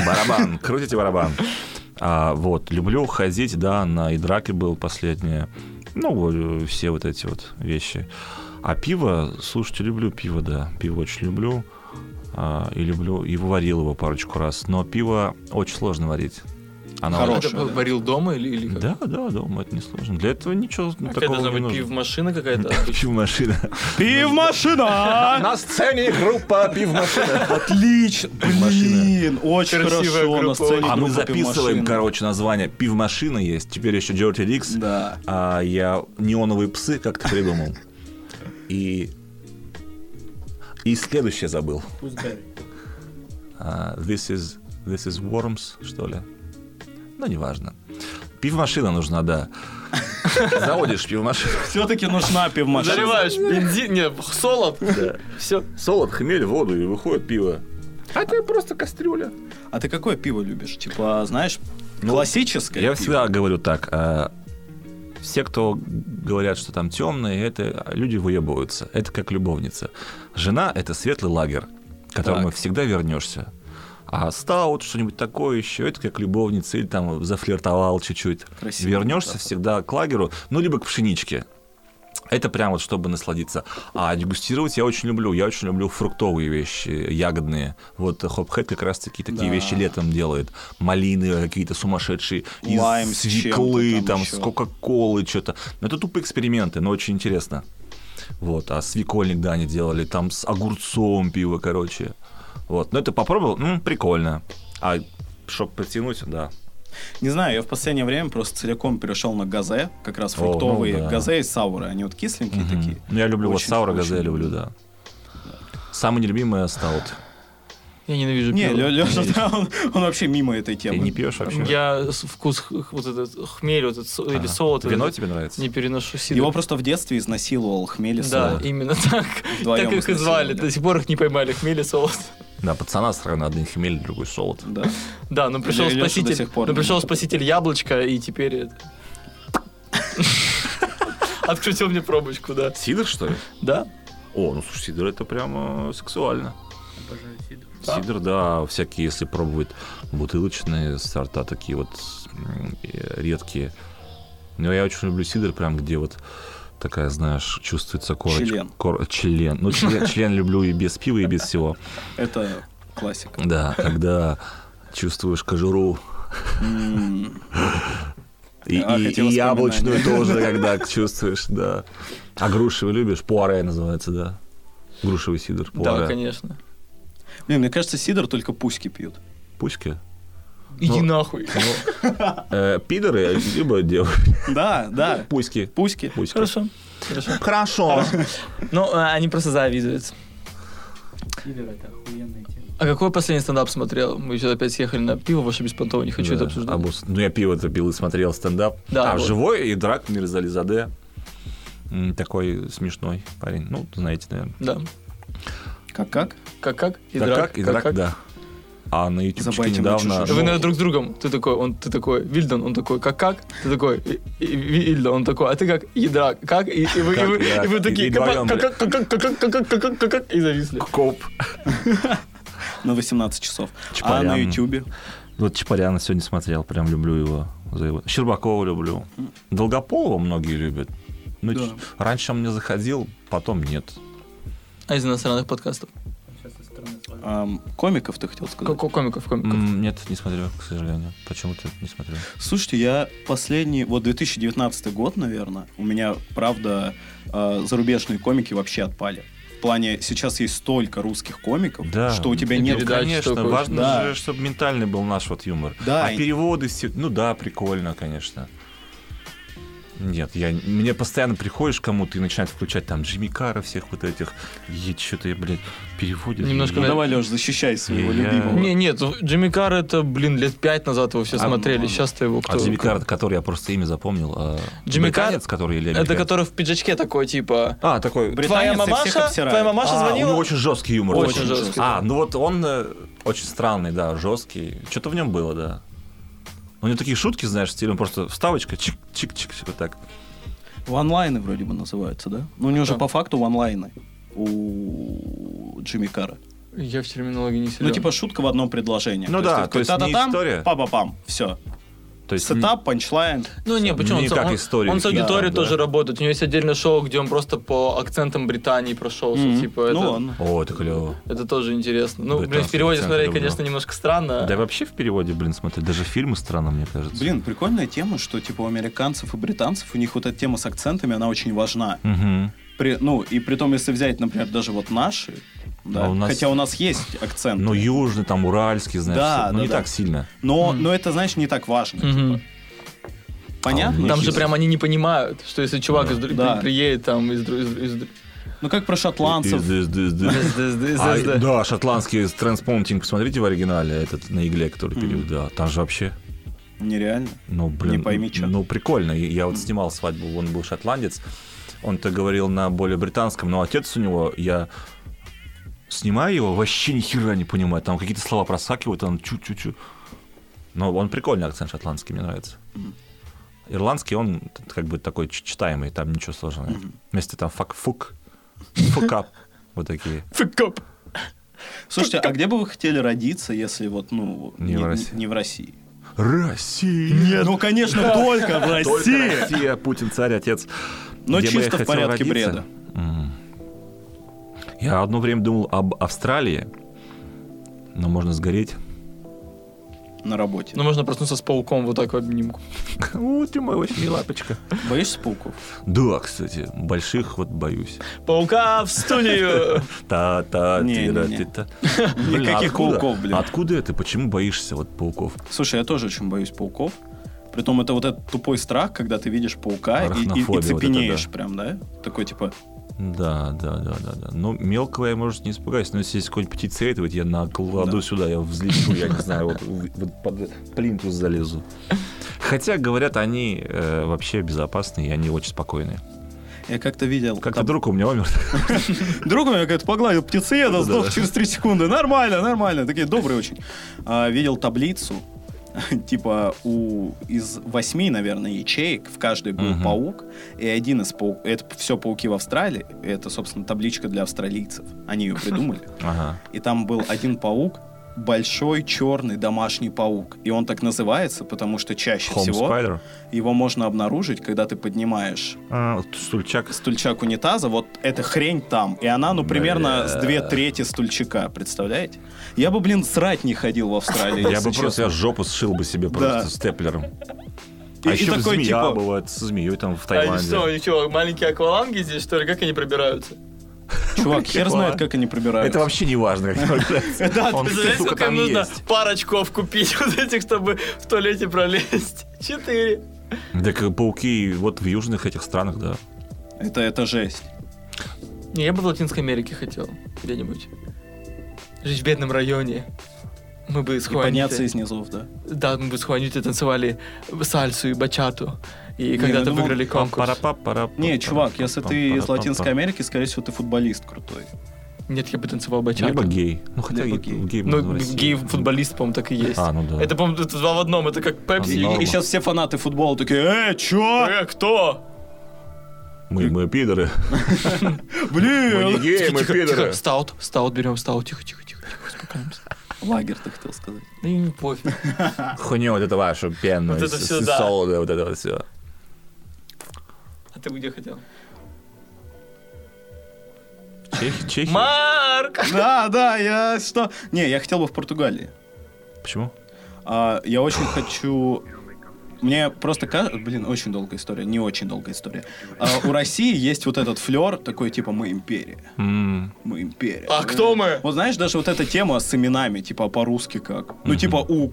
[SPEAKER 3] Барабан, крутите барабан. А, вот, люблю ходить, да, на и драке был последнее. Ну, э, все вот эти вот вещи. А пиво, слушайте, люблю пиво, да. Пиво очень люблю. А, и люблю, и варил его парочку раз. Но пиво очень сложно варить. Оно-
[SPEAKER 2] Хорошее,
[SPEAKER 1] Это
[SPEAKER 2] да.
[SPEAKER 1] варил дома или, или как?
[SPEAKER 3] Да, да, дома это несложно. Для этого ничего
[SPEAKER 1] Какая
[SPEAKER 3] такого
[SPEAKER 1] должна
[SPEAKER 3] не
[SPEAKER 1] быть
[SPEAKER 3] нужно.
[SPEAKER 1] пив-машина какая-то?
[SPEAKER 3] Пивмашина.
[SPEAKER 2] Пивмашина!
[SPEAKER 3] На сцене группа пивмашина.
[SPEAKER 2] Отлично!
[SPEAKER 3] Пивмашина.
[SPEAKER 2] Блин, очень
[SPEAKER 1] Красивая
[SPEAKER 2] хорошо на
[SPEAKER 1] группа.
[SPEAKER 2] сцене.
[SPEAKER 3] А мы
[SPEAKER 2] группа
[SPEAKER 3] записываем,
[SPEAKER 2] «Пивмашина».
[SPEAKER 3] короче, название. Пивмашина есть. Теперь еще Dirty Dicks.
[SPEAKER 2] Да.
[SPEAKER 3] А я неоновые псы как-то придумал. И... И следующее забыл.
[SPEAKER 4] Пусть Гарри.
[SPEAKER 3] А, this, is, this is Worms, что ли? Ну, неважно. Пивмашина нужна, да. Заводишь пивмашину.
[SPEAKER 2] Все-таки нужна пивмашина.
[SPEAKER 1] Заливаешь бензин, не, солод. Все.
[SPEAKER 3] Солод, хмель, воду, и выходит пиво. А это просто кастрюля.
[SPEAKER 2] А ты какое пиво любишь? Типа, знаешь,
[SPEAKER 3] Ну,
[SPEAKER 2] классическое?
[SPEAKER 3] Я
[SPEAKER 2] пиво?
[SPEAKER 3] всегда говорю так. а, все, кто говорят, что там темные, это люди выебываются. Это как любовница. Жена — это светлый лагерь, к которому
[SPEAKER 2] Так.
[SPEAKER 3] всегда вернешься. А стаут, что-нибудь такое еще, это как любовница, или там зафлиртовал чуть-чуть.
[SPEAKER 2] Красиво.
[SPEAKER 3] вернешься
[SPEAKER 2] Да.
[SPEAKER 3] всегда к лагеру, ну, либо к пшеничке. Это прям вот чтобы насладиться. А дегустировать я очень люблю. Я очень люблю фруктовые вещи, ягодные. Вот Хопхэт как раз таки такие
[SPEAKER 2] Да.
[SPEAKER 3] вещи летом делает. Малины какие-то сумасшедшие, из
[SPEAKER 2] Лайм с
[SPEAKER 3] свеклы,
[SPEAKER 2] чем-то там
[SPEAKER 3] там,
[SPEAKER 2] еще.
[SPEAKER 3] с кока-колы, что-то. Но это тупые эксперименты, но очень интересно. Вот, а свекольник, да, они делали, там с огурцом пиво, короче. Вот. Но это попробовал, м, прикольно. А чтобы притянуть, да.
[SPEAKER 2] Не знаю, я в последнее время просто целиком перешел на газе, как раз
[SPEAKER 3] О, ну
[SPEAKER 2] фруктовые
[SPEAKER 3] да.
[SPEAKER 2] газе и сауры, они вот кисленькие
[SPEAKER 3] Мгм.
[SPEAKER 2] такие.
[SPEAKER 3] Ну, я люблю вот
[SPEAKER 2] Очень-
[SPEAKER 3] саура
[SPEAKER 2] очень
[SPEAKER 3] газе, я люблю, да. Самое нелюбимое стаут.
[SPEAKER 1] Я ненавижу
[SPEAKER 2] Не,
[SPEAKER 1] пиво.
[SPEAKER 2] Леша, он, он вообще мимо этой темы.
[SPEAKER 3] Ты не пьешь вообще?
[SPEAKER 1] Я с- вкус х- х- вот этот хмель, вот этот со- или
[SPEAKER 3] Ага.
[SPEAKER 1] солод.
[SPEAKER 3] Вино
[SPEAKER 1] этот
[SPEAKER 3] тебе нравится?
[SPEAKER 1] Не переношу сидр.
[SPEAKER 2] Его просто в детстве изнасиловал хмель и
[SPEAKER 1] Да,
[SPEAKER 2] солод.
[SPEAKER 1] именно так.
[SPEAKER 2] Вдвоем
[SPEAKER 1] так их и звали.
[SPEAKER 2] изнасиловали.
[SPEAKER 1] До сих пор их не поймали. Хмель и солод.
[SPEAKER 3] Да, пацана сравнил один хмель, другой солод.
[SPEAKER 2] Да.
[SPEAKER 1] Да, но пришел
[SPEAKER 2] Леша до
[SPEAKER 1] спаситель.
[SPEAKER 2] сих пор
[SPEAKER 1] но
[SPEAKER 2] не-
[SPEAKER 1] пришел спаситель яблочко, и теперь это- Открутил мне пробочку, да.
[SPEAKER 3] Сидор, что ли?
[SPEAKER 1] Да?
[SPEAKER 3] О, ну слушай, сидор это прямо сексуально.
[SPEAKER 4] Обожаю сидр.
[SPEAKER 1] Да.
[SPEAKER 3] Сидр, да, всякие, если пробовать бутылочные сорта, такие вот м, э, редкие. Но я очень люблю сидр, прям где вот такая, знаешь, чувствуется корочка.
[SPEAKER 2] Член.
[SPEAKER 3] кор- член. Ну, член, член люблю и без пива, и без всего.
[SPEAKER 2] Это классика.
[SPEAKER 3] Да, когда чувствуешь кожуру
[SPEAKER 2] М,
[SPEAKER 3] и,
[SPEAKER 2] А,
[SPEAKER 3] и-
[SPEAKER 2] эти
[SPEAKER 3] и
[SPEAKER 2] воспоминания.
[SPEAKER 3] яблочную тоже, когда чувствуешь, да. А грушевый любишь? Пуаре называется, да. Грушевый сидр, пуаре.
[SPEAKER 1] Да, конечно.
[SPEAKER 2] Блин, мне кажется, сидр только пуськи пьют.
[SPEAKER 3] Пуськи?
[SPEAKER 1] Иди
[SPEAKER 3] Ну,
[SPEAKER 1] нахуй.
[SPEAKER 3] Э, пидоры, либо девушки.
[SPEAKER 2] Да, да,
[SPEAKER 3] Пуськи.
[SPEAKER 2] пуськи.
[SPEAKER 3] Пуськи.
[SPEAKER 1] Хорошо. Хорошо.
[SPEAKER 3] Хорошо.
[SPEAKER 1] Ну, э, они просто завидуют.
[SPEAKER 4] Сидр это охуенная тема.
[SPEAKER 1] А какой последний стендап смотрел? Мы еще опять съехали на пиво, ваше беспонтово, не хочу
[SPEAKER 3] Да,
[SPEAKER 1] это обсуждать.
[SPEAKER 3] обус- Э, Ну, я пиво-то пил и смотрел стендап.
[SPEAKER 1] Да,
[SPEAKER 3] а
[SPEAKER 1] вот.
[SPEAKER 3] живой и драк Мирзализаде. М, Такой смешной парень. Ну, знаете, наверное.
[SPEAKER 1] Да.
[SPEAKER 2] Как-как?
[SPEAKER 1] Как-как? И
[SPEAKER 3] Да,
[SPEAKER 1] драк,
[SPEAKER 3] как? И драк,
[SPEAKER 1] как-как?
[SPEAKER 3] да. А на ютубчике
[SPEAKER 2] Забайте мою
[SPEAKER 3] недавно...
[SPEAKER 2] чушь.
[SPEAKER 1] А Вы
[SPEAKER 3] ну,
[SPEAKER 1] наверное, друг с другом. Ты такой, он, ты такой, Вильдон, он такой, как как? Ты такой, «И- и- Ви- Вильдон, он такой, а ты как ядра, как? И, и вы, и вы-
[SPEAKER 3] Как, да.
[SPEAKER 1] и вы
[SPEAKER 3] И
[SPEAKER 1] такие,
[SPEAKER 3] вдвоем,
[SPEAKER 1] как как как как как как как как как как и зависли.
[SPEAKER 3] Коп.
[SPEAKER 2] На 18 часов. А
[SPEAKER 3] Чапарян.
[SPEAKER 2] на ютюбе?
[SPEAKER 3] Вот Чапаряна сегодня смотрел, прям люблю его. за его- Щербакова люблю. Долгополова многие любят. Ну,
[SPEAKER 2] Да.
[SPEAKER 3] ч- Раньше он мне заходил, потом нет.
[SPEAKER 1] А из иностранных подкастов?
[SPEAKER 4] Сейчас со стороны сложно.
[SPEAKER 2] Ам, Комиков ты хотел
[SPEAKER 1] Ко-
[SPEAKER 2] сказать?
[SPEAKER 1] ко- Комиков, комиков.
[SPEAKER 3] М, Нет, не смотрел, к сожалению. Почему-то не смотрел.
[SPEAKER 2] Слушайте, я последний, вот 2019 год, наверное, у меня, правда, э, зарубежные комики вообще отпали. В плане, сейчас есть столько русских комиков,
[SPEAKER 3] Да.
[SPEAKER 2] что у тебя
[SPEAKER 1] И
[SPEAKER 2] нет...
[SPEAKER 1] передач,
[SPEAKER 3] Ну, конечно,
[SPEAKER 1] что хочешь.
[SPEAKER 3] важно
[SPEAKER 2] Да.
[SPEAKER 3] же, чтобы ментальный был наш вот юмор.
[SPEAKER 2] Да,
[SPEAKER 3] а
[SPEAKER 2] и-
[SPEAKER 3] переводы все, ну да, прикольно, конечно. Нет, я мне постоянно приходишь к кому-то и начинает включать там Джимми Карра всех вот этих, и что-то я, блядь, переводит.
[SPEAKER 1] Немножко,
[SPEAKER 2] Ну
[SPEAKER 1] да,
[SPEAKER 2] давай, Леш, защищай своего
[SPEAKER 3] Я-
[SPEAKER 2] любимого.
[SPEAKER 1] Не, нет, Джимми Карр это, блин, лет пять назад его все
[SPEAKER 3] А,
[SPEAKER 1] смотрели,
[SPEAKER 3] ну,
[SPEAKER 1] сейчас-то его
[SPEAKER 3] А
[SPEAKER 1] кто...
[SPEAKER 3] Джимми Карр, который я просто имя запомнил. а,
[SPEAKER 1] Джимми
[SPEAKER 3] британец, который или
[SPEAKER 1] Это
[SPEAKER 3] американец?
[SPEAKER 1] который в пиджачке такой, типа...
[SPEAKER 3] А, такой.
[SPEAKER 2] Брит-
[SPEAKER 1] Твоя
[SPEAKER 2] Британец и всех
[SPEAKER 1] мамаша,
[SPEAKER 2] обсирает.
[SPEAKER 1] твоя мамаша
[SPEAKER 3] А, у него
[SPEAKER 1] звонила?
[SPEAKER 3] очень жесткий юмор.
[SPEAKER 1] Очень жесткий.
[SPEAKER 3] А, ну вот он э, очень странный, да, жесткий. Что-то в нем было, да. У него такие шутки, знаешь, стилем просто вставочка, чик-чик-чик, вот так.
[SPEAKER 2] Ванлайны вроде бы называются, да? Ну, у него же
[SPEAKER 1] Да.
[SPEAKER 2] по факту ванлайны у Джимми Карра.
[SPEAKER 1] Я в терминологии не силен.
[SPEAKER 2] Ну, типа шутка в одном предложении.
[SPEAKER 3] Ну да, то есть не
[SPEAKER 2] та-та-там,
[SPEAKER 3] история.
[SPEAKER 2] Па-па-пам, все.
[SPEAKER 3] То есть
[SPEAKER 2] Сетап, панчлайн.
[SPEAKER 1] Ну не, почему
[SPEAKER 3] Не
[SPEAKER 1] он,
[SPEAKER 3] как
[SPEAKER 1] он-
[SPEAKER 3] история
[SPEAKER 1] он с
[SPEAKER 3] фильма,
[SPEAKER 1] аудиторией
[SPEAKER 3] да.
[SPEAKER 1] тоже работает. У него есть отдельное шоу, где он просто по акцентам Британии прошелся.
[SPEAKER 2] Мгм.
[SPEAKER 1] Типа,
[SPEAKER 2] Ну,
[SPEAKER 1] это,
[SPEAKER 2] ладно.
[SPEAKER 3] О, это клево.
[SPEAKER 1] это тоже интересно. Ну, блин, в
[SPEAKER 3] Британский
[SPEAKER 1] переводе
[SPEAKER 3] акцент
[SPEAKER 1] смотреть,
[SPEAKER 3] люблю.
[SPEAKER 1] конечно, немножко странно.
[SPEAKER 3] Да и вообще в переводе, блин, смотри, даже фильмы странно, мне кажется.
[SPEAKER 2] Блин, прикольная тема, что типа у американцев и британцев у них вот эта тема с акцентами, она очень важна.
[SPEAKER 3] Мгм.
[SPEAKER 2] При- ну, и при том, если взять, например, даже вот наши, да,
[SPEAKER 3] А у нас-
[SPEAKER 2] хотя у нас есть акцент,
[SPEAKER 3] Ну, южный, там, уральский, знаешь,
[SPEAKER 2] Да,
[SPEAKER 3] всё. ну
[SPEAKER 2] да,
[SPEAKER 3] не
[SPEAKER 2] да.
[SPEAKER 3] так сильно.
[SPEAKER 2] но, но это, знаешь, не так важно.
[SPEAKER 1] Мгм.
[SPEAKER 2] Понятно?
[SPEAKER 1] Там же
[SPEAKER 2] Чисто.
[SPEAKER 1] прям они не понимают, что если чувак из Др-
[SPEAKER 2] Да.
[SPEAKER 1] при- приедет там из... Др- из- из-
[SPEAKER 2] Ну, как про шотландцев.
[SPEAKER 3] Из- из- из-
[SPEAKER 1] из-
[SPEAKER 3] из-
[SPEAKER 1] из- из-
[SPEAKER 3] А,
[SPEAKER 1] из- да.
[SPEAKER 3] да, шотландский транспонтинг, посмотрите в оригинале этот на игле, который перевод, да, там же вообще,
[SPEAKER 2] Нереально.
[SPEAKER 3] ну,
[SPEAKER 2] Не
[SPEAKER 3] блин,
[SPEAKER 2] пойми чё.
[SPEAKER 3] ну, прикольно, я, я вот снимал свадьбу, он был шотландец, он-то говорил на более британском, но отец у него, я снимаю его, вообще ни хера не понимаю, там какие-то слова просакивают, он чу-чу-чу, но он прикольный акцент шотландский, мне нравится. Ирландский, он т- как бы такой ч- читаемый, там ничего сложного. нет. Вместе там фак-фук, фукап, вот такие.
[SPEAKER 1] Fuck up.
[SPEAKER 2] Слушайте, а где бы вы хотели родиться, если вот, ну,
[SPEAKER 3] Не в России.
[SPEAKER 2] не в России?
[SPEAKER 3] Россия!
[SPEAKER 2] Ну, конечно, только в
[SPEAKER 3] Только
[SPEAKER 2] России.
[SPEAKER 3] Россия, Путин, царь, отец.
[SPEAKER 2] Но
[SPEAKER 3] Где бы я
[SPEAKER 2] чисто в
[SPEAKER 3] хотел
[SPEAKER 2] порядке
[SPEAKER 3] родиться?
[SPEAKER 2] бреда.
[SPEAKER 3] М. Я одно время думал об Австралии, но можно сгореть.
[SPEAKER 2] на работе.
[SPEAKER 1] Ну, можно проснуться с пауком вот так в обнимку.
[SPEAKER 3] У, ты мой очень лапочка.
[SPEAKER 2] Боишься пауков?
[SPEAKER 3] Да, кстати, больших вот боюсь.
[SPEAKER 1] Паука в студию!
[SPEAKER 3] та та
[SPEAKER 2] Не, не,
[SPEAKER 3] ти да
[SPEAKER 2] не.
[SPEAKER 3] ти та Блин,
[SPEAKER 2] Никаких
[SPEAKER 3] откуда-
[SPEAKER 2] пауков, блин.
[SPEAKER 3] Откуда это? Почему боишься вот пауков?
[SPEAKER 2] Слушай, я тоже очень боюсь пауков. Притом это вот этот тупой страх, когда ты видишь паука и- и, и,
[SPEAKER 3] Арахнофобия вот это
[SPEAKER 2] цепенеешь
[SPEAKER 3] да.
[SPEAKER 2] прям, да? Такой типа,
[SPEAKER 3] Да, да, да, да, да. Ну, мелкого я, может, не испугаюсь, но если есть какой-нибудь птицерит, вот я накладу
[SPEAKER 2] Да.
[SPEAKER 3] сюда, я взлечу, я не знаю, вот, в- вот под плинтус залезу. Хотя, говорят, они э, вообще безопасные, и они очень спокойные.
[SPEAKER 2] я как-то видел...
[SPEAKER 3] Как-то
[SPEAKER 2] там-
[SPEAKER 3] друг у меня умер.
[SPEAKER 2] Друг у меня, говорит, погладил птицееда,
[SPEAKER 3] Да-да-да.
[SPEAKER 2] сдох через 3 секунды. Нормально, нормально. Такие добрые очень. А, видел таблицу, типа у из восьми, наверное, ячеек в каждой был
[SPEAKER 3] Мгм.
[SPEAKER 2] паук, и один из пауков, это все пауки в Австралии, это, собственно, табличка для австралийцев, они ее придумали,
[SPEAKER 3] Ага.
[SPEAKER 2] и там был один паук, большой черный домашний паук, и он так называется, потому что чаще
[SPEAKER 3] Home
[SPEAKER 2] всего
[SPEAKER 3] Spider.
[SPEAKER 2] его можно обнаружить, когда ты поднимаешь
[SPEAKER 3] А, вот Стульчак.
[SPEAKER 2] стульчак унитаза, вот эта хрень там. И она, ну, примерно
[SPEAKER 3] Бля.
[SPEAKER 2] с две трети стульчака, представляете? Я бы, блин, срать не ходил в Австралии.
[SPEAKER 3] Я
[SPEAKER 2] если
[SPEAKER 3] бы просто
[SPEAKER 2] честно.
[SPEAKER 3] я жопу сшил бы себе
[SPEAKER 2] Да.
[SPEAKER 3] просто степлером.
[SPEAKER 2] И-
[SPEAKER 3] А
[SPEAKER 2] и
[SPEAKER 3] еще
[SPEAKER 2] такой,
[SPEAKER 3] змея
[SPEAKER 2] типа,
[SPEAKER 3] бывает со змеей там в
[SPEAKER 1] А
[SPEAKER 3] Таиланде.
[SPEAKER 1] что, ничего, маленькие акваланги здесь, что ли? Как они пробираются?
[SPEAKER 2] Чувак, хер знает, как они пробираются.
[SPEAKER 3] Типа. Это вообще не важно, как это называется.
[SPEAKER 2] Да,
[SPEAKER 3] Он,
[SPEAKER 1] Представляете,
[SPEAKER 3] сука,
[SPEAKER 1] А, сколько им
[SPEAKER 3] там
[SPEAKER 1] нужно
[SPEAKER 3] есть.
[SPEAKER 1] пар очков купить вот этих, чтобы в туалете пролезть? Четыре.
[SPEAKER 3] Так э, пауки вот в южных этих странах, да.
[SPEAKER 2] Это, это жесть.
[SPEAKER 1] Не, я бы в Латинской Америке хотел где-нибудь. Жить в бедном районе. Мы бы с
[SPEAKER 2] И подняться
[SPEAKER 1] Хуанитой...
[SPEAKER 2] из низов, да.
[SPEAKER 1] Да, мы бы с Хуанитой танцевали сальсу и бачату. И
[SPEAKER 2] Не,
[SPEAKER 1] когда-то
[SPEAKER 2] ну,
[SPEAKER 1] выиграли конкурс.
[SPEAKER 3] Пара-па-пара-па-пара-па-пара-па-пара-па.
[SPEAKER 2] Не, чувак, если ты из Латинской Америки, скорее всего, ты футболист крутой.
[SPEAKER 1] Нет, я бы танцевал бачату.
[SPEAKER 3] Либо гей. Ну, хотя
[SPEAKER 2] Либо
[SPEAKER 3] гей.
[SPEAKER 2] гей.
[SPEAKER 3] гей можно в
[SPEAKER 1] Ну,
[SPEAKER 3] России.
[SPEAKER 1] гей-футболист, по-моему, так и есть.
[SPEAKER 3] А, ну да. А, ну.
[SPEAKER 1] Это, по-моему, это два в одном, это как
[SPEAKER 2] И,
[SPEAKER 1] Пепси.
[SPEAKER 3] Норма.
[SPEAKER 1] и-
[SPEAKER 2] сейчас все фанаты футбола такие, э, чё?
[SPEAKER 1] Э, кто?
[SPEAKER 3] Мы, мы пидоры. Мы не
[SPEAKER 2] Блин!
[SPEAKER 3] геи, мы
[SPEAKER 1] тихо, тихо,
[SPEAKER 3] пидоры.
[SPEAKER 1] тихо. Стаут, стаут берем, стаут, тихо, тихо, тихо, тихо, успокаиваемся.
[SPEAKER 2] Лагерь, ты хотел сказать.
[SPEAKER 1] Да и не пофиг.
[SPEAKER 3] Хуйню вот это вашу пенную.
[SPEAKER 1] Вот это
[SPEAKER 3] с-
[SPEAKER 1] всё,
[SPEAKER 3] с
[SPEAKER 1] да.
[SPEAKER 3] солодой, вот это вот все.
[SPEAKER 1] А ты где хотел?
[SPEAKER 3] Чехи?
[SPEAKER 1] Марк!
[SPEAKER 2] Да, да, я что? Не, я хотел бы в Португалии.
[SPEAKER 3] Почему?
[SPEAKER 2] А, я очень хочу... Мне просто кажется... Блин, очень долгая история. Не очень долгая история. А, у России есть вот этот флер, такой типа «мы империя».
[SPEAKER 3] М,
[SPEAKER 2] Мы империя.
[SPEAKER 1] А кто мы?
[SPEAKER 2] Вот знаешь, даже вот эта тема с именами, типа по-русски как. Ну,
[SPEAKER 3] Мгм.
[SPEAKER 2] типа у...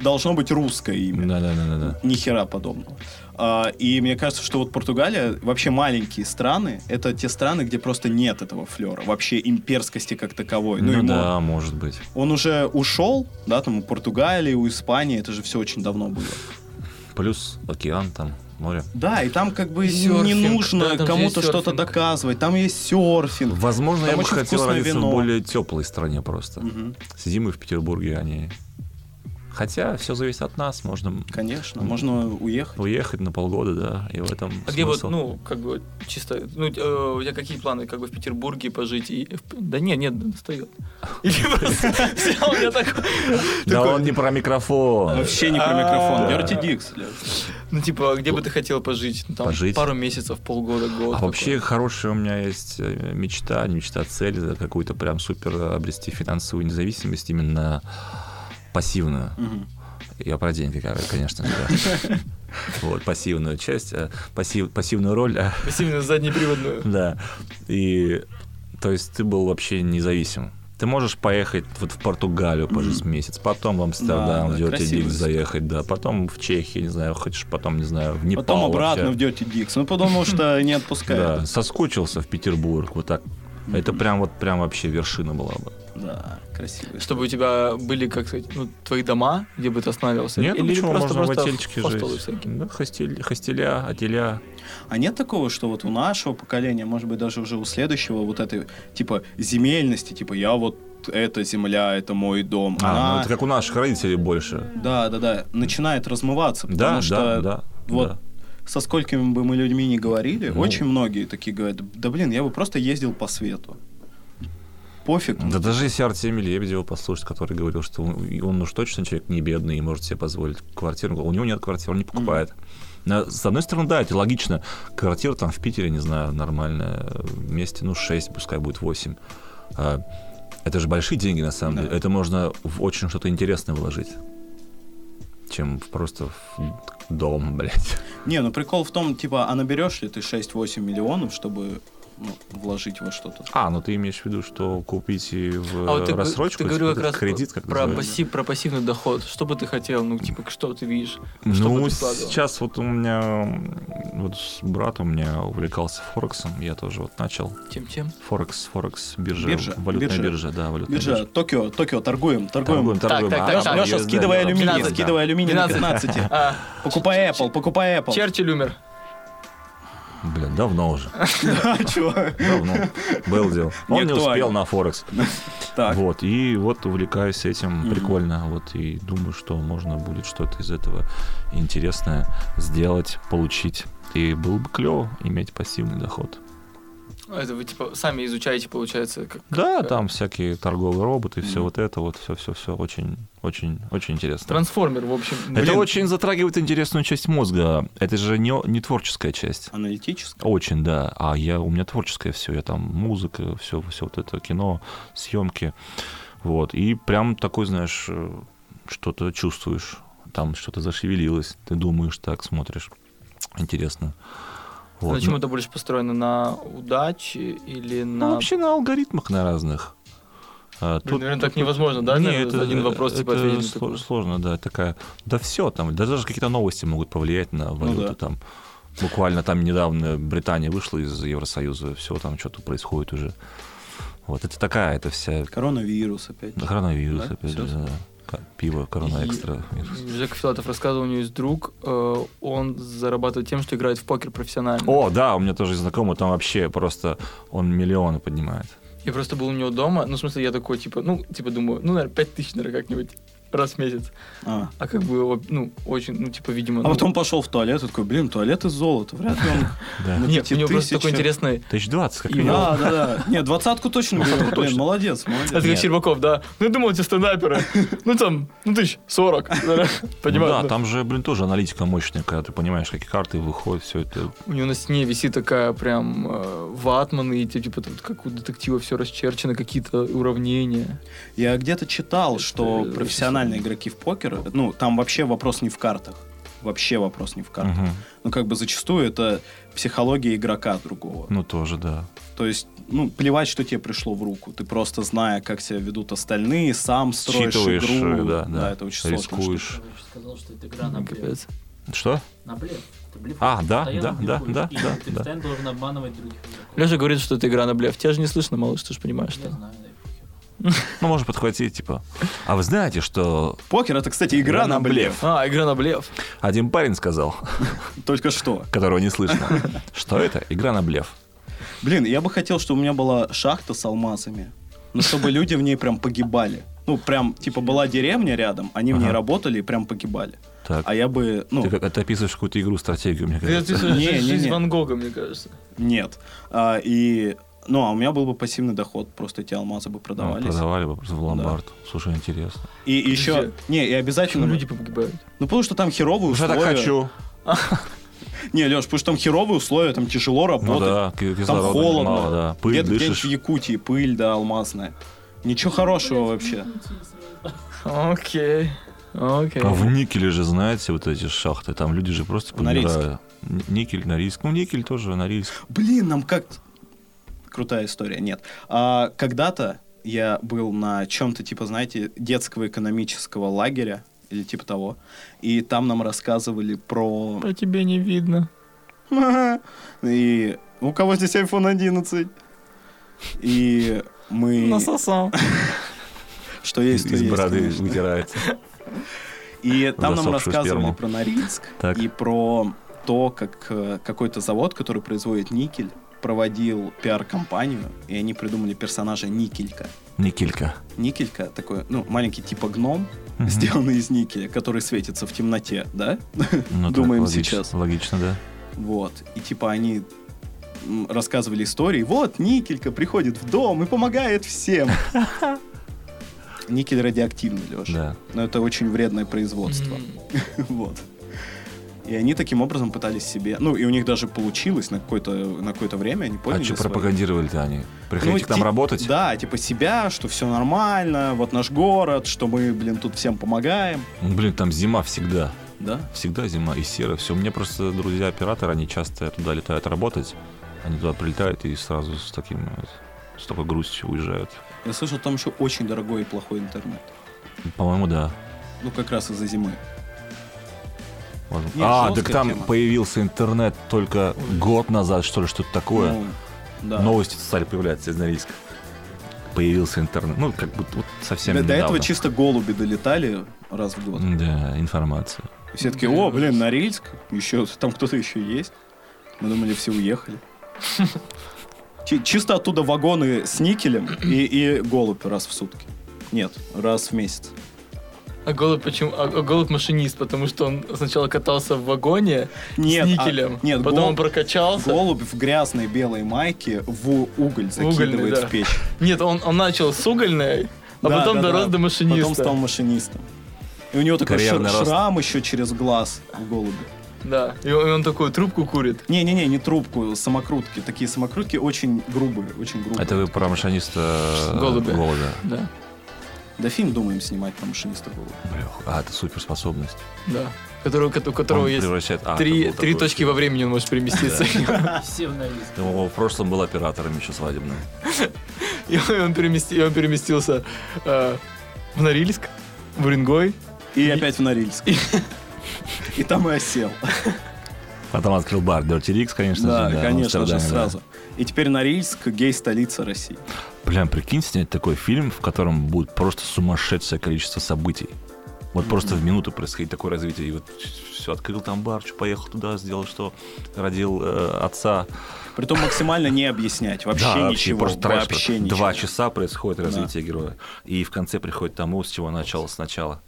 [SPEAKER 2] Должно быть русское имя.
[SPEAKER 3] Да-да-да-да.
[SPEAKER 2] Ни хера подобного. А, и мне кажется, что вот Португалия, вообще маленькие страны, это те страны, где просто нет этого флера, вообще имперскости как таковой.
[SPEAKER 3] Ну
[SPEAKER 2] ему-
[SPEAKER 3] да, может быть.
[SPEAKER 2] Он уже ушел, да, там у Португалии, у Испании, это же все очень давно было.
[SPEAKER 3] Плюс океан там, море.
[SPEAKER 2] Да, и там как бы
[SPEAKER 1] Серфинг,
[SPEAKER 2] не
[SPEAKER 1] да,
[SPEAKER 2] нужно
[SPEAKER 1] там же
[SPEAKER 2] кому-то
[SPEAKER 1] есть
[SPEAKER 2] что-то
[SPEAKER 1] серфинг.
[SPEAKER 2] доказывать. Там есть серфинг.
[SPEAKER 3] Возможно,
[SPEAKER 2] Там
[SPEAKER 3] я бы
[SPEAKER 2] очень
[SPEAKER 3] хотел
[SPEAKER 2] вкусное
[SPEAKER 3] родиться
[SPEAKER 2] вино.
[SPEAKER 3] в более теплой стране просто.
[SPEAKER 2] Мгм,
[SPEAKER 3] Сидим мы в Петербурге, а не... Хотя все зависит от нас, можно
[SPEAKER 2] Конечно, можно уехать.
[SPEAKER 3] уехать на полгода, да, и в этом
[SPEAKER 1] А где вот,
[SPEAKER 3] смысл.
[SPEAKER 1] ну, как бы, чисто, ну, э, у тебя какие планы, как бы, в Петербурге пожить и... в П- Да нет, нет, достает. Или просто взял меня такой,
[SPEAKER 3] Да
[SPEAKER 1] такой- А
[SPEAKER 3] он не про микрофон.
[SPEAKER 2] Вообще не про микрофон.
[SPEAKER 1] А-а-а.
[SPEAKER 2] Dirty Dicks. бля.
[SPEAKER 1] ну, типа, а где бы ты хотел пожить? Ну, там,
[SPEAKER 3] Пожить?
[SPEAKER 1] пару месяцев, полгода, год. типа,
[SPEAKER 3] А
[SPEAKER 1] такой.
[SPEAKER 3] вообще хорошая у меня есть э, мечта, не мечта, а цель, это какую-то прям супер обрести финансовую независимость именно пассивную.
[SPEAKER 2] Мгм.
[SPEAKER 3] Я про деньги, как- конечно же, да. Вот, пассивную часть, э, пассив, пассивную роль, э,
[SPEAKER 1] Пассивную заднеприводную.
[SPEAKER 3] да. И, то есть, ты был вообще независим. Ты можешь поехать вот в Португалию пожить месяц, потом в Амстердам,
[SPEAKER 2] Да,
[SPEAKER 3] в Dirty
[SPEAKER 2] красиво.
[SPEAKER 3] Dick заехать, да, потом в Чехию, не знаю, хочешь потом, не знаю, в Непал
[SPEAKER 2] Потом обратно
[SPEAKER 3] вообще.
[SPEAKER 2] в Э. Dirty Dicks. Ну, потому что не
[SPEAKER 3] Да,
[SPEAKER 2] отпускают.
[SPEAKER 3] соскучился в Петербург, вот так. Это прям вот прям вообще вершина была бы.
[SPEAKER 2] Да, красиво.
[SPEAKER 1] Чтобы у тебя были, как сказать, ну, твои дома, где бы ты останавливался.
[SPEAKER 3] Нет, ну
[SPEAKER 1] Или
[SPEAKER 3] почему
[SPEAKER 1] просто-
[SPEAKER 3] можно в
[SPEAKER 1] просто
[SPEAKER 3] отельчике
[SPEAKER 1] хостелы
[SPEAKER 3] жить?
[SPEAKER 1] всякие.
[SPEAKER 3] Да, хостель- хостеля, отеля.
[SPEAKER 2] А нет такого, что вот у нашего поколения, может быть, даже уже у следующего вот этой, типа, земельности, типа, я вот эта земля, это мой дом.
[SPEAKER 3] А,
[SPEAKER 2] Она-
[SPEAKER 3] ну это как у наших родителей больше.
[SPEAKER 2] Да, да, да. Начинает размываться, потому
[SPEAKER 3] Да,
[SPEAKER 2] что
[SPEAKER 3] да, да.
[SPEAKER 2] вот
[SPEAKER 3] да.
[SPEAKER 2] со сколькими бы мы людьми не говорили,
[SPEAKER 3] Ну.
[SPEAKER 2] очень многие такие говорят, да блин, я бы просто ездил по свету. Пофиг.
[SPEAKER 3] Да даже если Артемий Лебедева послушать, который говорил, что он, он уж точно человек не бедный и может себе позволить квартиру. У него нет квартиры, он не покупает. Но, С одной стороны, да, это логично. Квартира там в Питере, не знаю, нормальная, в месте, ну, 6, пускай будет 8. Это же большие деньги, на самом
[SPEAKER 2] Да.
[SPEAKER 3] деле. Это можно в очень что-то интересное вложить. чем просто в дом, блядь.
[SPEAKER 2] Не, ну прикол в том, типа, а наберешь ли ты 6-8 миллионов, чтобы ну, вложить во что-то?
[SPEAKER 3] А, ну ты имеешь в виду, что купить и в
[SPEAKER 1] А вот ты, г-
[SPEAKER 3] Э, рассрочку?
[SPEAKER 1] ты говорил
[SPEAKER 3] типа,
[SPEAKER 1] как раз
[SPEAKER 3] кредит, как
[SPEAKER 1] про,
[SPEAKER 3] называется?
[SPEAKER 1] пассив, про пассивный доход. Что бы ты хотел? Ну, типа, что ты видишь? Что бы
[SPEAKER 3] Ну,
[SPEAKER 1] ты вкладывал?
[SPEAKER 3] сейчас вот у меня, м, вот с братом у меня увлекался Форексом, я тоже вот начал.
[SPEAKER 1] Чем-чем?
[SPEAKER 3] Форекс, Форекс, биржа,
[SPEAKER 2] Биржа,
[SPEAKER 3] валютная
[SPEAKER 2] биржа.
[SPEAKER 3] биржа. да, валютная биржа.
[SPEAKER 2] Биржа, Токио, Токио, торгуем, торгуем.
[SPEAKER 3] Торгуем,
[SPEAKER 1] Так,
[SPEAKER 3] торгуем.
[SPEAKER 1] так,
[SPEAKER 3] А,
[SPEAKER 1] так,
[SPEAKER 3] там
[SPEAKER 1] так.
[SPEAKER 2] Леша,
[SPEAKER 3] есть,
[SPEAKER 2] скидывай
[SPEAKER 3] да,
[SPEAKER 2] алюминий,
[SPEAKER 3] там есть,
[SPEAKER 2] скидывай алюминий
[SPEAKER 1] 12.
[SPEAKER 2] на 15.
[SPEAKER 1] А,
[SPEAKER 2] Покупай Apple, покупай Apple.
[SPEAKER 1] Черчилль умер.
[SPEAKER 3] да. Блин, давно уже,
[SPEAKER 2] А, чувак.
[SPEAKER 3] давно. Был дел. Он не
[SPEAKER 2] Неактуально.
[SPEAKER 3] успел на Форекс.
[SPEAKER 2] Так,
[SPEAKER 3] Вот, и вот увлекаюсь этим,
[SPEAKER 2] Мгм.
[SPEAKER 3] прикольно, вот, и думаю, что можно будет что-то из этого интересное сделать, получить. И было бы клево иметь пассивный доход.
[SPEAKER 1] Это вы, типа, сами изучаете, получается. Как...
[SPEAKER 3] Да,
[SPEAKER 1] Э.
[SPEAKER 3] там всякие торговые роботы, все
[SPEAKER 2] Мгм.
[SPEAKER 3] вот это, вот все, все, все очень, очень, очень интересно.
[SPEAKER 1] Трансформер, в общем.
[SPEAKER 2] Блин.
[SPEAKER 3] Это очень затрагивает интересную часть мозга. Это же не, не творческая часть.
[SPEAKER 2] аналитическое.
[SPEAKER 3] Очень, да. А я, у меня творческое все. Я там музыка, все, все вот это кино, съемки. Вот. И прям такой, знаешь, э, что-то чувствуешь. Там что-то зашевелилось. Ты думаешь так, смотришь. Интересно. Вот.
[SPEAKER 1] На чем
[SPEAKER 3] Ну,
[SPEAKER 1] это больше построено? На удаче или
[SPEAKER 3] ну,
[SPEAKER 1] на...
[SPEAKER 3] вообще на алгоритмах на разных. А,
[SPEAKER 1] Блин, наверное, так невозможно, Ну да?
[SPEAKER 3] Не,
[SPEAKER 1] наверное, за один вопрос типа,
[SPEAKER 3] это
[SPEAKER 1] ответить на
[SPEAKER 3] сло-
[SPEAKER 1] такой?
[SPEAKER 3] сложно, да, такая, да все там, да даже какие-то новости могут повлиять
[SPEAKER 1] Ну
[SPEAKER 3] на валюту
[SPEAKER 2] да.
[SPEAKER 3] там. Буквально там недавно Британия вышла из Евросоюза, все там что-то происходит уже. Вот это такая, это вся
[SPEAKER 2] Коронавирус опять.
[SPEAKER 3] да, коронавирус
[SPEAKER 2] Да,
[SPEAKER 3] опять
[SPEAKER 2] всё.
[SPEAKER 3] же, да. Ка- Пиво, корона
[SPEAKER 1] И-
[SPEAKER 3] экстра. вирус.
[SPEAKER 1] Жека Филатов рассказывал, у него есть друг, э, он зарабатывает тем, что играет в покер профессионально.
[SPEAKER 3] О, да, у меня тоже есть знакомый, там вообще просто он миллионы поднимает.
[SPEAKER 1] Я просто был у него дома, ну, в смысле, я такой, типа, ну, типа, думаю, ну, наверное, 5 тысяч, наверное, как-нибудь раз в месяц.
[SPEAKER 2] А.
[SPEAKER 1] А как бы, его, ну, очень, ну, типа, видимо...
[SPEAKER 2] А
[SPEAKER 1] ну,
[SPEAKER 2] потом пошел в туалет и такой, блин, туалет из золота, вряд ли он...
[SPEAKER 3] Да.
[SPEAKER 2] на
[SPEAKER 1] Нет, у него просто
[SPEAKER 2] 5000.
[SPEAKER 1] такой интересный...
[SPEAKER 3] ну, Тысяч двадцать, как
[SPEAKER 1] Ну, И
[SPEAKER 3] минимум.
[SPEAKER 2] Да, да, да. Не, двадцатку точно берет. Блин, молодец,
[SPEAKER 1] Это
[SPEAKER 2] молодец.
[SPEAKER 1] как
[SPEAKER 3] Нет.
[SPEAKER 1] Щербаков, да. Ну, я думал, эти стендаперы. Ну, там, ну, тысяч сорок. Понимаю.
[SPEAKER 3] Ну Да, там же, блин, тоже аналитика мощная, когда ты понимаешь, какие карты выходят, все это.
[SPEAKER 1] У него на стене висит такая прям э, ватман, и типа, типа, там, как у детектива все расчерчено, какие-то уравнения.
[SPEAKER 2] Я где-то читал, что
[SPEAKER 1] Это-
[SPEAKER 2] профессиональные игроки в покер, ну, там вообще вопрос не в картах. Вообще вопрос не в картах.
[SPEAKER 3] Мгм.
[SPEAKER 2] Ну, как бы зачастую это психология игрока другого.
[SPEAKER 3] Ну тоже, да.
[SPEAKER 2] То есть, ну, плевать, что тебе пришло в руку. Ты просто, зная, как себя ведут остальные, сам строишь
[SPEAKER 3] Считываешь,
[SPEAKER 2] игру.
[SPEAKER 3] э, да, да.
[SPEAKER 2] это очень сложно.
[SPEAKER 3] Рискуешь.
[SPEAKER 4] Я вообще сказал, что это игра на блеф.
[SPEAKER 1] Ну, Капец.
[SPEAKER 3] Что?
[SPEAKER 4] На блеф. Ты блефуешь.
[SPEAKER 3] А, да,
[SPEAKER 4] Постоянно
[SPEAKER 3] да, да,
[SPEAKER 4] блефуешь.
[SPEAKER 3] да,
[SPEAKER 4] И
[SPEAKER 3] да,
[SPEAKER 4] Ты
[SPEAKER 3] да.
[SPEAKER 4] постоянно должен обманывать других игроков.
[SPEAKER 1] Леша говорит, что это игра на блеф. Тебя же не слышно, малыш, ты же понимаешь,
[SPEAKER 4] Я
[SPEAKER 1] что...
[SPEAKER 4] знаю, да, и похер.
[SPEAKER 3] Ну, можно подхватить, типа. А вы знаете, что
[SPEAKER 2] Покер это, кстати, игра на блеф.
[SPEAKER 1] А, игра на блеф.
[SPEAKER 3] один парень сказал,
[SPEAKER 2] Только что.
[SPEAKER 3] которого не слышно, что это игра на блеф?
[SPEAKER 2] Блин, я бы хотел, чтобы у меня была шахта с алмазами. Но чтобы люди в ней прям погибали. Ну, прям, типа, была деревня рядом, они в ней
[SPEAKER 3] Ага.
[SPEAKER 2] работали и прям погибали.
[SPEAKER 3] Так,
[SPEAKER 2] А я бы, ну,
[SPEAKER 3] ты как это описываешь какую-то игру, стратегию, мне
[SPEAKER 1] Ты
[SPEAKER 3] кажется.
[SPEAKER 1] описываешь
[SPEAKER 2] Не, не,
[SPEAKER 1] жизнь жизнь
[SPEAKER 2] не.
[SPEAKER 1] Ван Гога, мне кажется.
[SPEAKER 2] нет. А, и, ну, а у меня был бы пассивный доход, просто эти алмазы бы
[SPEAKER 3] Ну,
[SPEAKER 2] продавались.
[SPEAKER 3] Продавали бы просто в ломбард. Слушай, интересно.
[SPEAKER 2] И еще,
[SPEAKER 1] Подожди.
[SPEAKER 2] не, и
[SPEAKER 1] Почему
[SPEAKER 2] обязательно... бы-
[SPEAKER 1] люди погибают?
[SPEAKER 2] Ну, потому что там херовые
[SPEAKER 3] Уже
[SPEAKER 2] условия.
[SPEAKER 3] так хочу.
[SPEAKER 2] Не, Леш, потому что там херовые условия, там тяжело
[SPEAKER 3] Ну
[SPEAKER 2] работать.
[SPEAKER 3] да, ки-
[SPEAKER 2] там
[SPEAKER 3] кислорода
[SPEAKER 2] холодно.
[SPEAKER 3] мало, да. Пыль
[SPEAKER 2] Где-то где-нибудь
[SPEAKER 3] дышишь.
[SPEAKER 2] в Якутии пыль, да, алмазная. Ничего хорошего вообще.
[SPEAKER 1] Окей. Окей.
[SPEAKER 3] А в никеле же, знаете, вот эти шахты, там люди же просто
[SPEAKER 2] Норильск.
[SPEAKER 3] помирают. Н- Никель, Норильск. Ну, никель тоже, Норильск.
[SPEAKER 2] Блин, нам как... Крутая история, нет. А, когда-то я был на чем-то типа, знаете, детского экономического лагеря, или типа того, и там нам рассказывали про...
[SPEAKER 1] По тебе не видно.
[SPEAKER 2] И у кого здесь iPhone 11? И мы...
[SPEAKER 1] Насосал.
[SPEAKER 2] Что есть, то
[SPEAKER 3] Из
[SPEAKER 2] есть,
[SPEAKER 3] бороды
[SPEAKER 2] конечно.
[SPEAKER 3] вытирается.
[SPEAKER 2] И там нам
[SPEAKER 3] Засохшую
[SPEAKER 2] рассказывали
[SPEAKER 3] сперму.
[SPEAKER 2] про Норильск
[SPEAKER 3] Так.
[SPEAKER 2] и про то, как э, какой-то завод, который производит никель, проводил пиар-компанию, и они придумали персонажа Никелька.
[SPEAKER 3] Никелька.
[SPEAKER 2] Никелька такой, ну, маленький типа гном,
[SPEAKER 3] Мгм.
[SPEAKER 2] сделанный из никеля, который светится в темноте, да?
[SPEAKER 3] Ну, так
[SPEAKER 2] Думаем
[SPEAKER 3] логично-
[SPEAKER 2] сейчас.
[SPEAKER 3] Логично, да.
[SPEAKER 2] Вот. И типа они м, рассказывали истории. Вот, Никелька приходит в дом и помогает всем. Никель радиоактивный, Леша.
[SPEAKER 3] Да.
[SPEAKER 2] Но это очень вредное производство.
[SPEAKER 1] М.
[SPEAKER 2] Вот. И они таким образом пытались себе... Ну, и у них даже получилось на какое-то, на какое-то время, они поняли.
[SPEAKER 3] а что
[SPEAKER 2] свои-
[SPEAKER 3] пропагандировали-то они?
[SPEAKER 2] Ну,
[SPEAKER 3] Приходите к нам
[SPEAKER 2] ти-
[SPEAKER 3] работать?
[SPEAKER 2] Да, типа себя, что все нормально, вот наш город, что мы, блин, тут всем помогаем.
[SPEAKER 3] Ну, Блин, там зима всегда.
[SPEAKER 2] Да?
[SPEAKER 3] Всегда зима и серо. Все. У меня просто друзья-операторы, они часто туда летают работать. Они туда прилетают и сразу с таким вот, с такой грустью уезжают.
[SPEAKER 2] Я слышал, там еще очень дорогой и плохой интернет.
[SPEAKER 3] По-моему, да.
[SPEAKER 2] Ну, как раз из-за зимы.
[SPEAKER 3] Возможно.
[SPEAKER 2] Нет,
[SPEAKER 3] а,
[SPEAKER 2] жесткая
[SPEAKER 3] так там
[SPEAKER 2] тема.
[SPEAKER 3] появился интернет только год назад, что ли, что-то такое.
[SPEAKER 2] Ну, да.
[SPEAKER 3] Новости стали появляться из Норильска. Появился интернет. Ну, как будто вот совсем
[SPEAKER 2] До, до
[SPEAKER 3] недавно.
[SPEAKER 2] этого чисто голуби долетали раз в год.
[SPEAKER 3] Да, информация.
[SPEAKER 2] И Все такие, о, блин, Норильск, еще, там кто-то еще есть. Мы думали, все уехали. Чи- Чисто оттуда вагоны с никелем и, и голубь раз в сутки. Нет, раз в месяц.
[SPEAKER 1] А голубь почему? А, а голубь машинист, потому что он сначала катался в вагоне
[SPEAKER 2] Нет,
[SPEAKER 1] с
[SPEAKER 2] а-
[SPEAKER 1] никелем,
[SPEAKER 2] нет,
[SPEAKER 1] потом
[SPEAKER 2] гол-
[SPEAKER 1] он прокачался.
[SPEAKER 2] Голубь в грязной белой майке в уголь
[SPEAKER 1] В угольный,
[SPEAKER 2] закидывает
[SPEAKER 1] да.
[SPEAKER 2] в печь.
[SPEAKER 1] Нет, он, он начал с угольной, а
[SPEAKER 2] Да,
[SPEAKER 1] потом
[SPEAKER 2] да,
[SPEAKER 1] дорос
[SPEAKER 2] да.
[SPEAKER 1] до машиниста.
[SPEAKER 2] Потом стал машинистом. И у него такой шр-
[SPEAKER 3] Карьерный рост.
[SPEAKER 2] шрам еще через глаз у голубя.
[SPEAKER 1] Да, и он, и он такую трубку курит.
[SPEAKER 2] Не-не-не, не трубку, самокрутки. Такие самокрутки очень грубые, очень грубые.
[SPEAKER 3] Это вы про машиниста э,
[SPEAKER 1] Голубя.
[SPEAKER 3] голубя.
[SPEAKER 1] Да,
[SPEAKER 2] Да фильм думаем снимать про машиниста голубя.
[SPEAKER 3] Блях, а, это суперспособность.
[SPEAKER 1] да. Который, у которого
[SPEAKER 3] Он
[SPEAKER 1] есть
[SPEAKER 3] превращает... а, это
[SPEAKER 1] три,
[SPEAKER 3] был
[SPEAKER 1] три
[SPEAKER 3] такой
[SPEAKER 1] точки во времени он может переместиться.
[SPEAKER 4] Все в Норильске.
[SPEAKER 3] Думал, в прошлом был оператором еще свадебным.
[SPEAKER 1] И он, и он перемести- и он переместился э, в Норильск, в Уренгой.
[SPEAKER 2] И опять в Норильск. И там и осел.
[SPEAKER 3] Потом открыл бар Dirty Ricks, конечно
[SPEAKER 2] Да,
[SPEAKER 3] же. в
[SPEAKER 2] конечно же,
[SPEAKER 3] Амстердаме, да.
[SPEAKER 2] сразу. И теперь Норильск гей-столица России.
[SPEAKER 3] Блин, прикинь, снять такой фильм, в котором будет просто сумасшедшее количество событий. Вот просто в минуту происходит такое развитие. И вот все, открыл там бар, чё, поехал туда, сделал что, родил э, отца.
[SPEAKER 2] Притом максимально не объяснять. Вообще
[SPEAKER 3] Да,
[SPEAKER 2] ничего.
[SPEAKER 3] просто трэш.
[SPEAKER 2] вообще ничего.
[SPEAKER 3] Два часа происходит развитие героя. И в конце приходит тому, с чего начало сначала.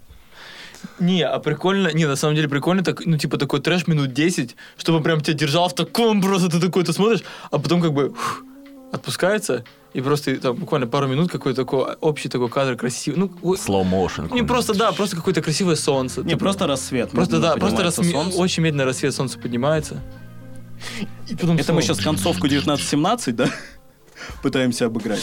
[SPEAKER 1] Не, а прикольно, не, на самом деле прикольно, так, ну, типа, такой трэш минут 10, чтобы прям тебя держал в таком, просто ты такой, ты смотришь, а потом как бы фух, отпускается, и просто там буквально пару минут какой-то такой общий такой кадр красивый. Ну, ой,
[SPEAKER 3] Slow motion.
[SPEAKER 1] не просто, да, просто какое-то красивое солнце.
[SPEAKER 2] Не,
[SPEAKER 1] Ты
[SPEAKER 2] просто рассвет.
[SPEAKER 3] ну,
[SPEAKER 1] Просто,
[SPEAKER 2] Медленно
[SPEAKER 1] да, просто
[SPEAKER 2] поднимается
[SPEAKER 1] расме-
[SPEAKER 2] солнце.
[SPEAKER 1] очень медленно рассвет солнце поднимается. И потом
[SPEAKER 2] Это
[SPEAKER 1] снова.
[SPEAKER 2] мы сейчас концовку 1917, да? Пытаемся обыграть.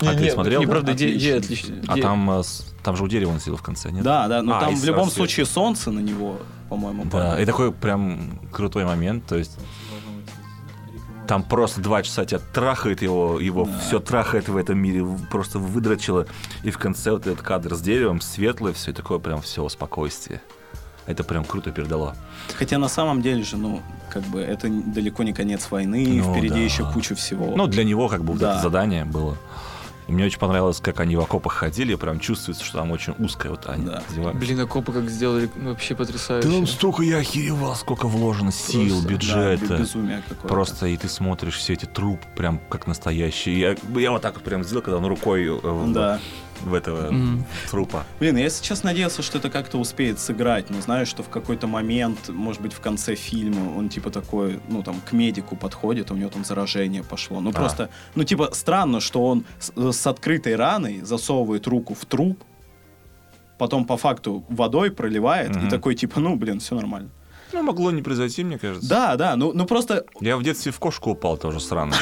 [SPEAKER 1] Не,
[SPEAKER 3] А ты
[SPEAKER 1] не,
[SPEAKER 3] смотрел,
[SPEAKER 1] Не,
[SPEAKER 3] да?
[SPEAKER 1] правда, идея, идея
[SPEAKER 2] Отлично.
[SPEAKER 1] отличная.
[SPEAKER 3] А
[SPEAKER 1] Идея-
[SPEAKER 3] там, э, с- там же у дерева он сидел в конце, нет?
[SPEAKER 2] Да, да, но
[SPEAKER 3] А,
[SPEAKER 2] там
[SPEAKER 3] и
[SPEAKER 2] в любом
[SPEAKER 3] рассвет.
[SPEAKER 2] случае солнце на него, по-моему,
[SPEAKER 3] Да,
[SPEAKER 2] падает.
[SPEAKER 3] и такой прям крутой момент, то есть
[SPEAKER 4] Должно быть из Рика и Морти.
[SPEAKER 3] там просто два часа тебя трахает его, его все трахает в этом мире, в- просто выдрочило, и в конце вот этот кадр с деревом, светлый, все такое прям все спокойствие. Это прям круто передало.
[SPEAKER 2] Хотя на самом деле же, ну, как бы это н- далеко не конец войны,
[SPEAKER 3] Ну
[SPEAKER 2] впереди
[SPEAKER 3] да.
[SPEAKER 2] еще куча всего.
[SPEAKER 3] Ну, для него как бы вот
[SPEAKER 2] Да.
[SPEAKER 3] это задание было. И мне очень понравилось, как они в окопах ходили, прям чувствуется, что там очень узкая вот они
[SPEAKER 2] Да.
[SPEAKER 3] одевались.
[SPEAKER 1] Блин, окопы как сделали, ну, вообще потрясающе.
[SPEAKER 3] Там столько я охеревал, сколько вложено сил,
[SPEAKER 1] Просто, да,
[SPEAKER 2] Да,
[SPEAKER 3] бюджета.
[SPEAKER 2] бе- безумие какое-то.
[SPEAKER 3] э, Просто и ты смотришь все эти трупы прям как настоящие. Я, я вот так вот прям сделал, когда он рукой э, в,
[SPEAKER 2] Да.
[SPEAKER 3] в этого
[SPEAKER 1] Мгм.
[SPEAKER 3] трупа.
[SPEAKER 2] Блин, я сейчас надеялся, что это как-то успеет сыграть, но знаю, что в какой-то момент, может быть, в конце фильма он типа такой, ну там, к медику подходит, у него там заражение пошло. Ну
[SPEAKER 3] А.
[SPEAKER 2] просто, ну типа странно, что он с, с открытой раной засовывает руку в труп, потом по факту водой проливает и
[SPEAKER 3] Мгм.
[SPEAKER 2] такой типа, ну блин, все нормально.
[SPEAKER 3] Ну, могло не произойти, мне кажется.
[SPEAKER 2] Да, да, ну, ну просто
[SPEAKER 3] Я в детстве в кошку упал тоже сранно.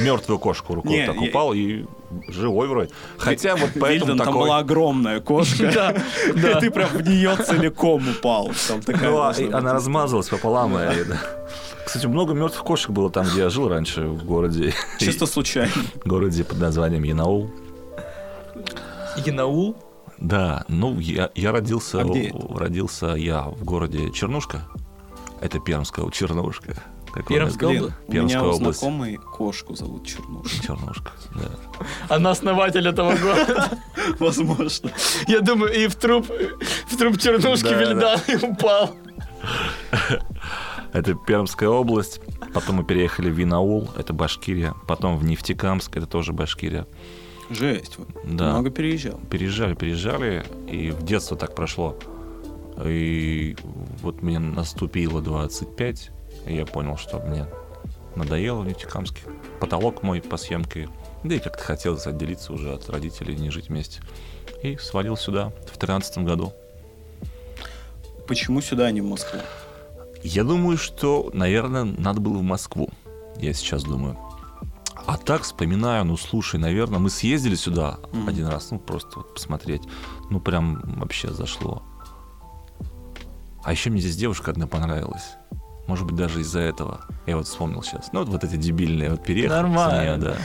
[SPEAKER 3] Мертвую кошку рукой
[SPEAKER 2] Не,
[SPEAKER 3] вот так
[SPEAKER 2] я-
[SPEAKER 3] упал и живой вроде. Хотя вот
[SPEAKER 2] Вильден,
[SPEAKER 3] поэтому
[SPEAKER 2] там была
[SPEAKER 3] такой...
[SPEAKER 2] огромная кошка.
[SPEAKER 1] Да,
[SPEAKER 2] И ты прям в нее целиком упал. Там такая
[SPEAKER 3] Ну, а,
[SPEAKER 2] должна
[SPEAKER 3] и
[SPEAKER 2] быть.
[SPEAKER 3] она размазалась пополам. и, да. Кстати, много мертвых кошек было там, где я жил раньше, в городе.
[SPEAKER 2] Чисто случайно.
[SPEAKER 3] городе под названием Янаул.
[SPEAKER 1] Янаул.
[SPEAKER 3] Да, ну я, я родился,
[SPEAKER 2] А где это?
[SPEAKER 3] родился я в городе Чернушка. Это Пермская у- Чернушка. Как у нас
[SPEAKER 1] Пермская
[SPEAKER 3] говорят.
[SPEAKER 1] обла-
[SPEAKER 2] у меня
[SPEAKER 3] Пермская
[SPEAKER 2] у
[SPEAKER 3] область.
[SPEAKER 2] знакомой кошку зовут Чернушка.
[SPEAKER 3] Чернушка, да.
[SPEAKER 1] Она основатель этого города.
[SPEAKER 2] Возможно.
[SPEAKER 1] Я думаю, и в труп, в труп чернушки
[SPEAKER 3] Да,
[SPEAKER 1] Вильдан упал.
[SPEAKER 3] Это Пермская область. Потом мы переехали в Винаул, это Башкирия. Потом в Нефтекамск, это тоже Башкирия.
[SPEAKER 2] Жесть. вот.
[SPEAKER 3] Да.
[SPEAKER 2] Много переезжал.
[SPEAKER 3] Переезжали, переезжали, и в детство так прошло. И вот мне наступило 25, и я понял, что мне надоело в Нефтекамске. Потолок мой по съемке. Да и как-то хотелось отделиться уже от родителей, не жить вместе. И свалил сюда в 13 году.
[SPEAKER 2] Почему сюда, а не в Москву?
[SPEAKER 3] Я думаю, что, наверное, надо было в Москву. Я сейчас думаю. А так вспоминаю, ну слушай, наверное, мы съездили сюда
[SPEAKER 2] Мгм.
[SPEAKER 3] один раз, ну просто вот посмотреть. Ну прям вообще зашло. А еще мне здесь девушка одна понравилась. Может быть, даже из-за этого. Я вот вспомнил сейчас. Ну, вот, вот эти дебильные вот переехали. с
[SPEAKER 1] Нормально.
[SPEAKER 3] неё, да.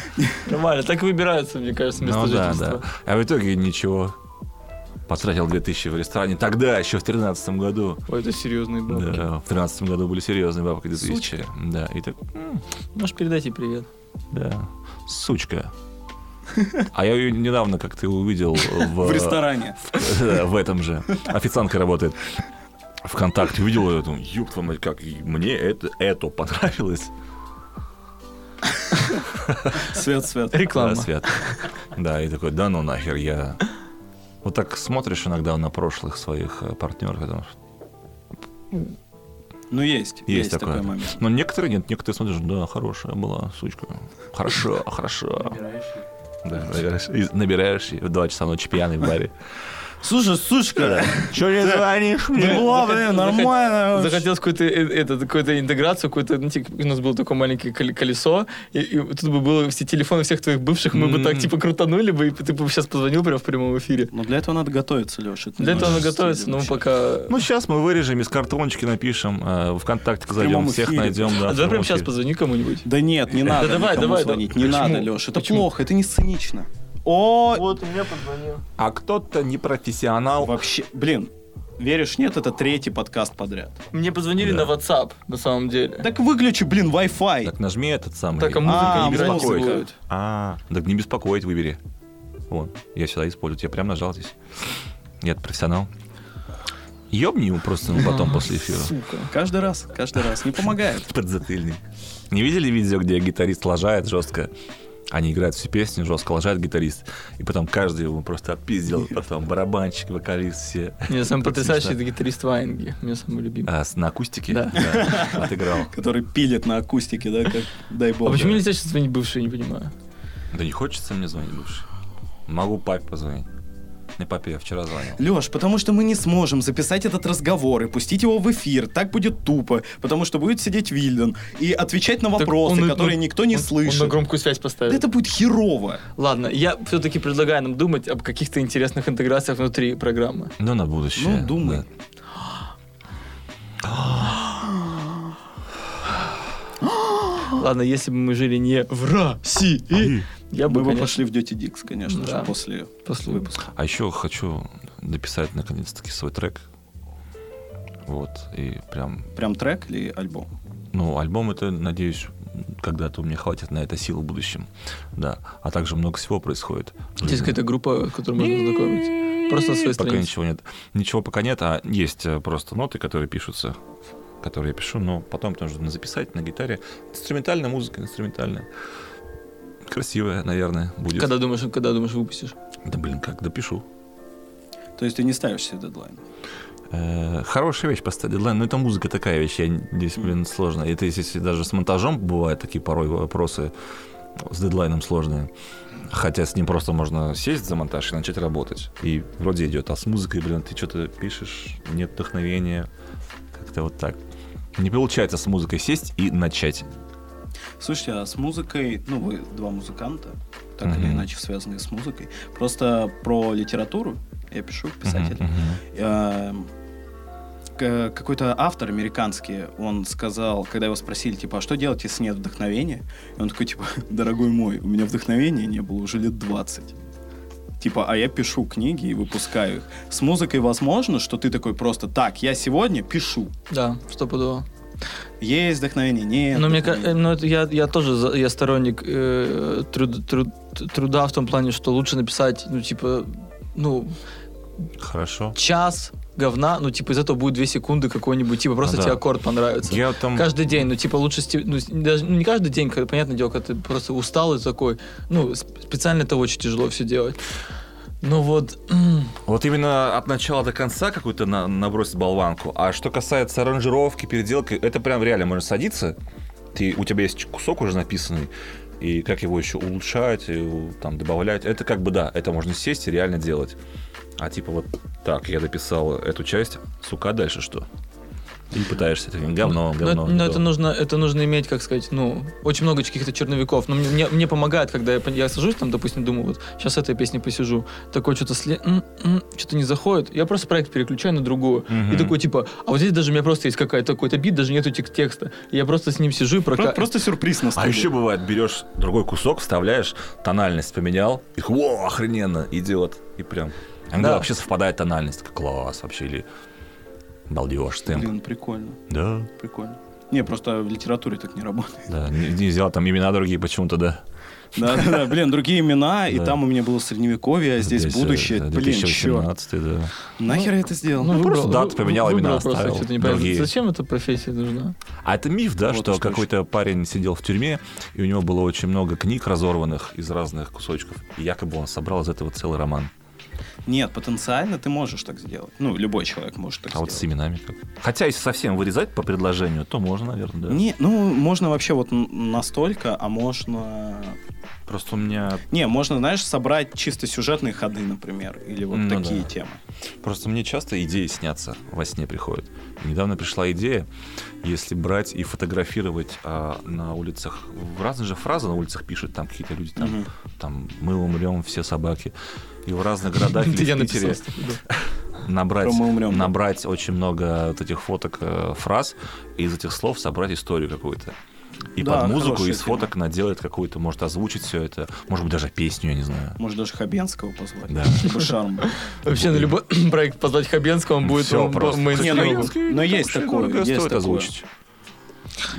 [SPEAKER 1] Нормально, так и выбираются, мне кажется, место
[SPEAKER 3] Ну да,
[SPEAKER 1] жительства.
[SPEAKER 3] да. А в итоге ничего. Потратил 2000 в ресторане. Тогда, еще в 2013 году.
[SPEAKER 1] Ой, это серьезный был.
[SPEAKER 3] Да, в 2013 году были серьезные бабки 2000. Да, и так,
[SPEAKER 1] Можешь передать ей привет.
[SPEAKER 3] да, сучка. А я ее недавно как ты увидел в,
[SPEAKER 2] В ресторане.
[SPEAKER 3] Да, в этом же. Официантка работает. Вконтакте увидел ее, думаю, ёб твою мать, как и мне это, это понравилось.
[SPEAKER 2] Свет, свет.
[SPEAKER 1] Реклама.
[SPEAKER 3] Да, Свят. Да, и такой, да ну нахер, я... Вот так смотришь иногда на прошлых своих э, партнеров, и думаешь,
[SPEAKER 2] Ну, есть.
[SPEAKER 3] Есть
[SPEAKER 2] Есть такой
[SPEAKER 3] такое.
[SPEAKER 2] момент.
[SPEAKER 3] Но некоторые нет, некоторые смотришь, да, хорошая была, сучка. Хорошо, хорошо.
[SPEAKER 4] Набираешь их.
[SPEAKER 3] Да, набираешь, и набираешь и в 2 часа ночи пьяный в баре.
[SPEAKER 2] Слушай, сучка,
[SPEAKER 3] Че не звонишь
[SPEAKER 1] Блин,
[SPEAKER 2] была,
[SPEAKER 1] захот-
[SPEAKER 2] блин,
[SPEAKER 1] захот-
[SPEAKER 2] нормально.
[SPEAKER 1] Захотелось какую-то э, это, какую-то интеграцию, какую-то, ну, типа, у нас было такое маленькое кол- колесо, и, и тут бы было все телефоны всех твоих бывших, мы бы так
[SPEAKER 3] М.
[SPEAKER 1] типа крутанули бы, и ты бы сейчас позвонил прямо в прямом эфире.
[SPEAKER 2] Но для этого надо готовиться, Леша.
[SPEAKER 1] Для этого надо готовиться, но мы пока...
[SPEAKER 3] Ну, сейчас мы вырежем, из картоночки напишем, э, ВКонтакте зайдем,
[SPEAKER 2] прямом
[SPEAKER 3] всех
[SPEAKER 2] эфире.
[SPEAKER 3] найдем.
[SPEAKER 1] а
[SPEAKER 3] Да,
[SPEAKER 1] давай
[SPEAKER 3] в
[SPEAKER 1] прямо
[SPEAKER 3] прямом
[SPEAKER 1] сейчас
[SPEAKER 3] эфире.
[SPEAKER 1] позвони кому-нибудь.
[SPEAKER 2] Да нет, не надо.
[SPEAKER 1] давай,
[SPEAKER 2] никому
[SPEAKER 1] давай,
[SPEAKER 2] звонить,
[SPEAKER 1] да-
[SPEAKER 2] Не
[SPEAKER 1] почему?
[SPEAKER 2] надо, Леша. Это
[SPEAKER 1] Почему?
[SPEAKER 2] плохо, это не сценично. О,
[SPEAKER 1] Вот, у меня позвонил.
[SPEAKER 3] А кто-то не профессионал.
[SPEAKER 2] вообще, блин, веришь, нет, это третий подкаст подряд.
[SPEAKER 1] Мне позвонили
[SPEAKER 3] Да.
[SPEAKER 1] на WhatsApp, на самом деле.
[SPEAKER 2] Так выключи, блин, Wi-Fi.
[SPEAKER 3] Так нажми этот самый.
[SPEAKER 1] Так, а мы-
[SPEAKER 2] А,
[SPEAKER 1] музыка
[SPEAKER 3] не
[SPEAKER 2] музыка
[SPEAKER 3] беспокоит.
[SPEAKER 2] будет.
[SPEAKER 3] А, так не беспокоить, выбери. Вон, я сюда использую. Я прям нажал здесь. Нет, профессионал. Ёбни ему просто ну, потом после эфира.
[SPEAKER 1] Сука.
[SPEAKER 2] Каждый раз, каждый раз. Не помогает.
[SPEAKER 3] Подзатыльник. Не видели видео, где гитарист лажает жестко? Они играют всю песню, жестко лажает гитарист. И потом каждый его просто отпиздил. Потом барабанщик, вокалист, все.
[SPEAKER 1] Не, самый
[SPEAKER 3] Это
[SPEAKER 1] потрясающий
[SPEAKER 3] смешно.
[SPEAKER 1] это гитарист Ваенги. Мне самый любимый.
[SPEAKER 3] А, с- на акустике?
[SPEAKER 1] Да.
[SPEAKER 3] Отыграл.
[SPEAKER 2] Который пилит на акустике, да, как дай
[SPEAKER 1] А
[SPEAKER 2] бог.
[SPEAKER 1] почему
[SPEAKER 2] Да.
[SPEAKER 1] нельзя сейчас звонить бывшие, не понимаю.
[SPEAKER 3] Да не хочется мне звонить бывший. Могу папе позвонить. Не папе, я вчера звонил.
[SPEAKER 2] Леш, потому что мы не сможем записать этот разговор и пустить его в эфир. Так будет тупо, потому что будет сидеть Вильден и отвечать на
[SPEAKER 1] Так
[SPEAKER 2] вопросы,
[SPEAKER 1] он и-
[SPEAKER 2] которые
[SPEAKER 1] он-
[SPEAKER 2] никто не
[SPEAKER 1] он-
[SPEAKER 2] слышит.
[SPEAKER 1] Он на громкую связь поставил.
[SPEAKER 2] Да это будет херово.
[SPEAKER 1] Ладно, я все-таки предлагаю нам думать об каких-то интересных интеграциях внутри программы.
[SPEAKER 3] Ну, на будущее.
[SPEAKER 2] Ну, думай.
[SPEAKER 1] Ладно, если бы мы жили не в России, я бы,
[SPEAKER 2] Мы бы
[SPEAKER 1] конечно,
[SPEAKER 2] пошли в Дети Дикс, конечно
[SPEAKER 1] Да.
[SPEAKER 2] же, после
[SPEAKER 1] после
[SPEAKER 2] выпуска.
[SPEAKER 3] А еще хочу дописать наконец-таки свой трек. Вот, и прям,
[SPEAKER 2] Прям трек или альбом?
[SPEAKER 3] ну, альбом это, надеюсь, когда-то у меня хватит на это сил в будущем. Да. А также много всего происходит. в
[SPEAKER 1] Здесь
[SPEAKER 3] жизни.
[SPEAKER 1] какая-то группа, которую можно знакомить. Просто на своей
[SPEAKER 3] Пока
[SPEAKER 1] странице.
[SPEAKER 3] ничего нет. Ничего пока нет, а есть э, просто ноты, которые пишутся, которые я пишу, но потом это нужно записать на гитаре. Инструментальная музыка, инструментальная. Красивая, наверное, будет.
[SPEAKER 1] Когда думаешь, когда думаешь, выпустишь?
[SPEAKER 3] Да блин, как допишу.
[SPEAKER 2] То есть ты не ставишь себе дедлайн.
[SPEAKER 3] Э, Хорошая вещь поставить дедлайн, но это музыка такая вещь, я н- здесь, блин, сложно. Это если- если даже с монтажом бывают такие порой вопросы с дедлайном сложные. Хотя с ним просто можно сесть за монтаж и начать работать. И вроде идет, а с музыкой, блин, ты что-то пишешь, нет вдохновения, как-то вот так. Не получается с музыкой сесть и начать.
[SPEAKER 2] Слушайте, а с музыкой, ну вы два музыканта, так
[SPEAKER 3] Мгм.
[SPEAKER 2] или иначе связанные с музыкой. Просто про литературу я пишу, писатель.
[SPEAKER 3] Мгм, мгм.
[SPEAKER 2] Эм, к- какой-то автор американский, он сказал, когда его спросили, типа, а что делать, если нет вдохновения? И он такой, типа, дорогой мой, у меня вдохновения не было уже лет 20. Типа, а я пишу книги и выпускаю их. С музыкой возможно, что ты такой просто, так, я сегодня пишу.
[SPEAKER 1] Да, стопудово.
[SPEAKER 2] Есть вдохновение, нет.
[SPEAKER 1] Но мне ка-
[SPEAKER 2] вдохновения.
[SPEAKER 1] э, ну, это я, я тоже за- я сторонник э, труд- труд- труда в том плане, что лучше написать, ну, типа, ну,
[SPEAKER 3] Хорошо.
[SPEAKER 1] час говна, ну, типа, из этого будет две секунды какой-нибудь, типа, просто
[SPEAKER 3] Ну да.
[SPEAKER 1] тебе аккорд понравится.
[SPEAKER 3] Я вот там...
[SPEAKER 1] Каждый день, ну, типа, лучше... сти- Ну, с- даже, ну, не каждый день, когда, понятное дело, когда ты просто устал и такой... Ну, сп- специально это очень тяжело все делать. Ну, вот... м,
[SPEAKER 3] Вот именно от начала до конца какую-то на- набросить болванку. А что касается аранжировки, переделки, это прям реально можно садиться. Ты, у тебя есть кусок уже написанный, и как его еще улучшать, и, у- там, добавлять. Это как бы да, это можно сесть и реально делать. А типа вот так, я дописал эту часть, сука, а дальше что? Ты не пытаешься, ты
[SPEAKER 1] Но,
[SPEAKER 3] говно,
[SPEAKER 1] но
[SPEAKER 3] говно.
[SPEAKER 1] ну, это нужно, это нужно иметь, как сказать, ну, очень много каких-то черновиков. Но мне, мне, мне помогает, когда я, пон- я сажусь там, допустим, думаю, вот сейчас этой песней посижу, такой что-то сле... что-то не заходит. Я просто проект переключаю на другую.
[SPEAKER 3] Мгм.
[SPEAKER 1] И такой, типа, а вот здесь даже у меня просто есть какая-то какой-то бит, даже нету тек- текста. И я просто с ним сижу и
[SPEAKER 2] Про-
[SPEAKER 1] прока...
[SPEAKER 2] Просто сюрприз на
[SPEAKER 3] А
[SPEAKER 2] студии.
[SPEAKER 3] еще бывает, берешь другой кусок, вставляешь, тональность поменял, и о, охрененно, идет. И прям. Иногда
[SPEAKER 1] Да.
[SPEAKER 3] вообще совпадает тональность. Как класс вообще, или балдеж, темп.
[SPEAKER 2] Блин, прикольно,
[SPEAKER 3] Да,
[SPEAKER 2] прикольно. Не, просто в литературе так не работает.
[SPEAKER 3] да. Не, не взял там имена другие почему-то, да.
[SPEAKER 2] Да, да, да, блин, другие имена, и
[SPEAKER 3] Да.
[SPEAKER 2] там у меня было средневековье, а здесь
[SPEAKER 3] э,
[SPEAKER 2] будущее.
[SPEAKER 3] да,
[SPEAKER 2] Блин, черт.
[SPEAKER 3] 2018, да.
[SPEAKER 2] Нахер я это сделал?
[SPEAKER 1] Ну, выбрал,
[SPEAKER 3] просто дату
[SPEAKER 1] вы-
[SPEAKER 3] поменял,
[SPEAKER 1] выбрал
[SPEAKER 3] имена
[SPEAKER 1] просто,
[SPEAKER 3] оставил,
[SPEAKER 1] что-то непонятно.
[SPEAKER 3] другие.
[SPEAKER 1] Зачем эта профессия нужна?
[SPEAKER 3] А это миф, да,
[SPEAKER 2] Вот
[SPEAKER 3] что
[SPEAKER 2] уж точно.
[SPEAKER 3] какой-то парень сидел в тюрьме, и у него было очень много книг разорванных из разных кусочков. И якобы он собрал из этого целый роман.
[SPEAKER 2] Нет, потенциально ты можешь так сделать. Ну, любой человек может так
[SPEAKER 3] А вот с
[SPEAKER 2] сделать.
[SPEAKER 3] именами как? Хотя, если совсем вырезать по предложению, то можно, наверное, да.
[SPEAKER 2] Не, ну, можно вообще вот н- настолько, а можно...
[SPEAKER 3] Просто у меня
[SPEAKER 2] Не, можно, знаешь, собрать чисто сюжетные ходы, например, или вот
[SPEAKER 3] Ну
[SPEAKER 2] такие
[SPEAKER 3] да.
[SPEAKER 2] темы.
[SPEAKER 3] Просто мне часто идеи снятся во сне приходят. Недавно пришла идея, если брать и фотографировать а, на улицах, в разные же фразы на улицах пишут, там какие-то люди, там,
[SPEAKER 2] Мгм.
[SPEAKER 3] там мы умрем, все собаки. И в разных городах или
[SPEAKER 1] Ты я
[SPEAKER 3] в Питере
[SPEAKER 1] написал. Да.
[SPEAKER 3] набрать,
[SPEAKER 2] Про «Мы умрем», да.
[SPEAKER 3] набрать очень много вот этих фоток, э, фраз, и из этих слов собрать историю какую-то. И
[SPEAKER 2] Да,
[SPEAKER 3] под музыку
[SPEAKER 2] хорошая
[SPEAKER 3] из
[SPEAKER 2] тема.
[SPEAKER 3] фоток наделать какую-то, может озвучить все это, может быть даже песню, я не знаю.
[SPEAKER 2] Может, даже Хабенского позвать.
[SPEAKER 3] Да.
[SPEAKER 2] Чтобы шарм. был.
[SPEAKER 1] Вообще на любой проект позвать Хабенского, он будет
[SPEAKER 3] Всё
[SPEAKER 1] он-
[SPEAKER 3] просто.
[SPEAKER 1] мы-
[SPEAKER 2] Не, ну, но есть такое,
[SPEAKER 3] Дорого
[SPEAKER 2] есть
[SPEAKER 3] стоит
[SPEAKER 2] такое.
[SPEAKER 3] озвучить.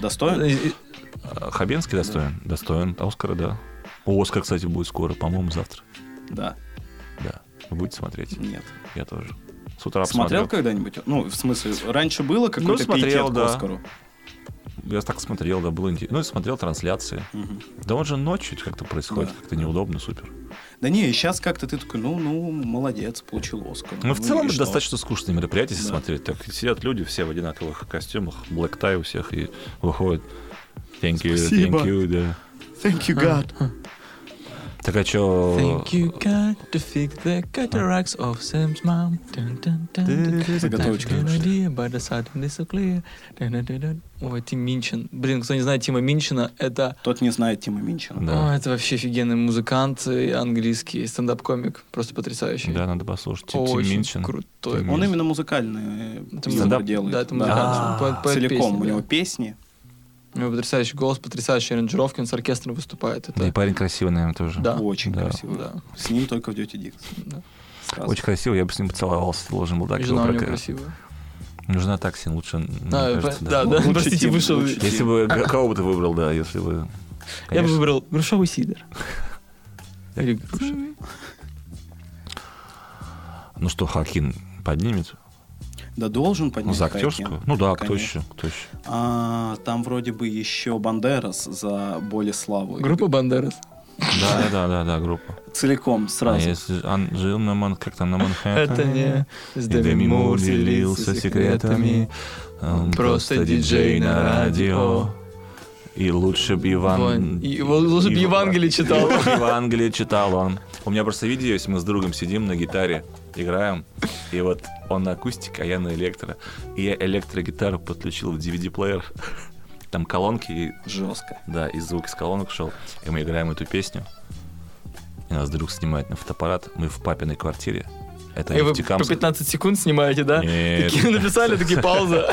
[SPEAKER 2] Достоин?
[SPEAKER 3] А, Хабенский достоин? Достоин. Оскара, да. О, Оскар, кстати, будет скоро, по-моему, завтра.
[SPEAKER 2] Да.
[SPEAKER 3] Да. Вы будете смотреть?
[SPEAKER 2] Нет.
[SPEAKER 3] Я тоже. С утра
[SPEAKER 2] Смотрел
[SPEAKER 3] посмотрел. Ну,
[SPEAKER 2] когда-нибудь? Ну, в смысле, раньше было какой-то
[SPEAKER 3] смотрел,
[SPEAKER 2] пиетет к
[SPEAKER 3] да.
[SPEAKER 2] Оскару?
[SPEAKER 3] Я так смотрел, да, было интересно. Ну, и смотрел трансляции.
[SPEAKER 2] Мгм.
[SPEAKER 3] Да он же ночью как-то происходит,
[SPEAKER 2] Да.
[SPEAKER 3] как-то неудобно, супер.
[SPEAKER 2] Да не, сейчас как-то ты такой, ну, ну, молодец, получил Оскар.
[SPEAKER 3] Ну, в целом,
[SPEAKER 2] и
[SPEAKER 3] это
[SPEAKER 2] что?
[SPEAKER 3] достаточно скучное мероприятие, если
[SPEAKER 2] Да.
[SPEAKER 3] смотреть. Так сидят люди все в одинаковых костюмах, black tie у всех, и выходят. Thank you,
[SPEAKER 2] Спасибо.
[SPEAKER 3] thank you, да.
[SPEAKER 2] Thank you, God.
[SPEAKER 3] Так а чё...
[SPEAKER 1] Thank А, you, God, to fix the cataracts of Sam's mom. Dun, dun, dun, dun.
[SPEAKER 2] Заготовочка.
[SPEAKER 1] Have no idea, but the side is so clear. Dun, dun, dun, dun. Ой, Тим Минчин. Блин, кто не знает Тима Минчина, это...
[SPEAKER 2] Тот не знает Тима Минчина.
[SPEAKER 3] Да.
[SPEAKER 1] О, это вообще офигенный музыкант и английский стендап-комик. Просто потрясающий.
[SPEAKER 3] Да, надо послушать. Тим
[SPEAKER 1] Очень
[SPEAKER 3] Минчин.
[SPEAKER 1] крутой.
[SPEAKER 3] Тим
[SPEAKER 2] Он
[SPEAKER 3] Мин-
[SPEAKER 2] именно музыкальный
[SPEAKER 1] Это
[SPEAKER 2] стендап
[SPEAKER 3] стендап?
[SPEAKER 2] делает.
[SPEAKER 1] Да, это
[SPEAKER 2] Да.
[SPEAKER 1] музыкант.
[SPEAKER 3] Да.
[SPEAKER 1] Поэт- поэт
[SPEAKER 2] А, Целиком
[SPEAKER 1] песни,
[SPEAKER 2] у него
[SPEAKER 1] да.
[SPEAKER 2] песни.
[SPEAKER 1] У него потрясающий голос, потрясающая аранжировка, он с оркестром выступает. Это...
[SPEAKER 3] Да и парень красивый, наверное, тоже.
[SPEAKER 1] Да.
[SPEAKER 2] Очень
[SPEAKER 3] Да.
[SPEAKER 2] красиво.
[SPEAKER 1] Да.
[SPEAKER 2] С ним только в Duty Dix.
[SPEAKER 1] Да.
[SPEAKER 2] Сразу.
[SPEAKER 3] Очень красиво, я бы с ним поцеловался, если должен был так
[SPEAKER 1] И
[SPEAKER 3] его
[SPEAKER 1] жена у него
[SPEAKER 3] прокатить.
[SPEAKER 1] красивая.
[SPEAKER 3] Нужна такси, лучше, мне
[SPEAKER 1] Да,
[SPEAKER 3] кажется,
[SPEAKER 1] по-
[SPEAKER 3] да.
[SPEAKER 1] да, да,
[SPEAKER 2] Лучше
[SPEAKER 1] простите,
[SPEAKER 2] Тим,
[SPEAKER 1] вышел.
[SPEAKER 2] лучше.
[SPEAKER 3] Если бы г- кого бы ты выбрал, да, если бы.
[SPEAKER 1] Я бы
[SPEAKER 3] Конечно.
[SPEAKER 1] выбрал грушевый сидр. Или грушевый.
[SPEAKER 3] Ну что, Хакин поднимет?
[SPEAKER 2] Да должен
[SPEAKER 3] Ну,
[SPEAKER 2] поднять.
[SPEAKER 3] за
[SPEAKER 2] Хайкин.
[SPEAKER 3] актерскую? Ну да, кто
[SPEAKER 2] Конечно.
[SPEAKER 3] еще? Кто еще?
[SPEAKER 2] А, там вроде бы еще Бандерас за боли славы.
[SPEAKER 1] Группа Бандерас.
[SPEAKER 3] Да, да, да, да, да, группа.
[SPEAKER 2] Целиком,
[SPEAKER 3] А
[SPEAKER 2] сразу.
[SPEAKER 3] если Ан- жил на Ман, как там на Манхэттене?
[SPEAKER 1] Это не с
[SPEAKER 3] И
[SPEAKER 1] Деми
[SPEAKER 3] Деми
[SPEAKER 1] Мур
[SPEAKER 3] Мур
[SPEAKER 1] делился
[SPEAKER 3] делился
[SPEAKER 1] секретами.
[SPEAKER 3] секретами. Он просто диджей на радио. И лучше бы Иван...
[SPEAKER 1] Вон, и- вот лучше б
[SPEAKER 3] Ива-
[SPEAKER 1] Евангелие читал.
[SPEAKER 3] Евангелие читал он. У меня просто видео есть, мы с другом сидим на гитаре, играем, и вот он на акустике, а я на электро. И я электрогитару подключил в DVD-плеер. Там колонки, и-
[SPEAKER 2] Жестко.
[SPEAKER 3] да, и звук из колонок шел. И мы играем эту песню. И нас друг снимает на фотоаппарат. Мы в папиной квартире. Это
[SPEAKER 1] И вы по
[SPEAKER 3] Нефтекамск.
[SPEAKER 1] 15 секунд снимаете, да?
[SPEAKER 3] Нет.
[SPEAKER 1] Такие написали, такие пауза.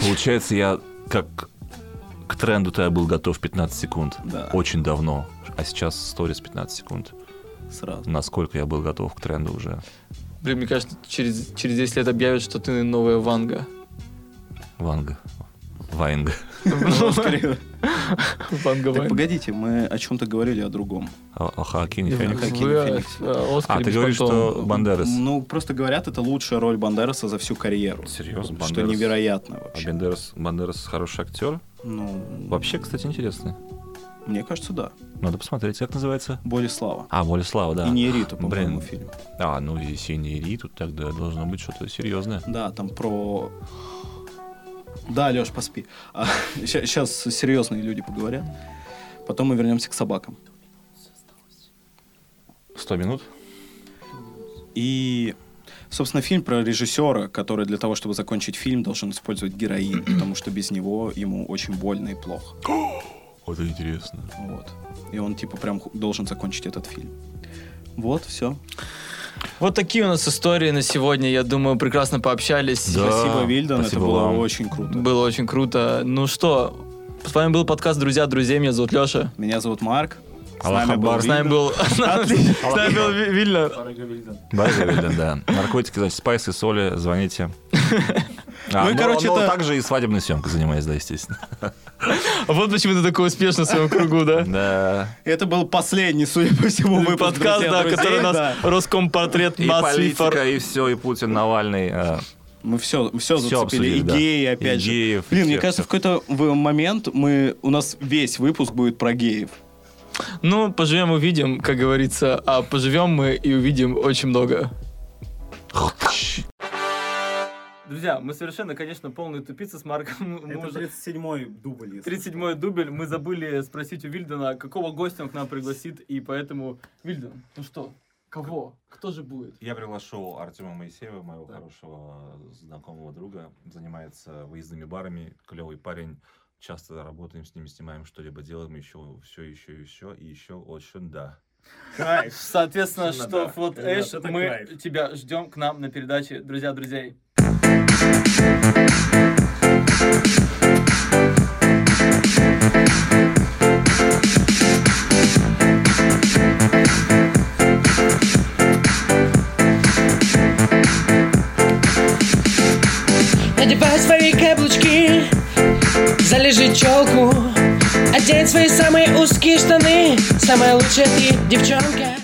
[SPEAKER 3] Получается, я как к тренду-то я был готов 15 секунд.
[SPEAKER 2] Да.
[SPEAKER 3] Очень давно. А сейчас сторис 15 секунд.
[SPEAKER 2] Сразу.
[SPEAKER 3] Насколько я был готов к тренду уже.
[SPEAKER 1] Блин, мне кажется, через, через 10 лет объявят, что ты новая Ванга.
[SPEAKER 3] Ванга. Ваинга.
[SPEAKER 2] Ну, скорее.
[SPEAKER 1] Ванга
[SPEAKER 2] Так,
[SPEAKER 1] Ванга.
[SPEAKER 2] погодите, мы о чем-то говорили о другом.
[SPEAKER 3] О, о Хоакине Фениксе.
[SPEAKER 1] Вы, э,
[SPEAKER 2] Феникс.
[SPEAKER 1] э, Оскар
[SPEAKER 3] А, ты говоришь,
[SPEAKER 1] Беспонтово.
[SPEAKER 3] что Бандерас.
[SPEAKER 2] Ну, просто говорят, это лучшая роль Бандераса за всю карьеру. Что
[SPEAKER 3] Серьезно, Бандерас?
[SPEAKER 2] невероятно
[SPEAKER 3] А
[SPEAKER 2] вообще.
[SPEAKER 3] Бандерас, Бандерас хороший актер.
[SPEAKER 2] Ну,
[SPEAKER 3] Вообще, кстати, интересный.
[SPEAKER 2] мне кажется, да.
[SPEAKER 3] Надо посмотреть, как называется.
[SPEAKER 2] Боли слава.
[SPEAKER 3] А, Болеслава, да.
[SPEAKER 2] И не Эриту, по-моему,
[SPEAKER 3] Блин.
[SPEAKER 2] фильм.
[SPEAKER 3] А, ну и Синьери, тут тогда должно быть что-то серьезное.
[SPEAKER 2] Да, там про... Да, Леш, поспи. А, Сейчас серьезные люди поговорят. Потом мы вернемся к собакам.
[SPEAKER 3] 100 минут?
[SPEAKER 2] И Собственно, фильм про режиссера, который для того, чтобы закончить фильм, должен использовать героин, потому что без него ему очень больно и плохо.
[SPEAKER 3] Вот это интересно.
[SPEAKER 2] Вот. И он, типа, прям ху- должен закончить этот фильм. Вот, все.
[SPEAKER 1] Вот такие у нас истории на сегодня. Я думаю, прекрасно пообщались.
[SPEAKER 3] Да,
[SPEAKER 2] спасибо, Вильдон.
[SPEAKER 3] спасибо
[SPEAKER 2] это было
[SPEAKER 3] вам.
[SPEAKER 2] очень круто.
[SPEAKER 1] Было очень круто. Ну что, с вами был подкаст «Друзья друзей». Меня зовут Леша.
[SPEAKER 2] Меня зовут Марк. С нами был
[SPEAKER 3] Аллахабар.
[SPEAKER 1] С нами
[SPEAKER 2] Вильдон.
[SPEAKER 1] был... С
[SPEAKER 3] ну,
[SPEAKER 1] нами был Ви- Вильно.
[SPEAKER 4] Пора Гавильдон.
[SPEAKER 3] Да, Гавельден, да. Наркотики, значит, спайсы, соли, звоните. А,
[SPEAKER 2] Ну и,
[SPEAKER 3] ну,
[SPEAKER 2] короче,
[SPEAKER 3] ну,
[SPEAKER 2] это-
[SPEAKER 3] также и свадебной съемкой занимаюсь, да, естественно.
[SPEAKER 1] А Вот почему ты такой успешный в своем кругу, да?
[SPEAKER 3] Да.
[SPEAKER 2] Это был последний, судя по всему, выпуск.
[SPEAKER 1] Подкаст,
[SPEAKER 2] «Друзья
[SPEAKER 1] да,
[SPEAKER 2] друзей»,
[SPEAKER 1] который у
[SPEAKER 2] да.
[SPEAKER 1] нас Роскомпортрет,
[SPEAKER 3] И
[SPEAKER 1] Мас
[SPEAKER 3] политика, и все, и Путин, Навальный. э,
[SPEAKER 2] Мы все, все,
[SPEAKER 3] Всё
[SPEAKER 2] зацепили.
[SPEAKER 3] обсудили, да.
[SPEAKER 2] и геи, опять же.
[SPEAKER 3] Геев,
[SPEAKER 2] Блин, мне
[SPEAKER 3] всех,
[SPEAKER 2] кажется, в
[SPEAKER 3] всех.
[SPEAKER 2] какой-то в- момент мы, у нас весь выпуск будет про геев.
[SPEAKER 1] Ну, поживем, увидим, как говорится. А поживем мы и увидим очень много. Друзья, мы совершенно, конечно, полные тупицы с Марком. Мы уже-
[SPEAKER 5] 37-й дубль. если
[SPEAKER 1] 37-й дубль. Мы забыли спросить у Вильдена, какого гостя он к нам пригласит. И поэтому... Вильден, ну что? Кого? Кто же будет?
[SPEAKER 6] Я приглашу Артема Моисеева, моего хорошего знакомого друга. Занимается выездными барами, клевый парень. Часто работаем с ними, снимаем что-либо, делаем еще, все, еще, еще и еще очень да.
[SPEAKER 5] Кайф.
[SPEAKER 1] Соответственно,
[SPEAKER 5] Сильно,
[SPEAKER 1] что
[SPEAKER 5] да.
[SPEAKER 1] вот
[SPEAKER 5] Ребят,
[SPEAKER 1] Эш,
[SPEAKER 5] это
[SPEAKER 1] мы
[SPEAKER 5] кайф.
[SPEAKER 1] тебя ждем к нам на передаче «Друзья друзей».
[SPEAKER 7] Надевай свои каблучки, залежи челку Одень свои самые узкие штаны Самая лучшая ты девчонка